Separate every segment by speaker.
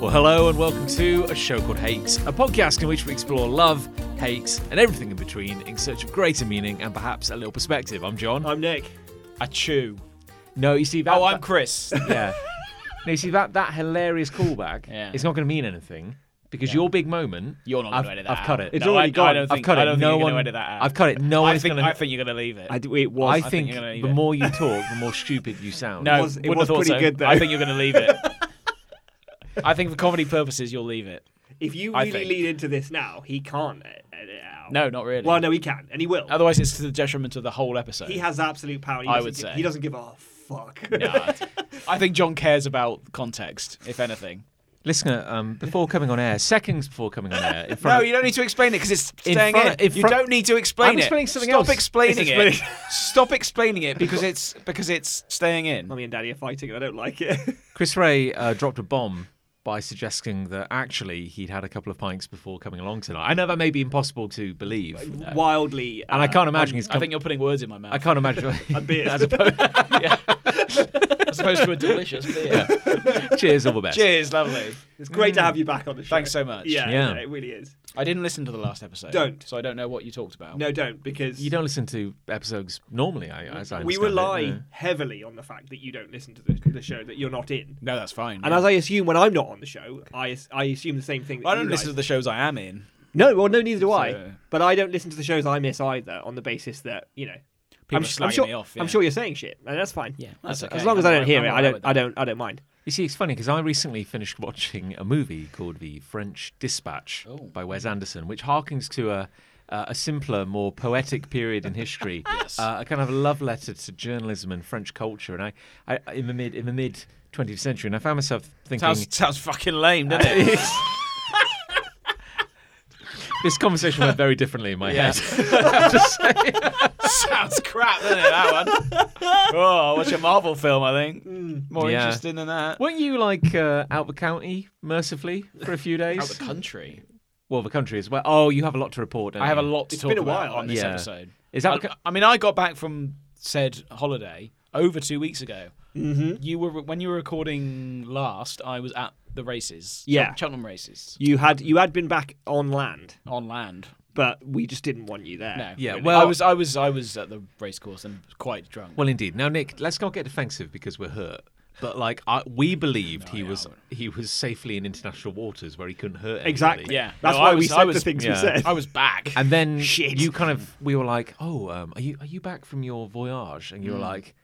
Speaker 1: Well, hello and welcome to a show called Hate, a podcast in which we explore love, hate, and everything in between in search of greater meaning and perhaps a little perspective. I'm John.
Speaker 2: I'm Nick. I chew.
Speaker 1: no, you see that.
Speaker 2: Oh, I'm Chris.
Speaker 1: that- yeah. No, you see that that hilarious callback.
Speaker 2: Yeah.
Speaker 1: It's not going to mean anything because your big moment.
Speaker 2: You're not
Speaker 1: I've,
Speaker 2: gonna edit that
Speaker 1: I've cut
Speaker 2: out.
Speaker 1: it.
Speaker 2: It's No, already I- I gone.
Speaker 1: I've
Speaker 2: don't think-
Speaker 1: cut it.
Speaker 2: I don't think
Speaker 1: no
Speaker 2: you're gonna
Speaker 1: one.
Speaker 2: edit that out.
Speaker 1: I've cut it. No
Speaker 2: I
Speaker 1: one's
Speaker 2: think
Speaker 1: going to.
Speaker 2: I think you're gonna leave it.
Speaker 3: I d-
Speaker 1: I
Speaker 3: it was.
Speaker 1: think,
Speaker 2: you're gonna leave
Speaker 1: the
Speaker 2: it.
Speaker 1: more you talk, the more stupid you sound.
Speaker 2: no,
Speaker 3: It was- it
Speaker 2: wouldn't
Speaker 3: was
Speaker 2: have thought
Speaker 3: pretty
Speaker 2: so.
Speaker 3: good, though.
Speaker 2: I think you're gonna leave it. I think for comedy purposes, you'll leave it.
Speaker 3: if you
Speaker 2: I
Speaker 3: really
Speaker 2: think.
Speaker 3: lean into this now, he can't edit it out.
Speaker 2: No, not really.
Speaker 3: Well, no, he can, and he will.
Speaker 2: Otherwise, it's to the detriment of the whole episode.
Speaker 3: he has absolute power. He
Speaker 2: I
Speaker 3: doesn't
Speaker 2: would
Speaker 3: gi-
Speaker 2: say.
Speaker 3: he doesn't give a fuck.
Speaker 2: Nah. I think John cares about context, if anything.
Speaker 1: Listener, um, before coming on air, seconds before coming on air, in front
Speaker 2: No,
Speaker 1: of
Speaker 2: you don't need to explain it because it's
Speaker 1: In
Speaker 2: staying in.
Speaker 1: front- in
Speaker 2: you
Speaker 1: front-
Speaker 2: don't need to explain
Speaker 1: I'm
Speaker 2: it.
Speaker 1: explaining something
Speaker 2: Stop
Speaker 1: else.
Speaker 2: explaining
Speaker 1: It's
Speaker 2: it. Stop explaining it because it's because it's staying in.
Speaker 3: Mummy and daddy are fighting, and I don't like it.
Speaker 1: Chris Ray uh, dropped a bomb by suggesting that actually he'd had a couple of pints before coming along tonight. I know that may be impossible to believe, and
Speaker 3: Wildly. Uh,
Speaker 1: I can't imagine he's.
Speaker 2: I
Speaker 1: Come-
Speaker 2: think you're putting words in my mouth.
Speaker 1: I can't imagine. a
Speaker 3: beer.
Speaker 1: As opposed,
Speaker 2: As opposed to a delicious beer.
Speaker 1: cheers, all the best.
Speaker 2: Cheers, lovely.
Speaker 3: it's great to have you back on the show.
Speaker 2: Mm. Thanks so much.
Speaker 3: Yeah,
Speaker 1: Yeah.
Speaker 3: yeah. it really is.
Speaker 2: I didn't listen to the last episode.
Speaker 3: Don't.
Speaker 2: So I don't know what you talked about.
Speaker 3: No, don't because
Speaker 1: You don't listen to episodes normally, I, as I
Speaker 3: we
Speaker 1: understand
Speaker 3: rely
Speaker 1: It.
Speaker 3: heavily on the fact that you don't listen to the, the show that you're not in.
Speaker 2: No, that's fine.
Speaker 3: And
Speaker 2: yeah.
Speaker 3: as I assume when I'm not on the show, I, as- I assume the same thing. That
Speaker 2: I
Speaker 3: you
Speaker 2: don't listen
Speaker 3: guys
Speaker 2: to the shows I am in.
Speaker 3: No, well, no, neither do I.
Speaker 2: So-
Speaker 3: But I don't listen to the shows I miss either, on the basis that you know.
Speaker 2: People
Speaker 3: I'm,
Speaker 2: are
Speaker 3: sh-
Speaker 2: slagging
Speaker 3: I'm sure.
Speaker 2: me off,
Speaker 3: I'm
Speaker 2: yeah.
Speaker 3: sure you're saying shit, and that's fine.
Speaker 2: Yeah, that's okay.
Speaker 3: As long as I
Speaker 2: I'm
Speaker 3: don't hear
Speaker 2: all
Speaker 3: it,
Speaker 2: right
Speaker 3: I don't.
Speaker 2: with that.
Speaker 3: I don't. I don't mind.
Speaker 1: You see, it's funny because I recently finished watching a movie called The French Dispatch
Speaker 2: Oh.
Speaker 1: by Wes Anderson, which harkens to a uh, a simpler, more poetic period in history, uh, a kind of love letter to journalism and French culture. And I, I in the mid in the mid 20th century, and I found myself thinking
Speaker 2: Sounds, sounds fucking lame, doesn't it?
Speaker 1: this conversation went very differently in my
Speaker 2: Yeah.
Speaker 1: head.
Speaker 2: sounds crap, doesn't it? That one. Oh, watch a Marvel film, I think. More
Speaker 1: Yeah.
Speaker 2: interesting than that.
Speaker 1: Weren't you like uh, out the county mercifully for a few days?
Speaker 2: Out the country.
Speaker 1: well, the country as well. Oh, you have a lot to report. don't
Speaker 2: I have a
Speaker 1: you?
Speaker 2: lot to
Speaker 3: It's
Speaker 2: talk
Speaker 3: been a
Speaker 2: about
Speaker 3: while,
Speaker 2: on this
Speaker 1: yeah.
Speaker 2: episode.
Speaker 1: Is that
Speaker 2: I, I mean, I got back from said holiday over two weeks ago. Mm-hmm. You were when you were recording last. I was at the races.
Speaker 3: Yeah.
Speaker 2: Chelten- Cheltenham races
Speaker 3: You had you had been back on land,
Speaker 2: on land.
Speaker 3: but we just didn't want you there.
Speaker 2: No.
Speaker 1: Yeah,
Speaker 2: really.
Speaker 1: well-
Speaker 2: I was I was I was at the race course and quite drunk.
Speaker 1: Well, indeed. Now, Nick, let's not get defensive because we're hurt. But like, I,
Speaker 3: Mm.
Speaker 1: we believed he was he was safely in international waters where he couldn't hurt anybody.
Speaker 3: Exactly.
Speaker 2: Yeah.
Speaker 3: That's
Speaker 2: No,
Speaker 3: why
Speaker 2: I
Speaker 3: we
Speaker 2: was-
Speaker 3: said
Speaker 2: I was-
Speaker 3: the things
Speaker 1: yeah.
Speaker 3: we said.
Speaker 2: I was back.
Speaker 1: And then
Speaker 3: Shit.
Speaker 1: you kind of we were like, oh, um, are you are you back from your voyage? And you were
Speaker 3: Mm.
Speaker 1: like,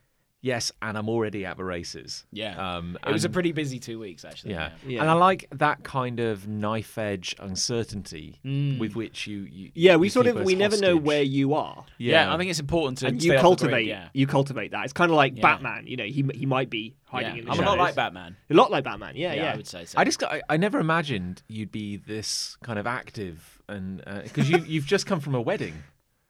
Speaker 1: yes, and I'm already at the races.
Speaker 2: yeah.
Speaker 1: Um,
Speaker 2: it was a
Speaker 1: and-
Speaker 2: pretty busy two weeks actually.
Speaker 1: yeah.
Speaker 3: Yeah.
Speaker 1: And I like that kind of knife edge uncertainty with which you, you
Speaker 3: Mm. yeah, we
Speaker 1: you
Speaker 3: sort
Speaker 1: keep
Speaker 3: of
Speaker 1: us
Speaker 3: we never know
Speaker 1: hostage.
Speaker 3: where you are.
Speaker 2: Yeah, I think it's important to
Speaker 3: And
Speaker 2: stay
Speaker 3: you
Speaker 2: off the
Speaker 3: cultivate,
Speaker 2: grid, yeah.
Speaker 3: you cultivate that. It's kind of like
Speaker 2: Yeah.
Speaker 3: Batman. You know, he he might be hiding
Speaker 2: Yeah.
Speaker 3: in the
Speaker 2: I'm a
Speaker 3: shadows.
Speaker 2: lot like Batman.
Speaker 3: A lot like Batman. Yeah, yeah.
Speaker 2: I would say so.
Speaker 1: I just got, I, I never imagined you'd be this kind of active and because you you've just come from a wedding,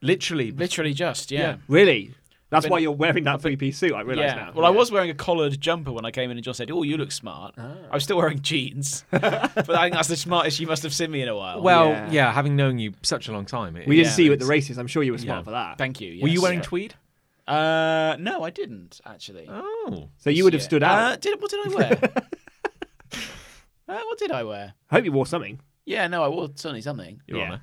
Speaker 1: literally.
Speaker 2: literally just yeah.
Speaker 3: Really, that's why you're wearing that three piece suit. I realize
Speaker 2: Yeah.
Speaker 3: now.
Speaker 2: Well, I was wearing a collared jumper when I came in, and John said, "Oh, you look smart." I was still wearing jeans, but I think that's the smartest you must have seen me in a while.
Speaker 1: Well, yeah.
Speaker 3: Yeah.
Speaker 1: having known you such a long time, it,
Speaker 3: We
Speaker 2: Yeah,
Speaker 3: didn't see you at the
Speaker 2: it's-
Speaker 3: races. I'm sure you were smart
Speaker 1: Yeah.
Speaker 3: for that.
Speaker 2: thank you. Yes.
Speaker 1: were you wearing tweed?
Speaker 2: Uh, no, I didn't actually.
Speaker 1: Oh,
Speaker 3: So you would have
Speaker 2: Yeah.
Speaker 3: stood out.
Speaker 2: Uh, did what did I wear? uh, what did I wear?
Speaker 3: I hope you wore something.
Speaker 2: Yeah, no, I wore certainly something.
Speaker 1: Your
Speaker 3: Yeah.
Speaker 1: Honour.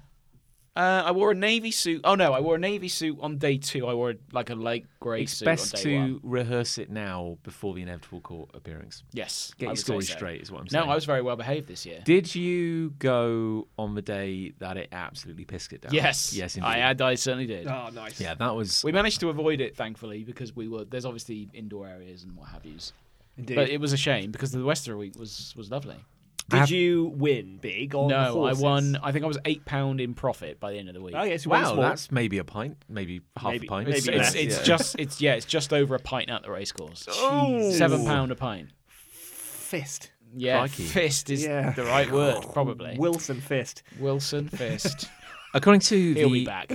Speaker 2: Uh, I wore a navy suit. Oh no, I wore a navy suit on day two. I wore like a light grey
Speaker 1: It's
Speaker 2: suit
Speaker 1: best
Speaker 2: on day
Speaker 1: to
Speaker 2: one.
Speaker 1: rehease it now before the inevitable court appearance.
Speaker 2: Yes,
Speaker 1: Get
Speaker 2: I
Speaker 1: your
Speaker 2: would say
Speaker 1: story
Speaker 2: so.
Speaker 1: straight, is what I'm
Speaker 2: No,
Speaker 1: saying.
Speaker 2: I was very well behaved this year.
Speaker 1: Did you go on the day that it absolutely pissed it down?
Speaker 2: Yes,
Speaker 1: yes, indeed.
Speaker 2: I had. I certainly did.
Speaker 4: Uh, Ah,
Speaker 3: Oh, nice.
Speaker 1: Yeah, that was.
Speaker 2: We managed to avoid it, thankfully, because we were there's obviously indoor areas and what have yous.
Speaker 3: Indeed.
Speaker 2: But it was a shame because the Wester week was was lovely.
Speaker 4: Did
Speaker 1: have-
Speaker 4: you win big on the
Speaker 2: No, I
Speaker 4: horses?
Speaker 2: won. I think I was eight pound in profit by the end of the week.
Speaker 4: Oh yes, you won
Speaker 1: Wow,
Speaker 4: small.
Speaker 1: that's maybe a pint, maybe half
Speaker 4: Maybe-
Speaker 1: a pint.
Speaker 4: maybe
Speaker 2: it's
Speaker 4: less.
Speaker 2: it's, it's
Speaker 1: yeah.
Speaker 2: just it's yeah, it's just over a pint at the racecourse.
Speaker 4: Oh.
Speaker 2: Seven pound a pint.
Speaker 4: fist.
Speaker 2: Yeah,
Speaker 1: Crikey.
Speaker 2: fist is
Speaker 4: Yeah.
Speaker 2: the right word probably.
Speaker 4: Wilson fist.
Speaker 2: Wilson fist.
Speaker 1: According to
Speaker 2: He'll
Speaker 1: the
Speaker 2: be back.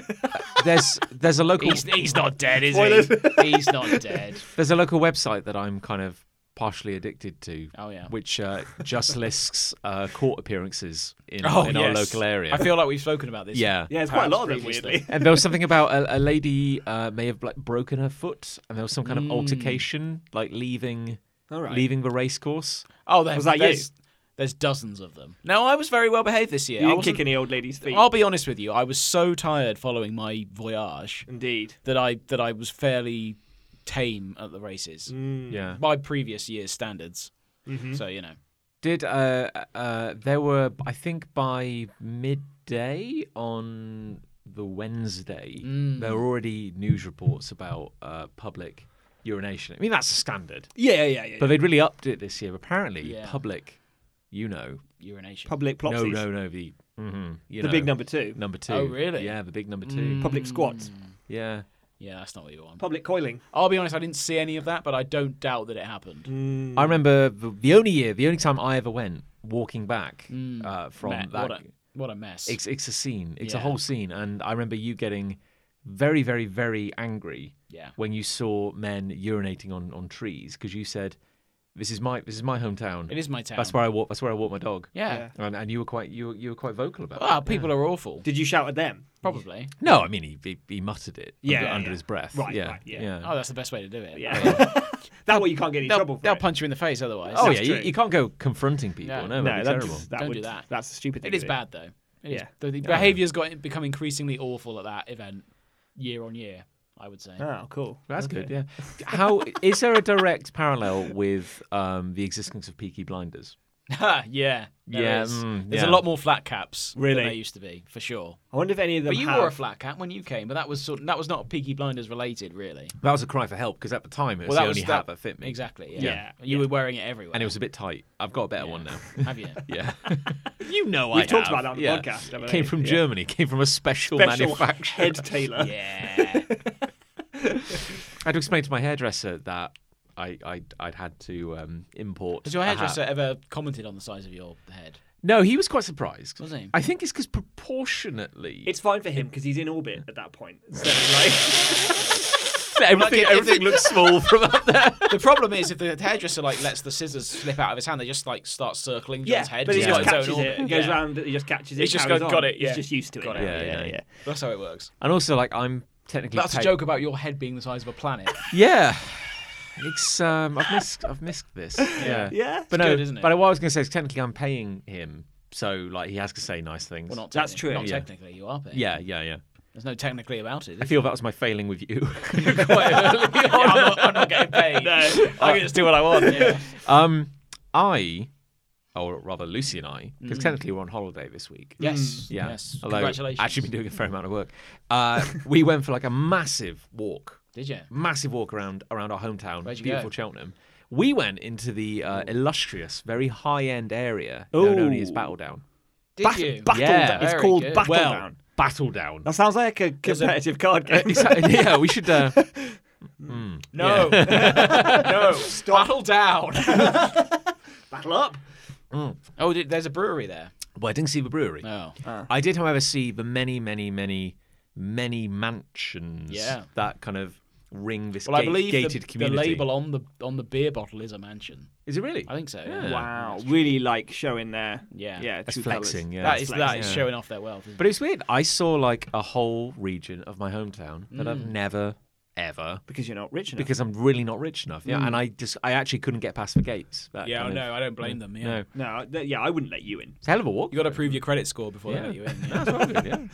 Speaker 1: there's there's a local
Speaker 2: He's, he's not dead, is he? He's not dead.
Speaker 1: there's a local website that I'm kind of partially addicted to.
Speaker 2: Oh, yeah.
Speaker 1: which uh, just lists uh, court appearances in, in our
Speaker 2: Oh, yes.
Speaker 1: local area.
Speaker 2: I feel like we've spoken about this.
Speaker 1: yeah.
Speaker 4: Yeah, it's quite a lot of them
Speaker 2: Perhaps previously.
Speaker 4: weirdly.
Speaker 1: And there was something about a, a lady uh, may have like broken her foot, and there was some kind
Speaker 2: Mm.
Speaker 1: of altercation, like leaving
Speaker 4: All right.
Speaker 1: leaving the race course.
Speaker 2: Oh, there,
Speaker 4: Was that you?
Speaker 2: there's, There's dozens of them. No, I was very well behaved this year.
Speaker 4: You
Speaker 2: I
Speaker 4: didn't
Speaker 2: wasn't- Oh.
Speaker 4: kick any old lady's feet.
Speaker 2: I'll be honest with you. I was so tired following my voyage
Speaker 4: Indeed.
Speaker 2: that I that I was fairly tame at the races
Speaker 1: Yeah.
Speaker 2: by previous year's standards. So you know,
Speaker 1: Did uh, uh, there were I think by midday on the Wednesday
Speaker 2: Mm.
Speaker 1: there were already news reports about uh, public urination. I mean that's standard,
Speaker 4: Yeah, yeah, yeah.
Speaker 1: but they'd really upped it this year. Apparently,
Speaker 2: Yeah.
Speaker 1: public, you know,
Speaker 2: urination.
Speaker 4: Public
Speaker 1: no,
Speaker 4: plopsies.
Speaker 1: no, no, the mhm, you
Speaker 4: the
Speaker 1: know,
Speaker 4: big number two.
Speaker 1: number two.
Speaker 2: Oh, really? Mm.
Speaker 1: Yeah, the big number two.
Speaker 4: Public squats.
Speaker 1: Yeah.
Speaker 2: yeah, that's not what you want.
Speaker 4: Public coiling.
Speaker 2: I'll be honest. I didn't see any of that, but I don't doubt that it happened.
Speaker 4: Mm.
Speaker 1: I remember the, the only year, the only time I ever went walking back uh, from
Speaker 2: Ma-
Speaker 1: that.
Speaker 2: Mm. what, a, what a mess.
Speaker 1: It's it's a scene. It's a
Speaker 2: Yeah.
Speaker 1: whole scene, and I remember you getting very, very, very angry
Speaker 2: Yeah.
Speaker 1: when you saw men urinating on on trees because you said, "This is my this is my hometown.
Speaker 2: it is my town.
Speaker 1: That's where I walk. That's where I walk my dog."
Speaker 2: Yeah.
Speaker 4: Yeah.
Speaker 1: And, and you were quite you were, you were quite vocal about
Speaker 2: Ah,
Speaker 1: it.
Speaker 2: people are awful.
Speaker 4: Did you shout at them?
Speaker 2: Probably.
Speaker 1: No, I mean he he, he muttered it
Speaker 4: Yeah,
Speaker 1: under,
Speaker 4: yeah,
Speaker 1: under
Speaker 4: yeah.
Speaker 1: his breath.
Speaker 4: Right,
Speaker 1: yeah,
Speaker 4: right, yeah.
Speaker 2: Oh, that's the best way to do it.
Speaker 4: Yeah. that way you can't get in
Speaker 2: Oh, They'll,
Speaker 4: trouble for
Speaker 2: they'll
Speaker 4: it.
Speaker 2: punch you in the face otherwise.
Speaker 1: Oh
Speaker 4: That's
Speaker 1: yeah, you,
Speaker 4: true.
Speaker 1: you can't go confronting people.
Speaker 2: No.
Speaker 1: No, that'd
Speaker 4: No,
Speaker 1: be
Speaker 4: that's,
Speaker 1: terrible.
Speaker 4: that
Speaker 2: Don't
Speaker 4: would,
Speaker 2: do that.
Speaker 4: That's a stupid thing.
Speaker 2: It is
Speaker 4: to do.
Speaker 2: bad though. It is.
Speaker 4: Yeah.
Speaker 2: The, the behaviour's got become increasingly awful at that event, year on year. I would say.
Speaker 4: Oh, cool.
Speaker 1: That's good. Yeah. How is there a direct parallel with um, the existence of Peaky Blinders?
Speaker 2: Ha, yeah. there
Speaker 1: Yeah,
Speaker 2: is.
Speaker 1: mm,
Speaker 2: There's
Speaker 1: yeah.
Speaker 2: a lot more flat caps
Speaker 4: Really?
Speaker 2: than there used to be, for sure.
Speaker 4: I wonder if any of them
Speaker 2: But you
Speaker 4: have...
Speaker 2: wore a flat cap when you came, but that was sort that was not Peaky Blinders related, really.
Speaker 1: That was a cry for help because at the time it was
Speaker 2: that
Speaker 1: the
Speaker 2: was
Speaker 1: only hat that fit me.
Speaker 2: Exactly. Yeah.
Speaker 4: Yeah.
Speaker 2: You were wearing it everywhere.
Speaker 1: And it was a bit tight. I've got a better
Speaker 2: Yeah.
Speaker 1: one now.
Speaker 2: Have you?
Speaker 1: Yeah. you know
Speaker 4: We've talked about that on the
Speaker 1: yeah.
Speaker 4: podcast, haven't
Speaker 1: Came
Speaker 4: we?
Speaker 1: from
Speaker 4: Yeah.
Speaker 1: Germany. Came from a special,
Speaker 4: Special
Speaker 1: manufacturer.
Speaker 4: head tailor.
Speaker 2: yeah.
Speaker 1: I had to explain to my hairdresser that I, I, I'd had to um, import.
Speaker 2: Has your
Speaker 1: a hat.
Speaker 2: hairdresser ever commented on the size of your head?
Speaker 1: No, he was quite surprised.
Speaker 2: Was he?
Speaker 1: I think it's because proportionately,
Speaker 4: It's fine for him because he's in orbit at that point. So, like,
Speaker 1: everything, everything looks small from up there.
Speaker 2: the problem is if the hairdresser like lets the scissors slip out of his hand, they just like start circling
Speaker 4: yeah,
Speaker 2: John's head.
Speaker 4: but he
Speaker 2: He's
Speaker 4: just
Speaker 2: got his
Speaker 4: catches
Speaker 2: own
Speaker 4: it.
Speaker 2: orbit.
Speaker 4: It goes
Speaker 2: Yeah.
Speaker 4: round, he just catches it.
Speaker 2: He's just
Speaker 4: carries
Speaker 2: got-
Speaker 4: on.
Speaker 2: got it, yeah.
Speaker 4: He's just used to it.
Speaker 2: Got it,
Speaker 4: now.
Speaker 1: yeah, yeah.
Speaker 2: That's how it works.
Speaker 1: And also, like, I'm technically.
Speaker 2: That's a
Speaker 1: peg-
Speaker 2: joke about your head being the size of a planet.
Speaker 1: Yeah. It's um, I've missed I've missed this. Yeah.
Speaker 4: Yeah.
Speaker 1: But
Speaker 2: It's
Speaker 1: no,
Speaker 2: good, isn't it?
Speaker 1: but what I was gonna say is technically I'm paying him, so like he has to say nice things.
Speaker 2: Well, not
Speaker 4: That's
Speaker 2: techni-
Speaker 4: true,
Speaker 2: Not
Speaker 1: yeah.
Speaker 2: technically, you are. Paying.
Speaker 1: yeah, yeah, yeah.
Speaker 2: There's no technically about it.
Speaker 1: I feel that was my failing with you.
Speaker 2: quite early on. I'm, not, I'm not getting paid. I can just do what I want. Yeah.
Speaker 1: um, I, or rather Lucy and I, because technically we're on holiday this week.
Speaker 2: Yes.
Speaker 1: Hmm. Yeah.
Speaker 2: Mm. Yes.
Speaker 1: Although
Speaker 2: Congratulations.
Speaker 1: Actually, been doing a fair amount of work. Uh, we went for like a massive walk
Speaker 2: Did you?
Speaker 1: massive walk around around our hometown,
Speaker 2: Where'd you
Speaker 1: beautiful
Speaker 2: go?
Speaker 1: Cheltenham. We went into the uh, illustrious, very high end area known
Speaker 4: Ooh.
Speaker 1: only as Battledown.
Speaker 2: Did
Speaker 4: Bat-
Speaker 2: you?
Speaker 4: Battle
Speaker 1: Yeah.
Speaker 4: Down. It's
Speaker 2: Very
Speaker 4: called
Speaker 2: good.
Speaker 4: Battle
Speaker 1: well,
Speaker 4: Down.
Speaker 1: Battledown.
Speaker 4: That sounds like a
Speaker 2: There's a-
Speaker 4: competitive card game.
Speaker 1: Exactly. yeah, we should. Uh,
Speaker 2: no. no. Battle down.
Speaker 4: Battle up.
Speaker 2: oh, did, there's a brewery there.
Speaker 1: well, I didn't see the brewery.
Speaker 2: Oh.
Speaker 1: I did, however, see the many, many, many, many mansions
Speaker 2: Yeah.
Speaker 1: that kind of ring this
Speaker 2: Well, I
Speaker 1: gate-
Speaker 2: believe the,
Speaker 1: gated
Speaker 2: the
Speaker 1: community.
Speaker 2: label on the on the beer bottle is a mansion.
Speaker 1: Is it really?
Speaker 2: I think so.
Speaker 1: Yeah.
Speaker 4: Wow, really like showing their
Speaker 2: Yeah.
Speaker 4: yeah,
Speaker 1: That's
Speaker 4: true
Speaker 1: flexing,
Speaker 4: colours.
Speaker 1: yeah.
Speaker 2: That is that is
Speaker 1: Yeah.
Speaker 2: showing off their wealth. Isn't
Speaker 1: But it's weird. I saw like a whole region of my hometown that
Speaker 2: Mm.
Speaker 1: I've never, ever
Speaker 4: because you're not rich enough.
Speaker 1: because I'm really not rich enough. Yeah, and I just I actually couldn't get past the gates. That
Speaker 2: it? Mm. yeah,
Speaker 1: kind of-
Speaker 2: no, I don't blame them. Yeah.
Speaker 1: No,
Speaker 4: no, th- yeah, I wouldn't let you in.
Speaker 1: it's a hell of a walk.
Speaker 2: You got to prove your credit score before
Speaker 1: Yeah.
Speaker 2: they let you in.
Speaker 1: That's what I did, yeah.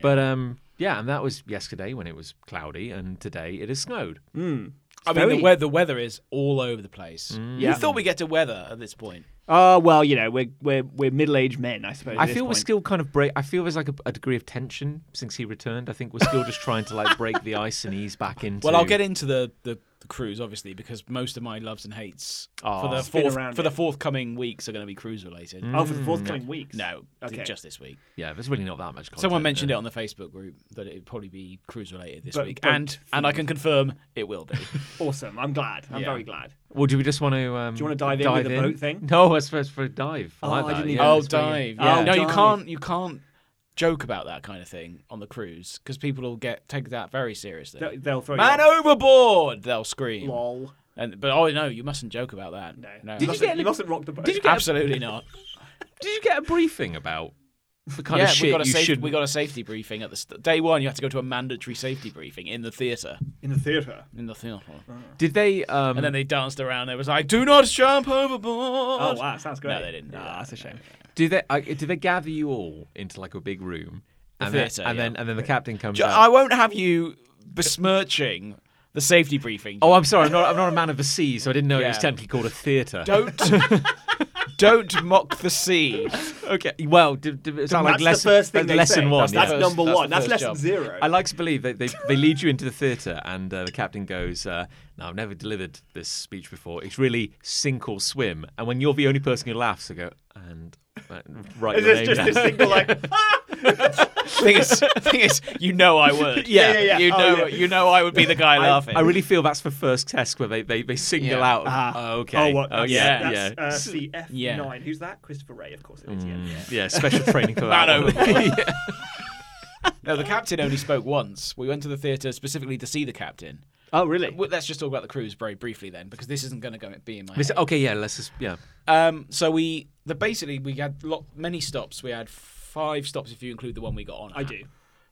Speaker 1: But um, yeah, and that was yesterday when it was cloudy, and today it has snowed.
Speaker 2: I mean, the,
Speaker 4: Very-
Speaker 2: we- the weather is all over the place.
Speaker 4: Yeah.
Speaker 1: Mm.
Speaker 2: You thought we get to weather at this point.
Speaker 3: Uh,
Speaker 5: Oh well, you know we're we're we're middle-aged men, I suppose. at
Speaker 1: I
Speaker 5: this
Speaker 1: feel we're
Speaker 5: point.
Speaker 1: still kind of break. I feel there's like a, a degree of tension since he returned. I think we're still just trying to like break the ice and ease back into.
Speaker 2: Well, I'll get into the, the, the cruise obviously because most of my loves and hates
Speaker 1: Aw. Mm.
Speaker 2: for the
Speaker 1: Spin
Speaker 2: fourth,
Speaker 3: around
Speaker 2: for the
Speaker 3: it.
Speaker 2: forthcoming weeks are going to be cruise related.
Speaker 3: Oh, for the forthcoming weeks.
Speaker 2: Mm. No,
Speaker 3: Okay.
Speaker 2: just this week.
Speaker 1: Yeah, there's really not that much. Content
Speaker 2: Someone mentioned
Speaker 1: there.
Speaker 2: it on the Facebook group that it'd probably be cruise related this
Speaker 3: But-
Speaker 2: week,
Speaker 3: but-
Speaker 2: and and I can confirm it will be.
Speaker 3: Awesome. I'm glad. I'm
Speaker 2: Yeah.
Speaker 3: very glad.
Speaker 1: Well, do we just want to? Um,
Speaker 3: Do you wanna dive in with the boat thing?
Speaker 1: No, I suppose for a dive. I like
Speaker 5: I
Speaker 1: that.
Speaker 5: didn't
Speaker 1: yeah,
Speaker 5: even-
Speaker 2: oh,
Speaker 1: let's bring it-
Speaker 2: dive!
Speaker 5: Oh,
Speaker 2: Yeah. no, you
Speaker 5: dive.
Speaker 2: can't you can't joke about that kind of thing on the cruise because people will get take that very seriously.
Speaker 3: They'll, they'll throw
Speaker 2: Man
Speaker 3: you off.
Speaker 2: overboard! They'll scream.
Speaker 3: oh, Lol.
Speaker 2: And but oh no, you mustn't joke about that.
Speaker 3: No.
Speaker 2: no.
Speaker 3: you,
Speaker 5: you
Speaker 3: mustn't,
Speaker 5: get
Speaker 3: you mustn't rock the boat.
Speaker 5: Did you get
Speaker 2: absolutely not.
Speaker 1: Did you get a briefing about the kind
Speaker 2: yeah,
Speaker 1: of shit
Speaker 2: we got a
Speaker 1: you
Speaker 2: safe-
Speaker 1: should?
Speaker 2: we got a safety briefing at the st- day one. You have to go to a mandatory safety briefing in the theatre.
Speaker 3: in the theatre?
Speaker 2: In the theatre.
Speaker 1: Did they? Um,
Speaker 2: And then they danced around. It was like, "Do not jump overboard."
Speaker 3: Oh, wow. Sounds great.
Speaker 2: they didn't do
Speaker 3: Ah,
Speaker 2: that.
Speaker 3: that's a shame.
Speaker 1: do they? Uh, do they gather you all into like a big room? and then-
Speaker 2: theatre,
Speaker 1: and
Speaker 2: yeah.
Speaker 1: then and then the captain comes.
Speaker 2: Ju-
Speaker 1: out.
Speaker 3: uh,
Speaker 2: I won't have you besmirching the safety briefing.
Speaker 1: Oh, I'm sorry. I'm not, I'm not a man of the sea, so I didn't know it was
Speaker 2: Yeah.
Speaker 1: technically called a theatre.
Speaker 2: don't don't mock the sea.
Speaker 1: Okay. Well, d- d- is that like
Speaker 3: that's
Speaker 1: lesson,
Speaker 3: the first thing
Speaker 1: that's
Speaker 3: they
Speaker 1: lesson
Speaker 3: say.
Speaker 1: one.
Speaker 3: That's,
Speaker 1: yeah.
Speaker 3: that's
Speaker 2: First-
Speaker 3: number
Speaker 2: that's the
Speaker 3: one. That's
Speaker 2: first
Speaker 3: lesson
Speaker 2: job.
Speaker 3: zero.
Speaker 1: I like to believe they, they, they lead you into the theatre, and uh, the captain goes, uh, "Now I've never delivered this speech before. It's really sink or swim." And when you're the only person who laughs, I go and uh, write
Speaker 3: Is
Speaker 1: your
Speaker 3: this
Speaker 1: name
Speaker 3: just
Speaker 1: down.
Speaker 3: this single like? "Ah,
Speaker 2: thing is, thing is, you know I would.
Speaker 1: Yeah, yeah,
Speaker 3: yeah.
Speaker 2: You
Speaker 3: Oh,
Speaker 2: know,
Speaker 3: yeah.
Speaker 2: you know I would be the guy
Speaker 1: I,
Speaker 2: laughing.
Speaker 1: I really feel that's for first test where they, they, they single
Speaker 2: Yeah.
Speaker 1: out.
Speaker 3: Ah.
Speaker 1: oh, okay.
Speaker 3: Oh, what?
Speaker 1: Oh,
Speaker 3: that's-
Speaker 1: yeah,
Speaker 3: that's,
Speaker 1: yeah.
Speaker 3: Uh, CF9.
Speaker 2: yeah. Mm.
Speaker 3: Who's that? Christopher Ray, of course it is. Yeah.
Speaker 1: Yeah, special training for that.
Speaker 2: Man
Speaker 1: one.
Speaker 2: overboard. no, the captain only spoke once. We went to the theatre specifically to see the captain.
Speaker 5: Oh really?
Speaker 2: Well, let's just talk about the cruise very briefly then, because this isn't going to go be in my.
Speaker 1: Miss-
Speaker 2: head.
Speaker 1: okay, yeah, let's just yeah.
Speaker 2: Um, so we the basically we had lot many stops. We had five stops if you include the one we got on.
Speaker 3: I
Speaker 2: at.
Speaker 3: do.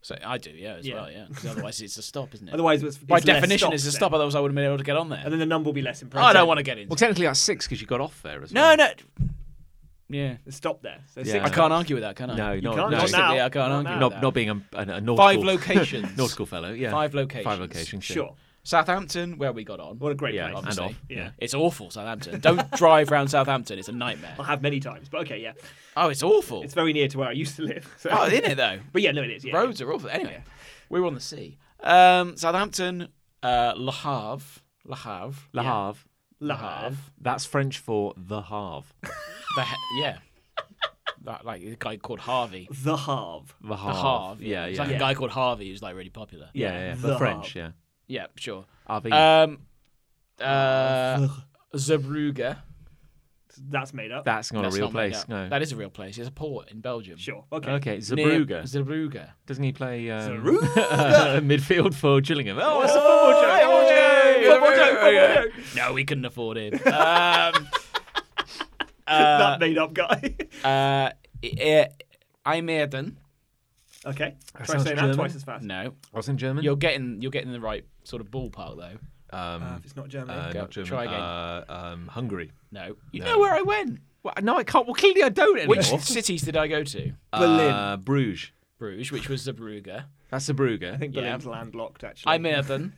Speaker 2: So I do, yeah, as
Speaker 3: Yeah.
Speaker 2: well, yeah. 'cause otherwise, it's a stop, isn't it?
Speaker 3: Otherwise, it's,
Speaker 2: by
Speaker 3: it's less
Speaker 2: definition,
Speaker 3: stops
Speaker 2: it's a
Speaker 3: then.
Speaker 2: stop. Otherwise, I wouldn't have been able to get on there.
Speaker 3: And then the number will be less impressive.
Speaker 2: I don't want to get in.
Speaker 1: Well, technically that's six because you got off there as
Speaker 2: no,
Speaker 1: well.
Speaker 2: no. Yeah,
Speaker 3: stop there. So
Speaker 1: Yeah.
Speaker 2: I
Speaker 3: six,
Speaker 2: can't argue with that, can I?
Speaker 1: no, no, no.
Speaker 3: can't do
Speaker 2: Just
Speaker 3: that.
Speaker 2: simply, I can't
Speaker 3: Not
Speaker 2: argue.
Speaker 3: now.
Speaker 2: with
Speaker 1: Not,
Speaker 2: that.
Speaker 1: not being a, a, a nautical,
Speaker 2: Five locations.
Speaker 1: nautical fellow. Yeah,
Speaker 2: Five locations.
Speaker 1: Five locations. yeah.
Speaker 3: sure.
Speaker 2: Southampton, where we got on.
Speaker 3: What a great
Speaker 1: Yeah,
Speaker 3: place.
Speaker 1: and
Speaker 2: obviously.
Speaker 1: off.
Speaker 3: Yeah.
Speaker 2: It's awful, Southampton. Don't drive round Southampton. It's a nightmare.
Speaker 3: I have many times, but okay, yeah.
Speaker 2: Oh, it's awful.
Speaker 3: It's very near to where I used to live. So.
Speaker 2: oh, isn't it though?
Speaker 3: But yeah, no, it is. Yeah.
Speaker 2: Roads are awful. Anyway, we were on the sea. Um, Southampton, uh, Le Havre, Le Havre,
Speaker 1: Le Havre.
Speaker 3: La Havre.
Speaker 1: That's French for the Havre.
Speaker 2: The he- yeah, that, like a guy called Harvey.
Speaker 3: The Havre.
Speaker 1: The Havre.
Speaker 2: The Harvey.
Speaker 1: Yeah,
Speaker 2: It's
Speaker 1: yeah.
Speaker 2: like
Speaker 1: yeah.
Speaker 2: a guy called Harvey who's like really popular.
Speaker 1: yeah, yeah,
Speaker 3: The
Speaker 1: The French,
Speaker 3: Havre.
Speaker 1: yeah.
Speaker 2: Yeah, sure.
Speaker 1: Harvey.
Speaker 2: Um, uh, Zeebrugge.
Speaker 3: That's made up.
Speaker 1: that's not
Speaker 2: That's
Speaker 1: a real
Speaker 2: not made
Speaker 1: place.
Speaker 2: up.
Speaker 1: No.
Speaker 2: That is a real place. It's a port in Belgium.
Speaker 3: Sure. Okay.
Speaker 1: okay,
Speaker 2: Near
Speaker 1: Zabruga.
Speaker 2: Zeebrugge.
Speaker 1: Doesn't he play um,
Speaker 3: Zeebrugge!
Speaker 1: midfield for Gillingham? Oh, that's a
Speaker 3: Football joke.
Speaker 1: Yay!
Speaker 3: Football joke. Football joke. Football joke.
Speaker 2: No, we couldn't afford him. Um,
Speaker 3: that made up guy.
Speaker 2: uh, eh, IJmuiden.
Speaker 3: okay. Try
Speaker 1: sounds
Speaker 3: saying
Speaker 1: German.
Speaker 3: that twice as fast.
Speaker 2: No,
Speaker 1: What's in German?
Speaker 2: you're getting you're getting the right sort of ballpark though.
Speaker 1: um,
Speaker 3: Uh, if it's not Germany.
Speaker 1: uh,
Speaker 2: go-
Speaker 1: not German.
Speaker 2: try again.
Speaker 1: Uh, um, Hungary.
Speaker 2: No, you
Speaker 1: No.
Speaker 2: know where I went.
Speaker 1: Well, no, I can't. Well, clearly I don't anymore.
Speaker 2: Which cities did I go to?
Speaker 1: Uh, Bruges.
Speaker 2: Bruges, which was Zeebrugge.
Speaker 1: That's Zeebrugge.
Speaker 3: I think
Speaker 2: yeah.
Speaker 3: Berlin's landlocked, actually.
Speaker 2: IJmuiden,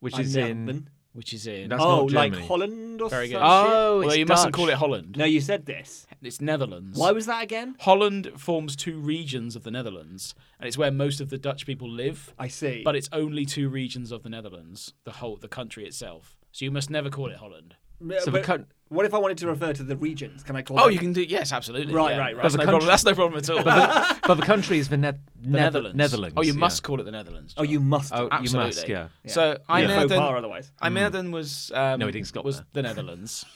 Speaker 1: which
Speaker 3: I'm
Speaker 1: is in.
Speaker 3: Melbourne.
Speaker 2: which is in.
Speaker 1: That's
Speaker 3: Oh,
Speaker 1: not
Speaker 3: like
Speaker 1: Germany.
Speaker 3: Holland or
Speaker 2: Very good.
Speaker 3: some shit?
Speaker 1: Oh,
Speaker 2: Although
Speaker 1: it's
Speaker 2: you mustn't
Speaker 1: Dutch.
Speaker 2: call it Holland.
Speaker 3: No, you said this.
Speaker 2: It's Netherlands.
Speaker 3: Why was that again?
Speaker 2: Holland forms two regions of the Netherlands, and it's where most of the Dutch people live.
Speaker 3: I see.
Speaker 2: But it's only two regions of the Netherlands, the whole the country itself. So you must never call it Holland.
Speaker 1: So the
Speaker 3: but
Speaker 1: coun-
Speaker 3: what if I wanted to refer to the regions? Can I call
Speaker 2: Oh,
Speaker 3: that-
Speaker 2: you can do yes, absolutely.
Speaker 3: Right,
Speaker 2: yeah.
Speaker 3: right, right.
Speaker 2: That's
Speaker 1: But the
Speaker 2: no problem.
Speaker 1: country-
Speaker 2: That's no problem at all. the
Speaker 1: But the country is the, ne- Nether-
Speaker 2: Netherlands.
Speaker 1: Netherlands.
Speaker 2: Oh, you
Speaker 1: yeah.
Speaker 2: must call it the Netherlands.
Speaker 3: Oh, you must.
Speaker 1: Oh,
Speaker 2: John.
Speaker 1: you
Speaker 2: Absolutely.
Speaker 1: must. Yeah.
Speaker 2: So I
Speaker 3: yeah.
Speaker 2: know
Speaker 3: Faux pas
Speaker 2: that
Speaker 3: otherwise.
Speaker 2: I Merden was um,
Speaker 1: mm. No, he didn't stop
Speaker 2: was
Speaker 1: there.
Speaker 2: the Netherlands,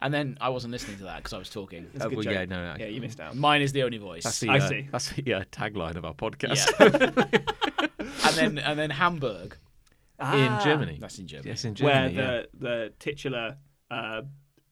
Speaker 2: and then I wasn't listening to that because I was talking.
Speaker 3: That's a
Speaker 1: Oh,
Speaker 3: good
Speaker 1: well,
Speaker 3: joke.
Speaker 1: yeah, no, no.
Speaker 3: Yeah, you missed out.
Speaker 2: Mine is the only voice.
Speaker 1: That's the,
Speaker 3: I
Speaker 1: uh,
Speaker 3: see.
Speaker 1: That's the uh, tagline of our podcast
Speaker 2: yeah. and then and then Hamburg.
Speaker 1: in Germany.
Speaker 2: Ah, That's in Germany.
Speaker 1: Yes, in
Speaker 3: Where
Speaker 1: Germany. yeah.
Speaker 3: the, the titular uh,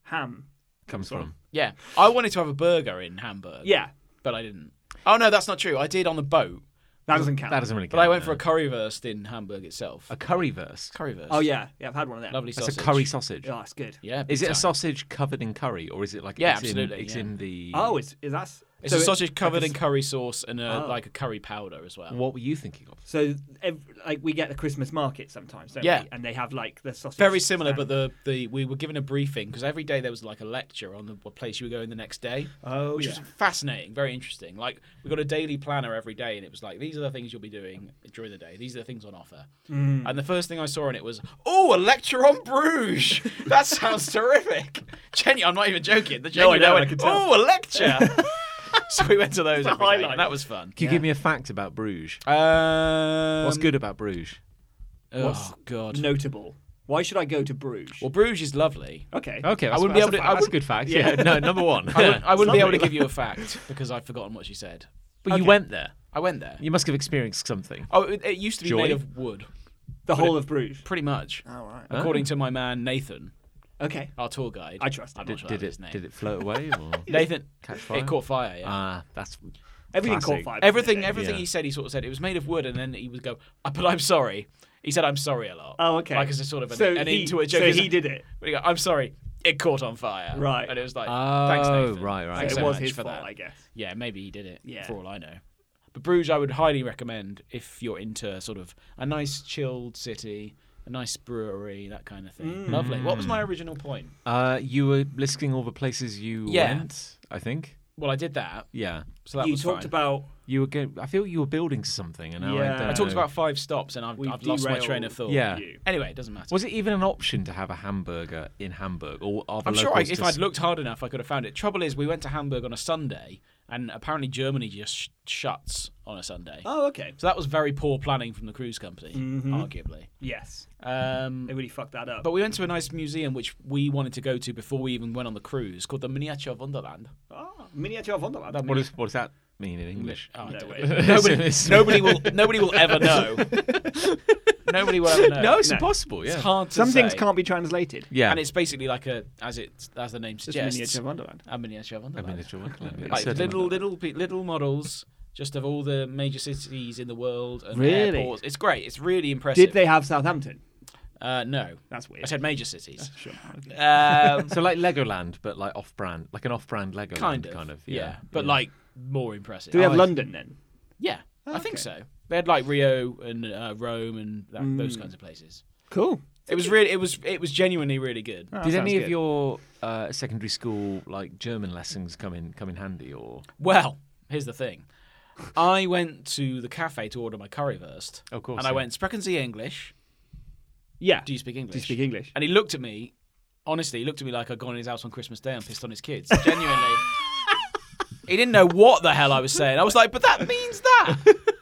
Speaker 3: ham.
Speaker 1: comes from.
Speaker 2: Yeah, I wanted to have a burger in Hamburg.
Speaker 3: Yeah,
Speaker 2: but I didn't. Oh no, that's not true. I did on the boat,
Speaker 3: that doesn't count.
Speaker 1: That doesn't really.
Speaker 2: but I went for a currywurst in Hamburg itself.
Speaker 1: a curry verse.
Speaker 2: currywurst.
Speaker 3: Oh, yeah. Yeah, I've had one of them.
Speaker 2: lovely
Speaker 1: That's
Speaker 2: sausage.
Speaker 1: a curry sausage.
Speaker 3: Oh, it's good.
Speaker 2: Yeah.
Speaker 1: Is
Speaker 2: big
Speaker 1: it a
Speaker 2: time.
Speaker 1: sausage covered in curry, or is it like
Speaker 2: Yeah,
Speaker 1: it's in,
Speaker 2: absolutely,
Speaker 1: it's
Speaker 2: yeah.
Speaker 1: in the
Speaker 3: Oh, it's, is that.
Speaker 2: It's
Speaker 3: So
Speaker 2: a
Speaker 3: it-
Speaker 2: sausage covered in curry sauce and a,
Speaker 3: Oh.
Speaker 2: like a curry powder as well.
Speaker 1: What were you thinking of?
Speaker 3: So
Speaker 4: Ev- like we get the Christmas market sometimes, don't
Speaker 2: Yeah.
Speaker 4: we? And they have like the sausage.
Speaker 2: Very similar, but
Speaker 4: stand.
Speaker 2: the, the we were given a briefing because every day there was like a lecture on the place you were going the next day,
Speaker 4: oh
Speaker 2: which
Speaker 4: yeah.
Speaker 2: was fascinating, very interesting. Like we got a daily planner every day, and it was like these are the things you'll be doing during the day. These are the things on offer.
Speaker 4: Mm.
Speaker 2: And the first thing I saw in it was, oh, a lecture on Bruges. That sounds terrific. Jenny, I'm not even joking. The
Speaker 4: No, I
Speaker 2: genuine
Speaker 4: know, I
Speaker 2: went,
Speaker 4: can tell.
Speaker 2: oh, a lecture. so we went to those. Every day,
Speaker 4: highlight.
Speaker 2: and that was fun.
Speaker 1: Can you give me a fact about Bruges?
Speaker 2: Um,
Speaker 1: What's good about Bruges?
Speaker 2: Oh
Speaker 3: What's
Speaker 2: God.
Speaker 3: notable. Why should I go to Bruges?
Speaker 2: Well, Bruges is lovely.
Speaker 3: okay.
Speaker 1: Okay,
Speaker 2: I wouldn't be able to-
Speaker 1: That's a, fa- that's a
Speaker 2: I wouldn't-
Speaker 1: good fact. Yeah, no, number one.
Speaker 2: I wouldn't, I wouldn't be able to
Speaker 3: lovely.
Speaker 2: give you a fact because I've forgotten what she said.
Speaker 1: but you went there.
Speaker 2: I went there.
Speaker 1: You must have experienced something.
Speaker 2: Oh, it, it used to be
Speaker 1: Joy?
Speaker 2: made of wood,
Speaker 3: The whole of Bruges.
Speaker 2: pretty much.
Speaker 3: All right.
Speaker 2: According to my man Nathan,
Speaker 3: Okay.
Speaker 2: our tour guide.
Speaker 3: I trust
Speaker 2: I'm not
Speaker 3: him.
Speaker 1: Did,
Speaker 2: sure that
Speaker 1: did
Speaker 2: was
Speaker 1: it?
Speaker 2: his name.
Speaker 1: Did it float away? Or?
Speaker 2: Nathan
Speaker 1: Catch fire?
Speaker 2: It caught fire. Yeah.
Speaker 1: Ah, that's
Speaker 3: Everything
Speaker 1: Classic.
Speaker 3: caught fire.
Speaker 2: everything, everything
Speaker 1: Yeah.
Speaker 2: he said, he sort of said it was made of wood, and then he would go, "Ah, "But I'm sorry." He said, "I'm sorry" a lot.
Speaker 3: Oh, okay.
Speaker 2: Like as a sort of an,
Speaker 3: so
Speaker 2: an
Speaker 3: he,
Speaker 2: into a joke.
Speaker 3: So
Speaker 2: isn't
Speaker 3: he did it.
Speaker 2: But he go, "I'm sorry." It caught on fire.
Speaker 3: Right.
Speaker 2: And it was like,
Speaker 1: Oh,
Speaker 2: "Thanks, Nathan."
Speaker 1: right, right.
Speaker 3: It
Speaker 2: Thanks
Speaker 1: So
Speaker 2: so
Speaker 3: was
Speaker 2: much
Speaker 3: his
Speaker 2: for
Speaker 3: fault,
Speaker 2: that.
Speaker 3: I guess.
Speaker 2: Yeah, maybe he did it.
Speaker 3: Yeah.
Speaker 2: For all I know. But Bruges, I would highly recommend if you're into sort of a nice chilled city, a nice brewery, that kind of thing.
Speaker 3: Mm.
Speaker 2: Lovely. What was my original point?
Speaker 1: Uh, you were listing all the places you
Speaker 2: Yeah.
Speaker 1: went. I think.
Speaker 2: Well, I did that,
Speaker 1: Yeah.
Speaker 2: so that
Speaker 3: you
Speaker 2: was
Speaker 3: talked
Speaker 2: fine.
Speaker 3: about
Speaker 1: You were. Go- I feel you were building to something, and now I
Speaker 3: Yeah.
Speaker 1: don't.
Speaker 2: I talked
Speaker 1: know.
Speaker 2: about five stops, and I've,
Speaker 3: We've
Speaker 2: I've lost my
Speaker 3: derailed
Speaker 2: train of thought.
Speaker 1: Yeah.
Speaker 3: you.
Speaker 2: Anyway, it doesn't matter.
Speaker 1: Was it even an option to have a hamburger in Hamburg, or are the
Speaker 2: I'm sure I,
Speaker 1: locals
Speaker 2: if
Speaker 1: just-
Speaker 2: I'd looked hard enough, I could have found it. Trouble is, we went to Hamburg on a Sunday, and apparently Germany just sh- shuts on a Sunday.
Speaker 3: Oh, Mm-hmm. okay.
Speaker 2: So that was very poor planning from the cruise company, arguably.
Speaker 3: Yes.
Speaker 2: Um,
Speaker 3: They really fucked that up.
Speaker 2: But we went to a nice museum which we wanted to go to before we even went on the cruise called the Miniature Wonderland.
Speaker 3: oh, miniature Wonderland.
Speaker 1: What does what does that mean in English?
Speaker 2: Oh,
Speaker 3: No,
Speaker 2: I
Speaker 3: wait.
Speaker 2: don't- nobody, nobody will nobody will ever know. nobody will ever know.
Speaker 1: no, it's
Speaker 3: no.
Speaker 1: impossible. Yeah.
Speaker 2: It's hard to
Speaker 3: Some
Speaker 2: say.
Speaker 3: things can't be translated.
Speaker 1: Yeah.
Speaker 2: And it's basically like a as it as the name
Speaker 3: Just
Speaker 2: suggests.
Speaker 3: miniature Wonderland.
Speaker 2: A miniature
Speaker 1: I
Speaker 2: Wonderland.
Speaker 1: mean, it's a wonderland. It's
Speaker 2: like
Speaker 1: certainly-
Speaker 2: little little pe- little models just of all the major cities in the world and
Speaker 3: Really?
Speaker 2: airports. It's great. It's really impressive.
Speaker 3: Did they have Southampton?
Speaker 2: Uh, no.
Speaker 3: That's
Speaker 2: I
Speaker 3: weird.
Speaker 2: said major cities.
Speaker 3: Sure. Okay.
Speaker 2: Um,
Speaker 1: So like Legoland, but like off-brand, like an off-brand Legoland,
Speaker 2: kind of,
Speaker 1: kind of.
Speaker 2: yeah.
Speaker 1: Yeah,
Speaker 2: But
Speaker 1: Yeah.
Speaker 2: like more impressive.
Speaker 3: Do we have
Speaker 1: Oh, I-
Speaker 3: London then?
Speaker 2: yeah, I think
Speaker 3: okay.
Speaker 2: so. They had like Rio and uh, Rome and that, those kinds of places.
Speaker 3: Cool.
Speaker 2: Mm. It was really, it was, it was genuinely really good.
Speaker 3: Oh,
Speaker 1: Did
Speaker 3: sounds
Speaker 1: any of
Speaker 3: good.
Speaker 1: your uh, secondary school like German lessons come in come in handy or?
Speaker 2: Well, here's the thing. I went to the cafe to order my currywurst.
Speaker 1: Of course,
Speaker 2: And I
Speaker 1: yeah.
Speaker 2: went, Sprechen Sie English?
Speaker 3: Yeah.
Speaker 2: Do you speak English?
Speaker 3: Do you speak English?
Speaker 2: And he looked at me, honestly, he looked at me like I'd gone in his house on Christmas Day and pissed on his kids. Genuinely. he didn't know what the hell I was saying. I was like, but that means that.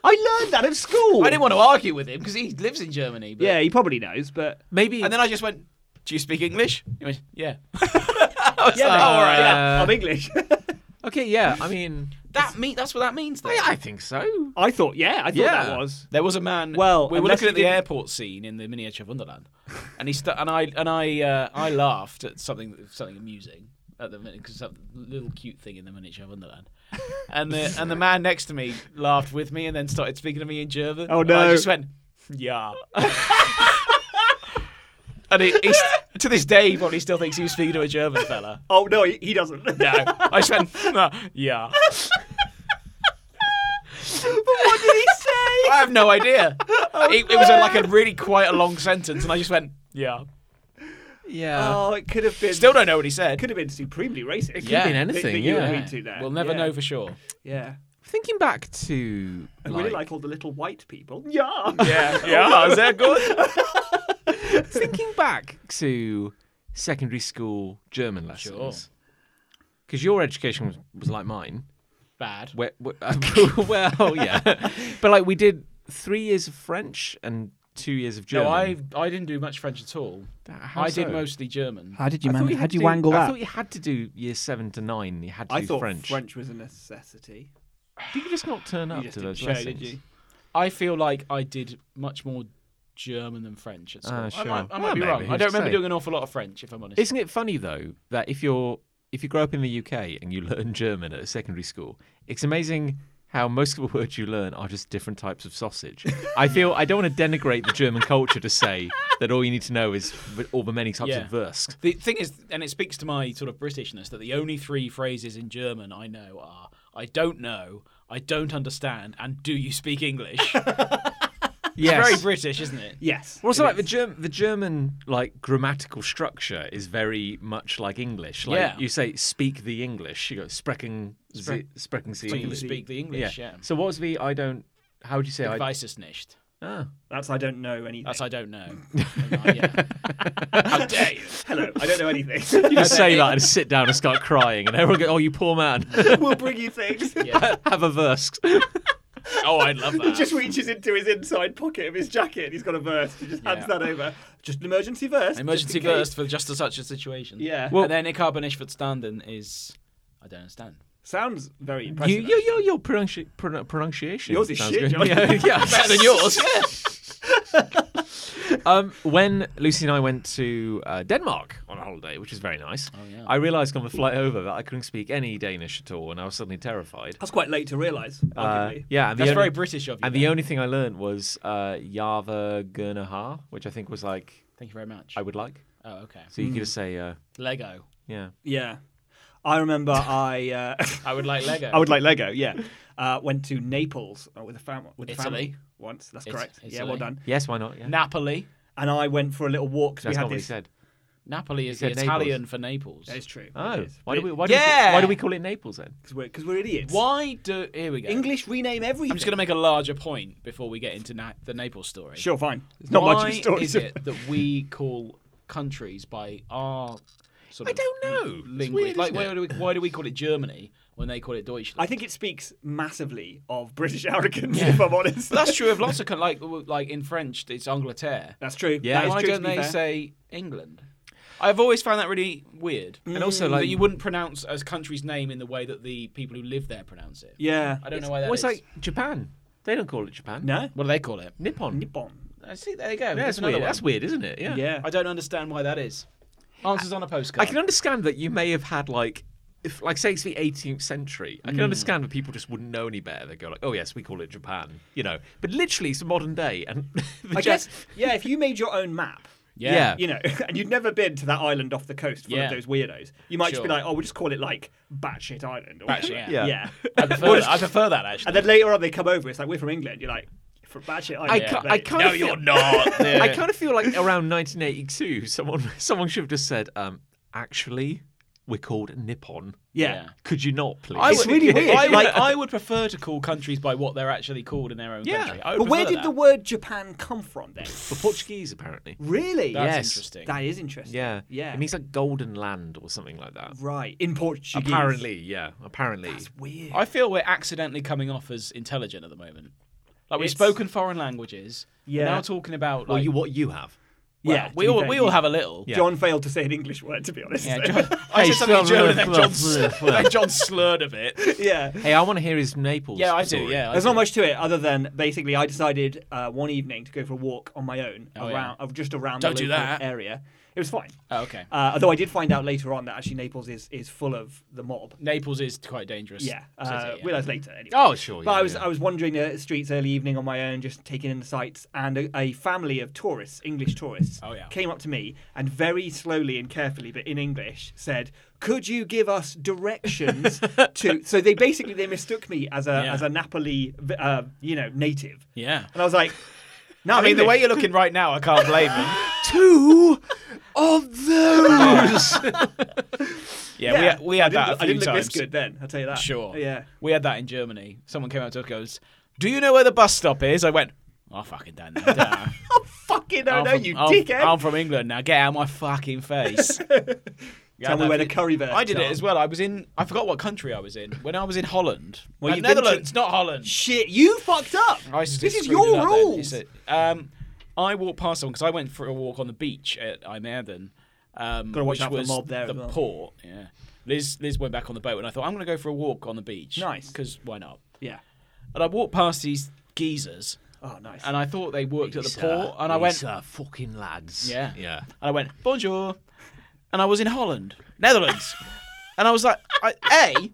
Speaker 3: I learned that at school.
Speaker 2: I didn't want to argue with him because he lives in Germany. But...
Speaker 3: Yeah, he probably knows, but
Speaker 1: Maybe.
Speaker 2: And then I just went, do you speak English? He went, yeah.
Speaker 3: yeah,
Speaker 2: like,
Speaker 3: mate,
Speaker 2: all right,
Speaker 3: yeah,
Speaker 1: uh,
Speaker 3: I'm English.
Speaker 1: okay, yeah. I mean,
Speaker 2: That me- That's what that means, though.
Speaker 1: I, I think so.
Speaker 3: I thought, yeah, I thought
Speaker 1: Yeah.
Speaker 3: that was.
Speaker 2: There was a man.
Speaker 3: Well,
Speaker 2: we were
Speaker 3: unless
Speaker 2: looking at the
Speaker 3: you didn't-
Speaker 2: airport scene in the miniature Wonderland, and he st- and I and I uh, I laughed at something something amusing at the because some little cute thing in the miniature Wonderland, and the and the man next to me laughed with me and then started speaking to me in German.
Speaker 3: Oh,
Speaker 2: And I
Speaker 3: no.
Speaker 2: just went yeah. And he, he st- to this day, he probably still thinks he was speaking to a German fella.
Speaker 3: Oh no, he, he doesn't.
Speaker 2: No, I just went, "Nah, yeah.
Speaker 3: what did he say?
Speaker 2: I have no idea.
Speaker 3: Oh,
Speaker 2: it, it was a, like a really quite a long sentence, and I just went,
Speaker 1: Uh,
Speaker 2: yeah.
Speaker 1: Yeah.
Speaker 3: Oh, it could have been.
Speaker 2: Still don't know what he said.
Speaker 3: could have been supremely racist.
Speaker 1: Could
Speaker 2: yeah.
Speaker 1: have been
Speaker 3: That-
Speaker 1: anything.
Speaker 3: that you
Speaker 1: yeah.
Speaker 3: agreed to there.
Speaker 2: We'll never
Speaker 3: Yeah.
Speaker 2: know for sure.
Speaker 3: Yeah.
Speaker 1: Thinking back to
Speaker 3: I
Speaker 1: like,
Speaker 3: really like all the little white people. Yeah.
Speaker 2: Yeah, yeah. Is that good?
Speaker 1: thinking back to secondary school German lessons. Because your education was, was like mine.
Speaker 2: Bad.
Speaker 1: Where, where, well, yeah. But like we did three years of French and two years of German.
Speaker 2: No, I I didn't do much French at all.
Speaker 1: How
Speaker 2: I
Speaker 1: so?
Speaker 2: did mostly German.
Speaker 3: How did you
Speaker 1: I thought
Speaker 3: manage?
Speaker 1: had
Speaker 3: How did
Speaker 1: to
Speaker 3: you
Speaker 1: do-
Speaker 3: wangle
Speaker 1: I
Speaker 3: that?
Speaker 1: thought you had to do year seven to nine. You had to
Speaker 3: I
Speaker 1: do
Speaker 3: thought
Speaker 1: French.
Speaker 3: French was a necessity.
Speaker 1: Did you just not turn up
Speaker 3: just
Speaker 1: to
Speaker 3: didn't
Speaker 1: those
Speaker 3: show,
Speaker 1: lessons?
Speaker 3: did you?
Speaker 2: I feel like I did much more German than French at school.
Speaker 1: Ah,
Speaker 2: I
Speaker 1: sure.
Speaker 2: might, I might
Speaker 1: Well,
Speaker 2: be
Speaker 1: maybe,
Speaker 2: wrong. I
Speaker 1: who's
Speaker 2: don't
Speaker 1: to
Speaker 2: remember
Speaker 1: say?
Speaker 2: doing an awful lot of French, if I'm honest.
Speaker 1: Isn't it funny though that if you're if you grow up in the UK and you learn German at secondary school, it's amazing how most of the words you learn are just different types of sausage. I feel I don't want to denigrate the German culture to say that all you need to know is all the many types
Speaker 2: Yeah.
Speaker 1: of Wurst.
Speaker 2: the thing is, and it speaks to my sort of Britishness, that the only three phrases in German I know are I don't know, I don't understand, and do you speak English?
Speaker 1: yes.
Speaker 2: Very British, isn't it?
Speaker 3: Yes.
Speaker 1: Well, also
Speaker 3: it
Speaker 1: like the
Speaker 3: is.
Speaker 1: German, the German like grammatical structure is very much like English. Like
Speaker 2: Yeah.
Speaker 1: you say, speak the English. You go sprechen,
Speaker 2: Spre-
Speaker 1: sie- sprechen Sie
Speaker 2: Do you
Speaker 1: English.
Speaker 2: speak the English? Yeah.
Speaker 1: So what's the I don't? How would you say I?
Speaker 2: Devices nicht.
Speaker 1: Ah.
Speaker 3: That's I don't know anything.
Speaker 2: That's I don't know. yeah. How dare you?
Speaker 3: Hello, I don't know anything.
Speaker 1: You just say that and sit down and start crying, and everyone go, "Oh, you poor man."
Speaker 3: we'll bring you things.
Speaker 1: Have a verse.
Speaker 2: Oh, I love
Speaker 3: He
Speaker 2: that.
Speaker 3: just reaches into his inside pocket of his jacket. He's got a verse. He just hands
Speaker 2: Yeah.
Speaker 3: that over. Just an emergency verse.
Speaker 2: Emergency
Speaker 3: just in
Speaker 2: burst
Speaker 3: case.
Speaker 2: for just such a situation.
Speaker 3: Yeah.
Speaker 1: Well-
Speaker 2: and then ich habe nicht verstanden is I don't understand.
Speaker 3: Sounds very
Speaker 1: You,
Speaker 3: impressive.
Speaker 1: you, your your pronunci- pron- pronunciation.
Speaker 3: Yours is
Speaker 1: sounds
Speaker 3: shit,
Speaker 1: good.
Speaker 3: John.
Speaker 1: Yeah, yeah.
Speaker 2: Better than yours.
Speaker 1: Um, when Lucy and I went to uh, Denmark on a holiday, which was very nice,
Speaker 2: yeah.
Speaker 1: I realised on the flight over that I couldn't speak any Danish at all, and I was suddenly terrified.
Speaker 3: That's quite late to realise,
Speaker 1: Uh,
Speaker 3: arguably.
Speaker 1: yeah, and the
Speaker 2: That's
Speaker 1: only,
Speaker 2: very British of you.
Speaker 1: And the
Speaker 2: Ben.
Speaker 1: only thing I learned was uh, Java Gurnaha, which I think was like
Speaker 2: Thank you very much.
Speaker 1: I would like.
Speaker 2: Oh, okay.
Speaker 1: So you could just say, uh,
Speaker 2: Lego.
Speaker 1: yeah.
Speaker 3: Yeah. I remember I uh,
Speaker 2: I would like Lego.
Speaker 3: I would like Lego. Yeah, uh, went to Naples uh, with a family. With the
Speaker 2: Italy.
Speaker 3: family once. That's
Speaker 2: It-
Speaker 3: correct. Yeah,
Speaker 2: Italy.
Speaker 3: well done.
Speaker 1: Yes, why not? Yeah.
Speaker 2: Napoli.
Speaker 3: And I went for a little walk. 'cause
Speaker 1: That's
Speaker 3: we
Speaker 1: not
Speaker 3: had
Speaker 1: what he
Speaker 3: this.
Speaker 1: said.
Speaker 2: Napoli is the
Speaker 1: said
Speaker 2: Italian for Naples.
Speaker 3: That is true. It
Speaker 1: Oh,
Speaker 3: is.
Speaker 1: why do we why, do we
Speaker 2: Yeah!
Speaker 1: why do we call it Naples then?
Speaker 3: Because we're, 'cause we're idiots.
Speaker 2: Why do here we go?
Speaker 3: English rename everything.
Speaker 2: I'm just going to make a larger point before we get into na- the Naples story.
Speaker 3: Sure, fine. It's not
Speaker 2: Why
Speaker 3: much of a story.
Speaker 2: is
Speaker 3: to-
Speaker 2: it that we call countries by our sort
Speaker 1: I
Speaker 2: of
Speaker 1: don't know. It's
Speaker 2: Lingu-
Speaker 1: weird,
Speaker 2: like
Speaker 1: isn't
Speaker 2: why
Speaker 1: it?
Speaker 2: do, we, why do we call it Germany when they call it Deutschland?
Speaker 3: I think it speaks massively of British arrogance, if I'm honest.
Speaker 2: But that's true of lots of coun- like like in French it's Angleterre.
Speaker 3: That's true.
Speaker 1: Yeah.
Speaker 3: that is
Speaker 2: Why
Speaker 3: true, to
Speaker 2: don't
Speaker 3: be
Speaker 2: they
Speaker 3: fair.
Speaker 2: say England? I've always found that really weird. Mm.
Speaker 1: And also, like-
Speaker 2: that you wouldn't pronounce a country's name in the way that the people who live there pronounce it.
Speaker 3: Yeah.
Speaker 2: I don't know why that
Speaker 1: well, it's
Speaker 2: is.
Speaker 1: like Japan. They don't call it Japan.
Speaker 3: No.
Speaker 2: what do they call it?
Speaker 1: Nippon.
Speaker 3: Nippon.
Speaker 2: I see. There you go.
Speaker 1: Yeah,
Speaker 2: That's
Speaker 1: that's
Speaker 2: another
Speaker 1: weird.
Speaker 2: one.
Speaker 1: That's weird, isn't it? Yeah.
Speaker 3: Yeah.
Speaker 2: I don't understand why that is. Answers on a
Speaker 1: I
Speaker 2: postcard.
Speaker 1: can understand that you may have had like, if like say it's the 18th century, I can understand that people just wouldn't know any better. They go like, oh yes, we call it Japan, you know. But literally, it's modern day, and the
Speaker 3: I
Speaker 1: Jap-
Speaker 3: guess. Yeah, if you made your own map.
Speaker 1: yeah.
Speaker 3: You know, and you'd never been to that island off the coast full
Speaker 2: Yeah.
Speaker 3: of those weirdos. You might just be
Speaker 2: Sure.
Speaker 3: like, oh, we'll just call it like Batshit Island. Or
Speaker 2: Batshit,
Speaker 3: whatever.
Speaker 1: yeah.
Speaker 3: yeah.
Speaker 2: I prefer, that. I prefer that
Speaker 3: and
Speaker 2: actually.
Speaker 3: then later on they come over, it's like, we're from England. You're like, from Batshit Island.
Speaker 1: I, ca- I
Speaker 3: mate."
Speaker 1: kind of feel,
Speaker 2: not.
Speaker 1: I kind of feel like around 1982, someone someone should have just said, um, actually, we're called Nippon.
Speaker 3: Yeah.
Speaker 2: Yeah.
Speaker 1: Could you not, please?
Speaker 2: I
Speaker 3: It's
Speaker 2: would,
Speaker 3: really weird.
Speaker 2: I would,
Speaker 3: Like-
Speaker 2: I would prefer to call countries by what they're actually called in their own
Speaker 1: Yeah.
Speaker 2: country. I would
Speaker 3: But where
Speaker 2: prefer
Speaker 3: did
Speaker 2: that.
Speaker 3: the word Japan come from then?
Speaker 1: For Portuguese, apparently.
Speaker 3: Really?
Speaker 2: That's
Speaker 1: Yes.
Speaker 2: interesting.
Speaker 3: That is interesting.
Speaker 1: Yeah.
Speaker 3: Yeah.
Speaker 1: It means like golden land or something like that.
Speaker 3: Right. In Portuguese.
Speaker 1: Apparently, yeah. Apparently.
Speaker 3: It's weird.
Speaker 2: I feel we're accidentally coming off as intelligent at the moment. Like we've
Speaker 3: It's-
Speaker 2: spoken foreign languages. We're
Speaker 3: Yeah.
Speaker 2: now talking about like
Speaker 1: Well, you what you have.
Speaker 2: well,
Speaker 3: yeah.
Speaker 2: we
Speaker 3: to be
Speaker 2: all
Speaker 3: fair,
Speaker 2: we all
Speaker 3: you-
Speaker 2: have a little.
Speaker 1: Yeah.
Speaker 3: John failed to say an English word, to be honest.
Speaker 2: Yeah, John, I said something in German and then John, s- then John slurred a bit.
Speaker 3: yeah.
Speaker 1: Hey, I want to hear his Naples.
Speaker 2: Yeah, I do.
Speaker 1: story.
Speaker 2: Yeah, I
Speaker 3: There's
Speaker 2: do.
Speaker 3: not much to it other than basically I decided uh, one evening to go for a walk on my own
Speaker 2: Oh, yeah.
Speaker 3: around, uh, just around
Speaker 2: Don't
Speaker 3: the
Speaker 2: do
Speaker 3: local
Speaker 2: that.
Speaker 3: area. It was fine.
Speaker 2: Oh, okay.
Speaker 3: Uh, although I did find out later on that actually Naples is, is full of the mob.
Speaker 2: Naples is quite dangerous.
Speaker 3: Yeah, uh,
Speaker 2: city, yeah.
Speaker 3: realised later. Anyway.
Speaker 1: Oh, sure.
Speaker 3: But
Speaker 1: yeah,
Speaker 3: I was
Speaker 1: yeah.
Speaker 3: I was wandering the streets early evening on my own, just taking in the sights, and a, a family of tourists, English tourists,
Speaker 2: Oh, yeah.
Speaker 3: came up to me and very slowly and carefully, but in English, said, "Could you give us directions to?" So they basically they mistook me as a
Speaker 2: Yeah.
Speaker 3: as a Napoli, uh, you know, native,
Speaker 2: Yeah.
Speaker 3: and I was like, "No,
Speaker 2: I mean, the way you're looking right now, I can't blame you.
Speaker 1: two
Speaker 2: uh,
Speaker 1: of those.
Speaker 2: Yeah, we, we had
Speaker 3: I didn't,
Speaker 2: that a
Speaker 3: I
Speaker 2: few
Speaker 3: didn't look
Speaker 2: times.
Speaker 3: this good then. I'll tell you that.
Speaker 2: Sure.
Speaker 3: Yeah.
Speaker 2: We had that in Germany. Someone came up to us goes, Do you know where the bus stop is? I went, I fucking don't know. don't I?"
Speaker 3: Oh fucking no,
Speaker 2: I'm
Speaker 3: no,
Speaker 2: from-
Speaker 3: you
Speaker 2: I'm,
Speaker 3: dickhead!
Speaker 2: I'm from England now. Get out of my fucking face. Yeah,
Speaker 3: Tell me
Speaker 2: no,
Speaker 3: where the
Speaker 2: it-
Speaker 3: curry birds
Speaker 2: I did it
Speaker 3: are.
Speaker 2: as well. I was in, I forgot what country I was in. When I was in Holland.
Speaker 3: Well,
Speaker 2: Uh,
Speaker 3: you've been to-
Speaker 2: Netherlands, not Holland.
Speaker 3: Shit, you fucked up.
Speaker 2: I
Speaker 3: this
Speaker 2: just screwed
Speaker 3: is
Speaker 2: it
Speaker 3: your
Speaker 2: up then.
Speaker 3: rules.
Speaker 2: It's a- um, I walked past someone because I went for a walk on the beach at Imerden. Um,
Speaker 3: Gotta watch
Speaker 2: which
Speaker 3: out for the
Speaker 2: was
Speaker 3: mob there as well.
Speaker 2: port. Yeah. Liz, Liz went back on the boat, and I thought I'm going to go for a walk on the beach.
Speaker 3: Nice.
Speaker 2: because why not?
Speaker 3: Yeah.
Speaker 2: And I walked past these geezers,
Speaker 3: Oh, nice.
Speaker 2: and I thought they worked at the port, and I went,
Speaker 1: uh, fucking lads.
Speaker 2: Yeah.
Speaker 1: Yeah.
Speaker 2: and I went, bonjour. And I was in Holland, Netherlands. and I was like, I, A,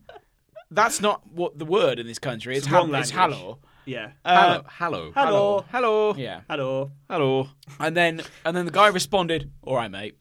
Speaker 2: that's not what the word in this country is. It's,
Speaker 3: It's
Speaker 2: hal-
Speaker 3: wrong
Speaker 2: it's
Speaker 3: language.
Speaker 2: hallo.
Speaker 3: yeah.
Speaker 2: Uh,
Speaker 1: hello.
Speaker 3: Hello.
Speaker 1: Hello.
Speaker 2: yeah.
Speaker 3: Hello.
Speaker 1: Hello.
Speaker 2: And then and then the guy responded, all right, mate.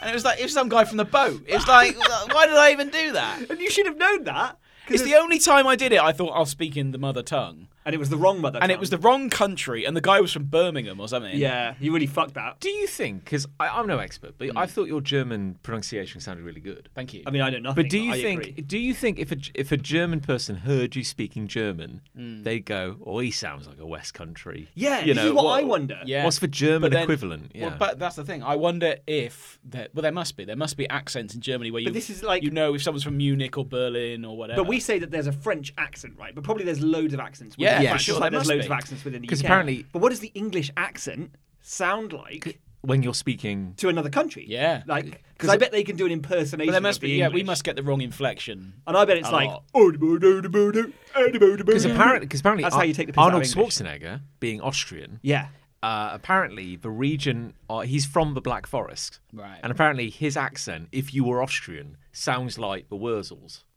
Speaker 2: And it was like, it was some guy from the boat. It was like, why did I even do that?
Speaker 3: And you should have known that.
Speaker 2: It's the only time I did it. I thought I'll speak in the mother tongue,
Speaker 3: and it was the wrong mother.
Speaker 2: and it was the wrong country, and the guy was from Birmingham or something.
Speaker 3: yeah. You really fucked that.
Speaker 1: Do you think? Because I'm no expert, but
Speaker 2: Mm.
Speaker 1: I thought your German pronunciation sounded really good.
Speaker 2: thank you.
Speaker 3: I mean, I know nothing.
Speaker 1: But do you
Speaker 3: I
Speaker 1: think?
Speaker 3: agree.
Speaker 1: Do you think if a if a German person heard you speaking German,
Speaker 2: Mm.
Speaker 1: they'd go, "Oh, he sounds like a West Country."
Speaker 3: Yeah,
Speaker 1: you
Speaker 3: this
Speaker 1: know,
Speaker 3: is what,
Speaker 1: what-
Speaker 3: I wonder.
Speaker 2: yeah.
Speaker 1: What's the German
Speaker 2: But then-
Speaker 1: equivalent? Yeah.
Speaker 2: Well, but that's the thing. I wonder if there, well, there must be. There must be accents in Germany where you
Speaker 3: this is like-
Speaker 2: you know if someone's from Munich or Berlin or whatever.
Speaker 3: But we say that there's a French accent, right? But probably there's loads of accents.
Speaker 2: Yeah,
Speaker 3: Within
Speaker 1: for
Speaker 3: France,
Speaker 1: sure,
Speaker 3: just
Speaker 2: there
Speaker 3: like there's
Speaker 2: must
Speaker 3: loads
Speaker 2: be.
Speaker 3: of accents within the
Speaker 1: 'Cause
Speaker 3: UK.
Speaker 1: apparently-
Speaker 3: but what does the English accent sound like
Speaker 1: when you're speaking,
Speaker 3: to another country?
Speaker 2: Yeah.
Speaker 3: like because I bet they can do an impersonation.
Speaker 2: But there must
Speaker 3: of
Speaker 2: be.
Speaker 3: the
Speaker 2: Yeah, we
Speaker 3: English.
Speaker 2: must get the wrong inflection.
Speaker 3: And I bet it's
Speaker 2: a
Speaker 3: like
Speaker 2: lot.
Speaker 3: because
Speaker 1: because apparently, because apparently,
Speaker 3: that's
Speaker 1: Ar-
Speaker 3: how you take the piss out of
Speaker 1: Arnold
Speaker 3: English.
Speaker 1: Schwarzenegger, being Austrian,
Speaker 3: Yeah,
Speaker 1: uh, apparently the region uh, he's from the Black Forest,
Speaker 2: Right.
Speaker 1: And apparently his accent, if you were Austrian, sounds like the Wurzels.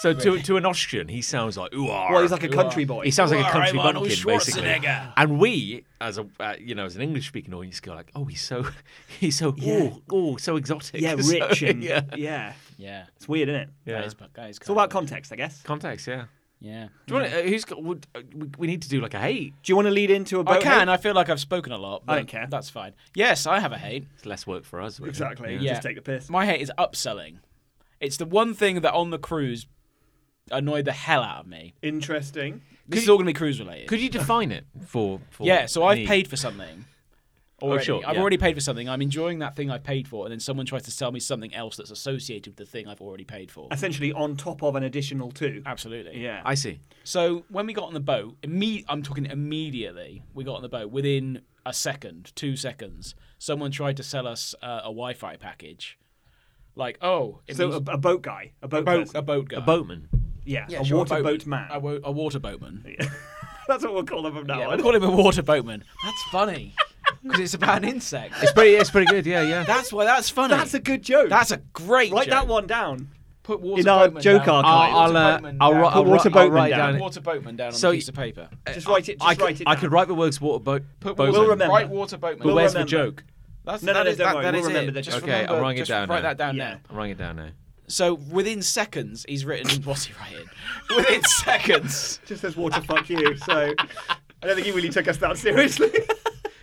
Speaker 1: So to, to an Austrian, he sounds like ooh.
Speaker 3: well, he's like a country boy.
Speaker 1: He sounds like a
Speaker 2: Alright,
Speaker 1: country
Speaker 2: Arnold
Speaker 1: bumpkin, basically.
Speaker 2: Schwarzenegger.
Speaker 1: And we, as a uh, you know, as an English speaking audience, go like, "Oh, he's so, he's so, oh, oh, so exotic."
Speaker 3: yeah,
Speaker 1: So-
Speaker 3: rich and
Speaker 1: yeah,
Speaker 3: yeah.
Speaker 2: Yeah.
Speaker 3: it's weird, isn't it?
Speaker 1: yeah.
Speaker 2: That is, that is
Speaker 3: It's all about context, I guess.
Speaker 1: Context, yeah.
Speaker 2: Yeah.
Speaker 1: Do you want to, uh, who's got? Would, uh, we, we need to do like a hate.
Speaker 3: Do you want to lead into a boat?
Speaker 2: I can.
Speaker 3: hate?
Speaker 2: I feel like I've spoken a lot. But
Speaker 3: I don't care.
Speaker 2: That's fine. Yes, I have a hate.
Speaker 1: It's less work for us. Really.
Speaker 3: exactly.
Speaker 1: Yeah.
Speaker 3: You
Speaker 2: Yeah.
Speaker 3: Just take the piss.
Speaker 2: My hate is upselling. It's the one thing that on the cruise annoyed the hell out of me.
Speaker 3: Interesting.
Speaker 2: This is all going to be cruise related.
Speaker 1: Could you define it for? for
Speaker 2: yeah, so I've
Speaker 1: me?
Speaker 2: paid for something.
Speaker 3: Oh,
Speaker 2: Already.
Speaker 1: sure,
Speaker 2: I've
Speaker 1: yeah.
Speaker 2: already paid for something. I'm enjoying that thing I paid for, and then someone tries to sell me something else that's associated with the thing I've already paid for.
Speaker 3: Essentially, on top of an additional two.
Speaker 2: Absolutely.
Speaker 3: Yeah.
Speaker 1: I see.
Speaker 2: So when we got on the boat, imme- I'm talking immediately. We got on the boat within a second, two seconds. Someone tried to sell us uh, a Wi-Fi package, like oh, it
Speaker 3: so
Speaker 2: means-
Speaker 3: a, a boat guy, a boat,
Speaker 2: boat,
Speaker 3: person.
Speaker 2: a boat guy,
Speaker 1: A boatman.
Speaker 3: yeah,
Speaker 2: Yeah,
Speaker 3: a
Speaker 2: sure,
Speaker 3: water boat
Speaker 2: boatman.
Speaker 3: man.
Speaker 2: a, wo- a water boatman.
Speaker 3: That's what we'll call them from now
Speaker 2: Yeah,
Speaker 3: on.
Speaker 2: we call him a water boatman. That's funny because it's about an insect.
Speaker 1: It's pretty. It's pretty good. Yeah, yeah.
Speaker 2: That's why that's funny.
Speaker 3: That's a good joke.
Speaker 2: that's a great.
Speaker 3: Write that
Speaker 2: joke.
Speaker 3: one down.
Speaker 2: Put water
Speaker 3: in our
Speaker 2: boatman
Speaker 3: joke
Speaker 2: down.
Speaker 3: archive.
Speaker 1: I'll, I'll, uh,
Speaker 2: Water boatman
Speaker 1: I'll,
Speaker 2: down.
Speaker 1: ri- I'll, ri-
Speaker 3: water
Speaker 1: I'll
Speaker 3: boatman
Speaker 1: write
Speaker 3: down.
Speaker 1: down.
Speaker 2: Water boatman down on
Speaker 1: So
Speaker 2: a
Speaker 1: you-
Speaker 2: piece of paper.
Speaker 3: Just write it. Just
Speaker 1: I, could,
Speaker 3: write it.
Speaker 1: I
Speaker 3: down.
Speaker 1: could write the words water boat.
Speaker 2: Put
Speaker 1: boatman.
Speaker 3: We'll remember.
Speaker 2: Write water boatman.
Speaker 1: But where's the
Speaker 3: remember.
Speaker 1: joke?
Speaker 2: That's,
Speaker 3: No,
Speaker 2: that
Speaker 3: no,
Speaker 2: is-
Speaker 3: don't
Speaker 2: that-
Speaker 3: worry,
Speaker 2: that
Speaker 3: we'll
Speaker 2: is it.
Speaker 3: remember the
Speaker 2: Just
Speaker 3: joke.
Speaker 1: Okay, I'm
Speaker 2: remember-
Speaker 1: writing it
Speaker 2: just
Speaker 1: down
Speaker 2: Write
Speaker 1: now.
Speaker 2: that down
Speaker 3: Yeah.
Speaker 2: now.
Speaker 1: I'm writing it down now.
Speaker 2: So within seconds, he's written. What's he writing? Within seconds.
Speaker 3: Just says water fuck you. So I don't think he really took us that seriously.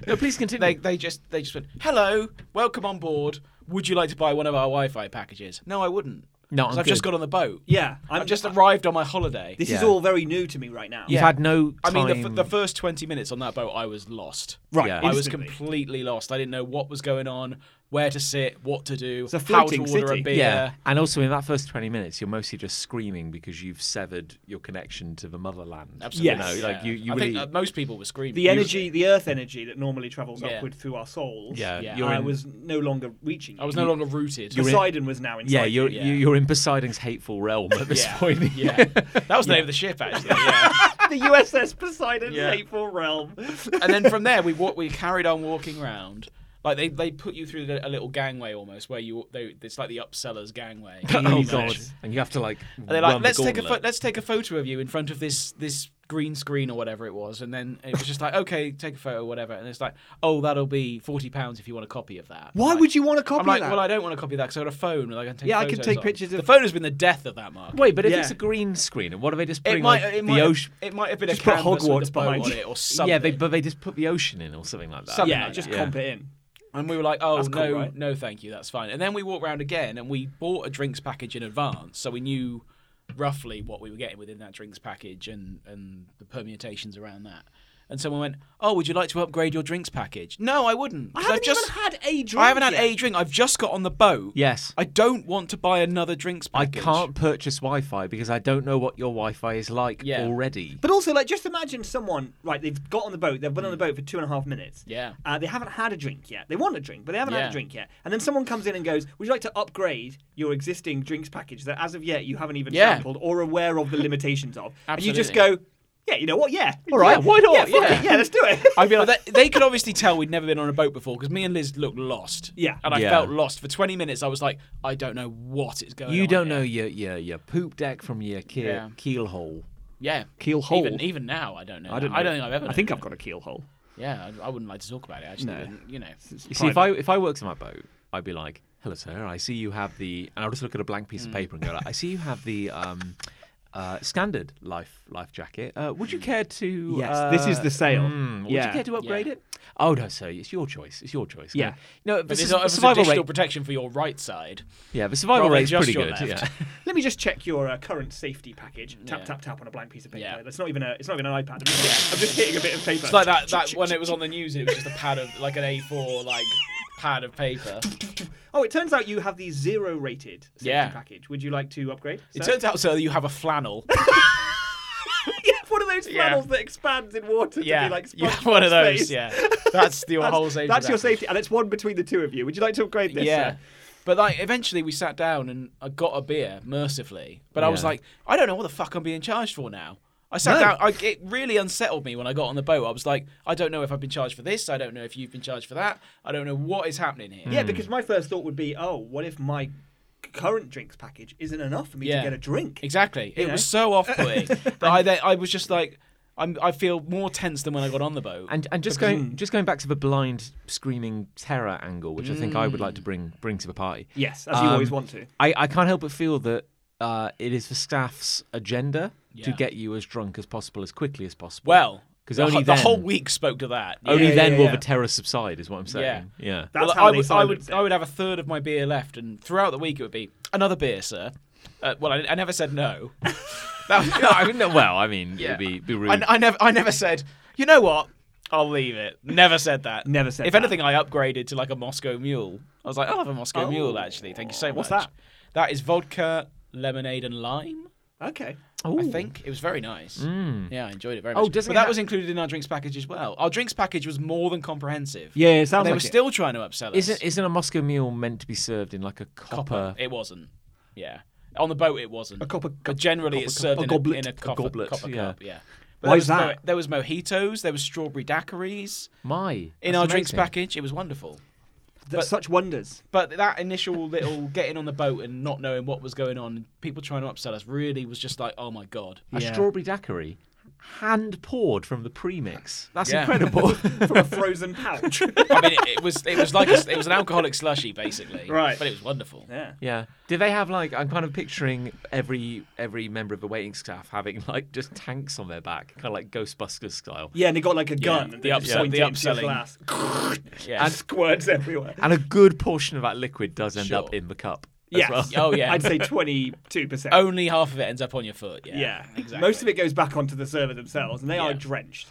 Speaker 1: No, please continue.
Speaker 2: They they just they just went. Hello, welcome on board. Would you like to buy one of our Wi-Fi packages? No, I wouldn't.
Speaker 1: No,
Speaker 2: 'Cause
Speaker 1: I'm
Speaker 2: I've just
Speaker 1: good.
Speaker 2: got on the boat.
Speaker 3: yeah, I'm
Speaker 2: I've just arrived on my holiday.
Speaker 3: This is
Speaker 1: Yeah.
Speaker 3: all very new to me right now.
Speaker 1: You've
Speaker 2: Yeah.
Speaker 1: had no
Speaker 2: I
Speaker 1: time.
Speaker 2: mean, the, f- the first 20 minutes on that boat, I was lost.
Speaker 3: Right,
Speaker 1: Yeah.
Speaker 2: I was
Speaker 3: instantly.
Speaker 2: completely lost. I didn't know what was going on, where to sit, what to do,
Speaker 3: a
Speaker 2: how to
Speaker 3: floating
Speaker 2: order
Speaker 3: city.
Speaker 2: a beer.
Speaker 1: yeah, and also in that first twenty minutes, you're mostly just screaming because you've severed your connection to the motherland.
Speaker 2: Absolutely.
Speaker 3: Yes.
Speaker 1: You know, like you, you
Speaker 2: I
Speaker 1: really,
Speaker 2: think uh, most people were screaming.
Speaker 3: The energy, the earth energy that normally travels
Speaker 2: Yeah.
Speaker 3: upward through our souls.
Speaker 1: yeah,
Speaker 2: yeah.
Speaker 1: you're
Speaker 3: I
Speaker 1: in,
Speaker 3: was no longer reaching.
Speaker 2: I was
Speaker 3: it.
Speaker 2: no longer rooted.
Speaker 3: Poseidon was now inside.
Speaker 1: yeah, you're
Speaker 3: me.
Speaker 1: you- you're in Poseidon's hateful realm at this
Speaker 2: Yeah.
Speaker 1: point.
Speaker 2: Yeah, that was the name of the ship actually. Yeah.
Speaker 3: the USS Poseidon's
Speaker 2: Yeah.
Speaker 3: hateful realm.
Speaker 2: and then from there we wa- we carried on walking round. Like they, they put you through the, a little gangway almost where you they, it's like the upsellers gangway.
Speaker 1: oh god! And you have to like.
Speaker 2: And they're like,
Speaker 1: run the
Speaker 2: let's take a fo-
Speaker 1: gauntlet."
Speaker 2: let's take a photo of you in front of this this green screen or whatever it was, and then it was just like, okay, take a photo, whatever, and it's like, oh, that'll be forty pounds if you want a copy of that.
Speaker 3: Why
Speaker 2: Like,
Speaker 3: would you want to copy
Speaker 2: I'm like,
Speaker 3: that?
Speaker 2: well, I don't want a copy of that because I got a phone. Like, I can take
Speaker 3: Yeah, I can
Speaker 2: photos
Speaker 3: take
Speaker 2: on.
Speaker 3: pictures of-
Speaker 2: The phone has been the death of that market.
Speaker 1: Wait, but if
Speaker 3: Yeah.
Speaker 1: it's a green screen, and what are they just putting
Speaker 2: it might
Speaker 1: like,
Speaker 2: it
Speaker 1: the
Speaker 2: might,
Speaker 1: ocean?
Speaker 2: have, it might have been
Speaker 3: Just
Speaker 2: a
Speaker 3: put
Speaker 2: canvas with
Speaker 3: Hogwarts
Speaker 2: the boat
Speaker 3: behind
Speaker 2: on
Speaker 3: you.
Speaker 2: it or something.
Speaker 1: Yeah, they, but they just put the ocean in or something like that.
Speaker 2: Something
Speaker 3: yeah,
Speaker 2: like
Speaker 3: just
Speaker 1: that.
Speaker 3: comp it in.
Speaker 2: And we were like, oh,
Speaker 3: That's cool,
Speaker 2: no,
Speaker 3: right?
Speaker 2: no, thank you, that's fine. And then we walked around again and we bought a drinks package in advance. So we knew roughly what we were getting within that drinks package and, and the permutations around that. And someone went, oh, would you like to upgrade your drinks package? No, I wouldn't. 'cause
Speaker 3: I
Speaker 2: I've
Speaker 3: haven't
Speaker 2: just,
Speaker 3: even had a drink.
Speaker 2: I haven't had
Speaker 3: yet.
Speaker 2: a drink. I've just got on the boat.
Speaker 1: Yes.
Speaker 2: I don't want to buy another drinks
Speaker 1: I
Speaker 2: package.
Speaker 1: can't purchase Wi-Fi because I don't know what your Wi-Fi is like
Speaker 2: Yeah.
Speaker 1: already.
Speaker 3: But also, like, just imagine someone, right, they've got on the boat, they've been on the boat for two and a half minutes.
Speaker 2: Yeah.
Speaker 3: Uh, they haven't had a drink yet. They want a drink, but they haven't had
Speaker 2: Yeah.
Speaker 3: a drink yet. And then someone comes in and goes, Would you like to upgrade your existing drinks package that as of yet you haven't even
Speaker 2: Yeah.
Speaker 3: sampled or aware of the limitations of? And you just
Speaker 2: Absolutely.
Speaker 3: go, Yeah, you know what? Yeah.
Speaker 1: All right,
Speaker 3: Yeah,
Speaker 1: why not?
Speaker 3: Yeah, fuck
Speaker 1: Yeah.
Speaker 3: it. Yeah, let's do it.
Speaker 2: I mean, they, they could obviously tell we'd never been on a boat before because me and Liz looked lost.
Speaker 3: Yeah.
Speaker 2: And I
Speaker 1: Yeah.
Speaker 2: felt lost. For 20 minutes, I was like, I don't know what is going on.
Speaker 1: You don't
Speaker 2: here.
Speaker 1: know your your your poop deck from your keel
Speaker 2: Yeah.
Speaker 1: keelhole.
Speaker 2: Yeah.
Speaker 1: Keel hole.
Speaker 2: Even, even now, I don't know. I
Speaker 3: don't
Speaker 2: don't,
Speaker 3: know.
Speaker 2: I don't think I've ever.
Speaker 3: I
Speaker 2: known
Speaker 3: think
Speaker 2: it.
Speaker 3: I've got a keelhole.
Speaker 2: Yeah, I, I wouldn't like to talk about it. I just wouldn't, you know.
Speaker 1: You see, if I if I worked on my boat, I'd be
Speaker 2: Mm.
Speaker 1: like, "Hello, sir. I see you have the," and I'll just look at a blank piece of paper and go, like, "I see you have the." Um, uh, standard life life jacket. Uh, would
Speaker 2: Mm.
Speaker 1: you care to?
Speaker 3: Yes,
Speaker 1: uh,
Speaker 3: this is the sale.
Speaker 1: mm, would
Speaker 3: hmm, Yeah.
Speaker 1: you care to upgrade
Speaker 2: Yeah.
Speaker 1: it? Oh no, sir. It's your choice. It's your choice.
Speaker 3: Yeah.
Speaker 1: No,
Speaker 2: But
Speaker 1: this
Speaker 2: there's
Speaker 1: is
Speaker 2: not-
Speaker 1: the
Speaker 2: there's
Speaker 1: survival
Speaker 2: additional
Speaker 1: rate.
Speaker 2: protection for your right side.
Speaker 1: Yeah, the survival
Speaker 2: rather
Speaker 1: rate's
Speaker 2: just
Speaker 1: pretty
Speaker 2: your
Speaker 1: good.
Speaker 2: left.
Speaker 1: Yeah.
Speaker 3: Let me just check your uh, current safety package. Tap
Speaker 2: Yeah.
Speaker 3: tap tap on a blank piece of paper.
Speaker 2: Yeah.
Speaker 3: That's not even a. It's not even an iPad. I'm just, I'm just hitting a bit of paper.
Speaker 2: It's like that, that when it was on the news, it was just a pad of like an A4 like pad of paper.
Speaker 3: Oh, it turns out you have the zero rated safety
Speaker 2: Yeah.
Speaker 3: package. Would you like to upgrade?
Speaker 2: It
Speaker 3: sir?
Speaker 2: turns out, sir, that you have a flannel.
Speaker 3: yeah, one of those
Speaker 2: Yeah.
Speaker 3: flannels that expands in water to
Speaker 2: yeah,
Speaker 3: be like
Speaker 2: you have
Speaker 3: SpongeBob
Speaker 2: one of those.
Speaker 3: space.
Speaker 2: Yeah, that's the
Speaker 3: That's,
Speaker 2: whole safety.
Speaker 3: that's your
Speaker 2: package.
Speaker 3: safety, and it's one between the two of you. Would you like to upgrade this?
Speaker 2: yeah.
Speaker 3: sir?
Speaker 2: But like eventually we sat down and I got a beer, mercifully. But I was
Speaker 1: Yeah.
Speaker 2: like, I don't know what the fuck I'm being charged for now. I sat
Speaker 1: No.
Speaker 2: down. I, it really unsettled me when I got on the boat. I was like, I don't know if I've been charged for this. I don't know if you've been charged for that. I don't know what is happening here.
Speaker 1: Hmm.
Speaker 3: Yeah, because my first thought would be, oh, what if my c- current drinks package isn't enough for me
Speaker 2: Yeah.
Speaker 3: to get a drink?
Speaker 2: Exactly. It
Speaker 3: know?
Speaker 2: was so off-putting that I, then, I was just like, I'm, I feel more tense than when I got on the boat.
Speaker 1: And and just going just going back to the blind screaming terror angle, which I think I would like
Speaker 2: Mm.
Speaker 1: to bring bring to the party.
Speaker 3: Yes, as you
Speaker 1: Um,
Speaker 3: always want to.
Speaker 1: I, I can't help but feel that uh, it is the staff's agenda to
Speaker 2: Yeah.
Speaker 1: get you as drunk as possible as quickly as possible.
Speaker 2: well,
Speaker 1: because
Speaker 2: the,
Speaker 1: only
Speaker 2: whole-
Speaker 1: then, Oh,
Speaker 2: the whole week spoke to that. Yeah.
Speaker 1: only
Speaker 3: Yeah,
Speaker 1: then
Speaker 3: yeah,
Speaker 1: will
Speaker 3: yeah.
Speaker 1: the terror subside. Is what I'm saying. Yeah.
Speaker 3: That's
Speaker 2: Well,
Speaker 3: how
Speaker 2: I
Speaker 3: they
Speaker 2: would, I
Speaker 3: silenced
Speaker 2: would,
Speaker 3: it.
Speaker 2: I would have a third of my beer left, and throughout the week it would be another beer, sir. Uh, well, I, I never said no. That was-
Speaker 1: No, I mean, no, well, I mean,
Speaker 2: Yeah.
Speaker 1: it'd be be rude.
Speaker 2: I, I never, I never said. You know what? I'll leave it. Never said that.
Speaker 3: Never said
Speaker 2: If
Speaker 3: that.
Speaker 2: anything, I upgraded to like a Moscow Mule. I was like, I'll have a Moscow Mule actually. Thank you so much.
Speaker 3: Oh. What's that?
Speaker 2: That is vodka, lemonade, and lime.
Speaker 3: Okay.
Speaker 1: Ooh.
Speaker 2: I think it was very nice.
Speaker 3: Mm.
Speaker 2: Yeah, I enjoyed it very
Speaker 1: Oh,
Speaker 2: much.
Speaker 1: doesn't
Speaker 2: but
Speaker 1: it
Speaker 2: that
Speaker 1: ha-
Speaker 2: was included in our drinks package as well. Our drinks package was more than comprehensive.
Speaker 3: Yeah, it sounds
Speaker 2: they were
Speaker 3: like it.
Speaker 2: still trying to upsell us.
Speaker 1: Isn't isn't a Moscow mule meant to be served in like a copper?
Speaker 2: It wasn't. Yeah. On the boat, it wasn't.
Speaker 3: A copper
Speaker 2: But
Speaker 3: cup-
Speaker 2: generally,
Speaker 3: copper
Speaker 2: it's
Speaker 3: cup-
Speaker 2: served
Speaker 3: a
Speaker 2: in,
Speaker 3: goblet.
Speaker 2: a, in a,
Speaker 3: A
Speaker 2: copper,
Speaker 1: goblet,
Speaker 2: copper
Speaker 1: yeah.
Speaker 2: cup. Yeah. But
Speaker 3: Why
Speaker 2: there
Speaker 3: is
Speaker 2: was
Speaker 3: that?
Speaker 2: Mo- there was mojitos. There was strawberry daiquiris
Speaker 1: My
Speaker 2: in
Speaker 1: that's
Speaker 2: our drinks
Speaker 1: amazing.
Speaker 2: package. It was wonderful.
Speaker 3: Th- Such wonders.
Speaker 2: But that initial little getting on the boat and not knowing what was going on, and people trying to upsell us, really was just like, oh my god.
Speaker 1: A strawberry daiquiri, hand poured from the premix. That's
Speaker 2: Yeah.
Speaker 1: incredible.
Speaker 3: From a frozen pouch.
Speaker 2: I mean, it, it was it was like a, it was an alcoholic slushy basically.
Speaker 3: Right.
Speaker 2: But it was wonderful.
Speaker 3: yeah.
Speaker 1: Yeah. Do they have like I'm kind of picturing every every member of the waiting staff having like just tanks on their back, kind of like Ghostbusters style,
Speaker 3: Yeah, and they got like a gun.
Speaker 2: the
Speaker 3: and they just
Speaker 2: upsell-
Speaker 3: point
Speaker 2: the
Speaker 3: it into your
Speaker 2: upselling.
Speaker 3: glass.
Speaker 2: Yeah.
Speaker 3: Squirts everywhere.
Speaker 1: and a good portion of that liquid does end
Speaker 2: Sure.
Speaker 1: up in the cup. as
Speaker 3: Yes.
Speaker 1: well.
Speaker 2: Oh, yeah.
Speaker 3: I'd say 22%.
Speaker 2: Only half of it ends up on your foot. Yeah.
Speaker 3: yeah.
Speaker 2: Exactly.
Speaker 3: Most of it goes back onto the server themselves, and they are
Speaker 2: Yeah.
Speaker 3: drenched.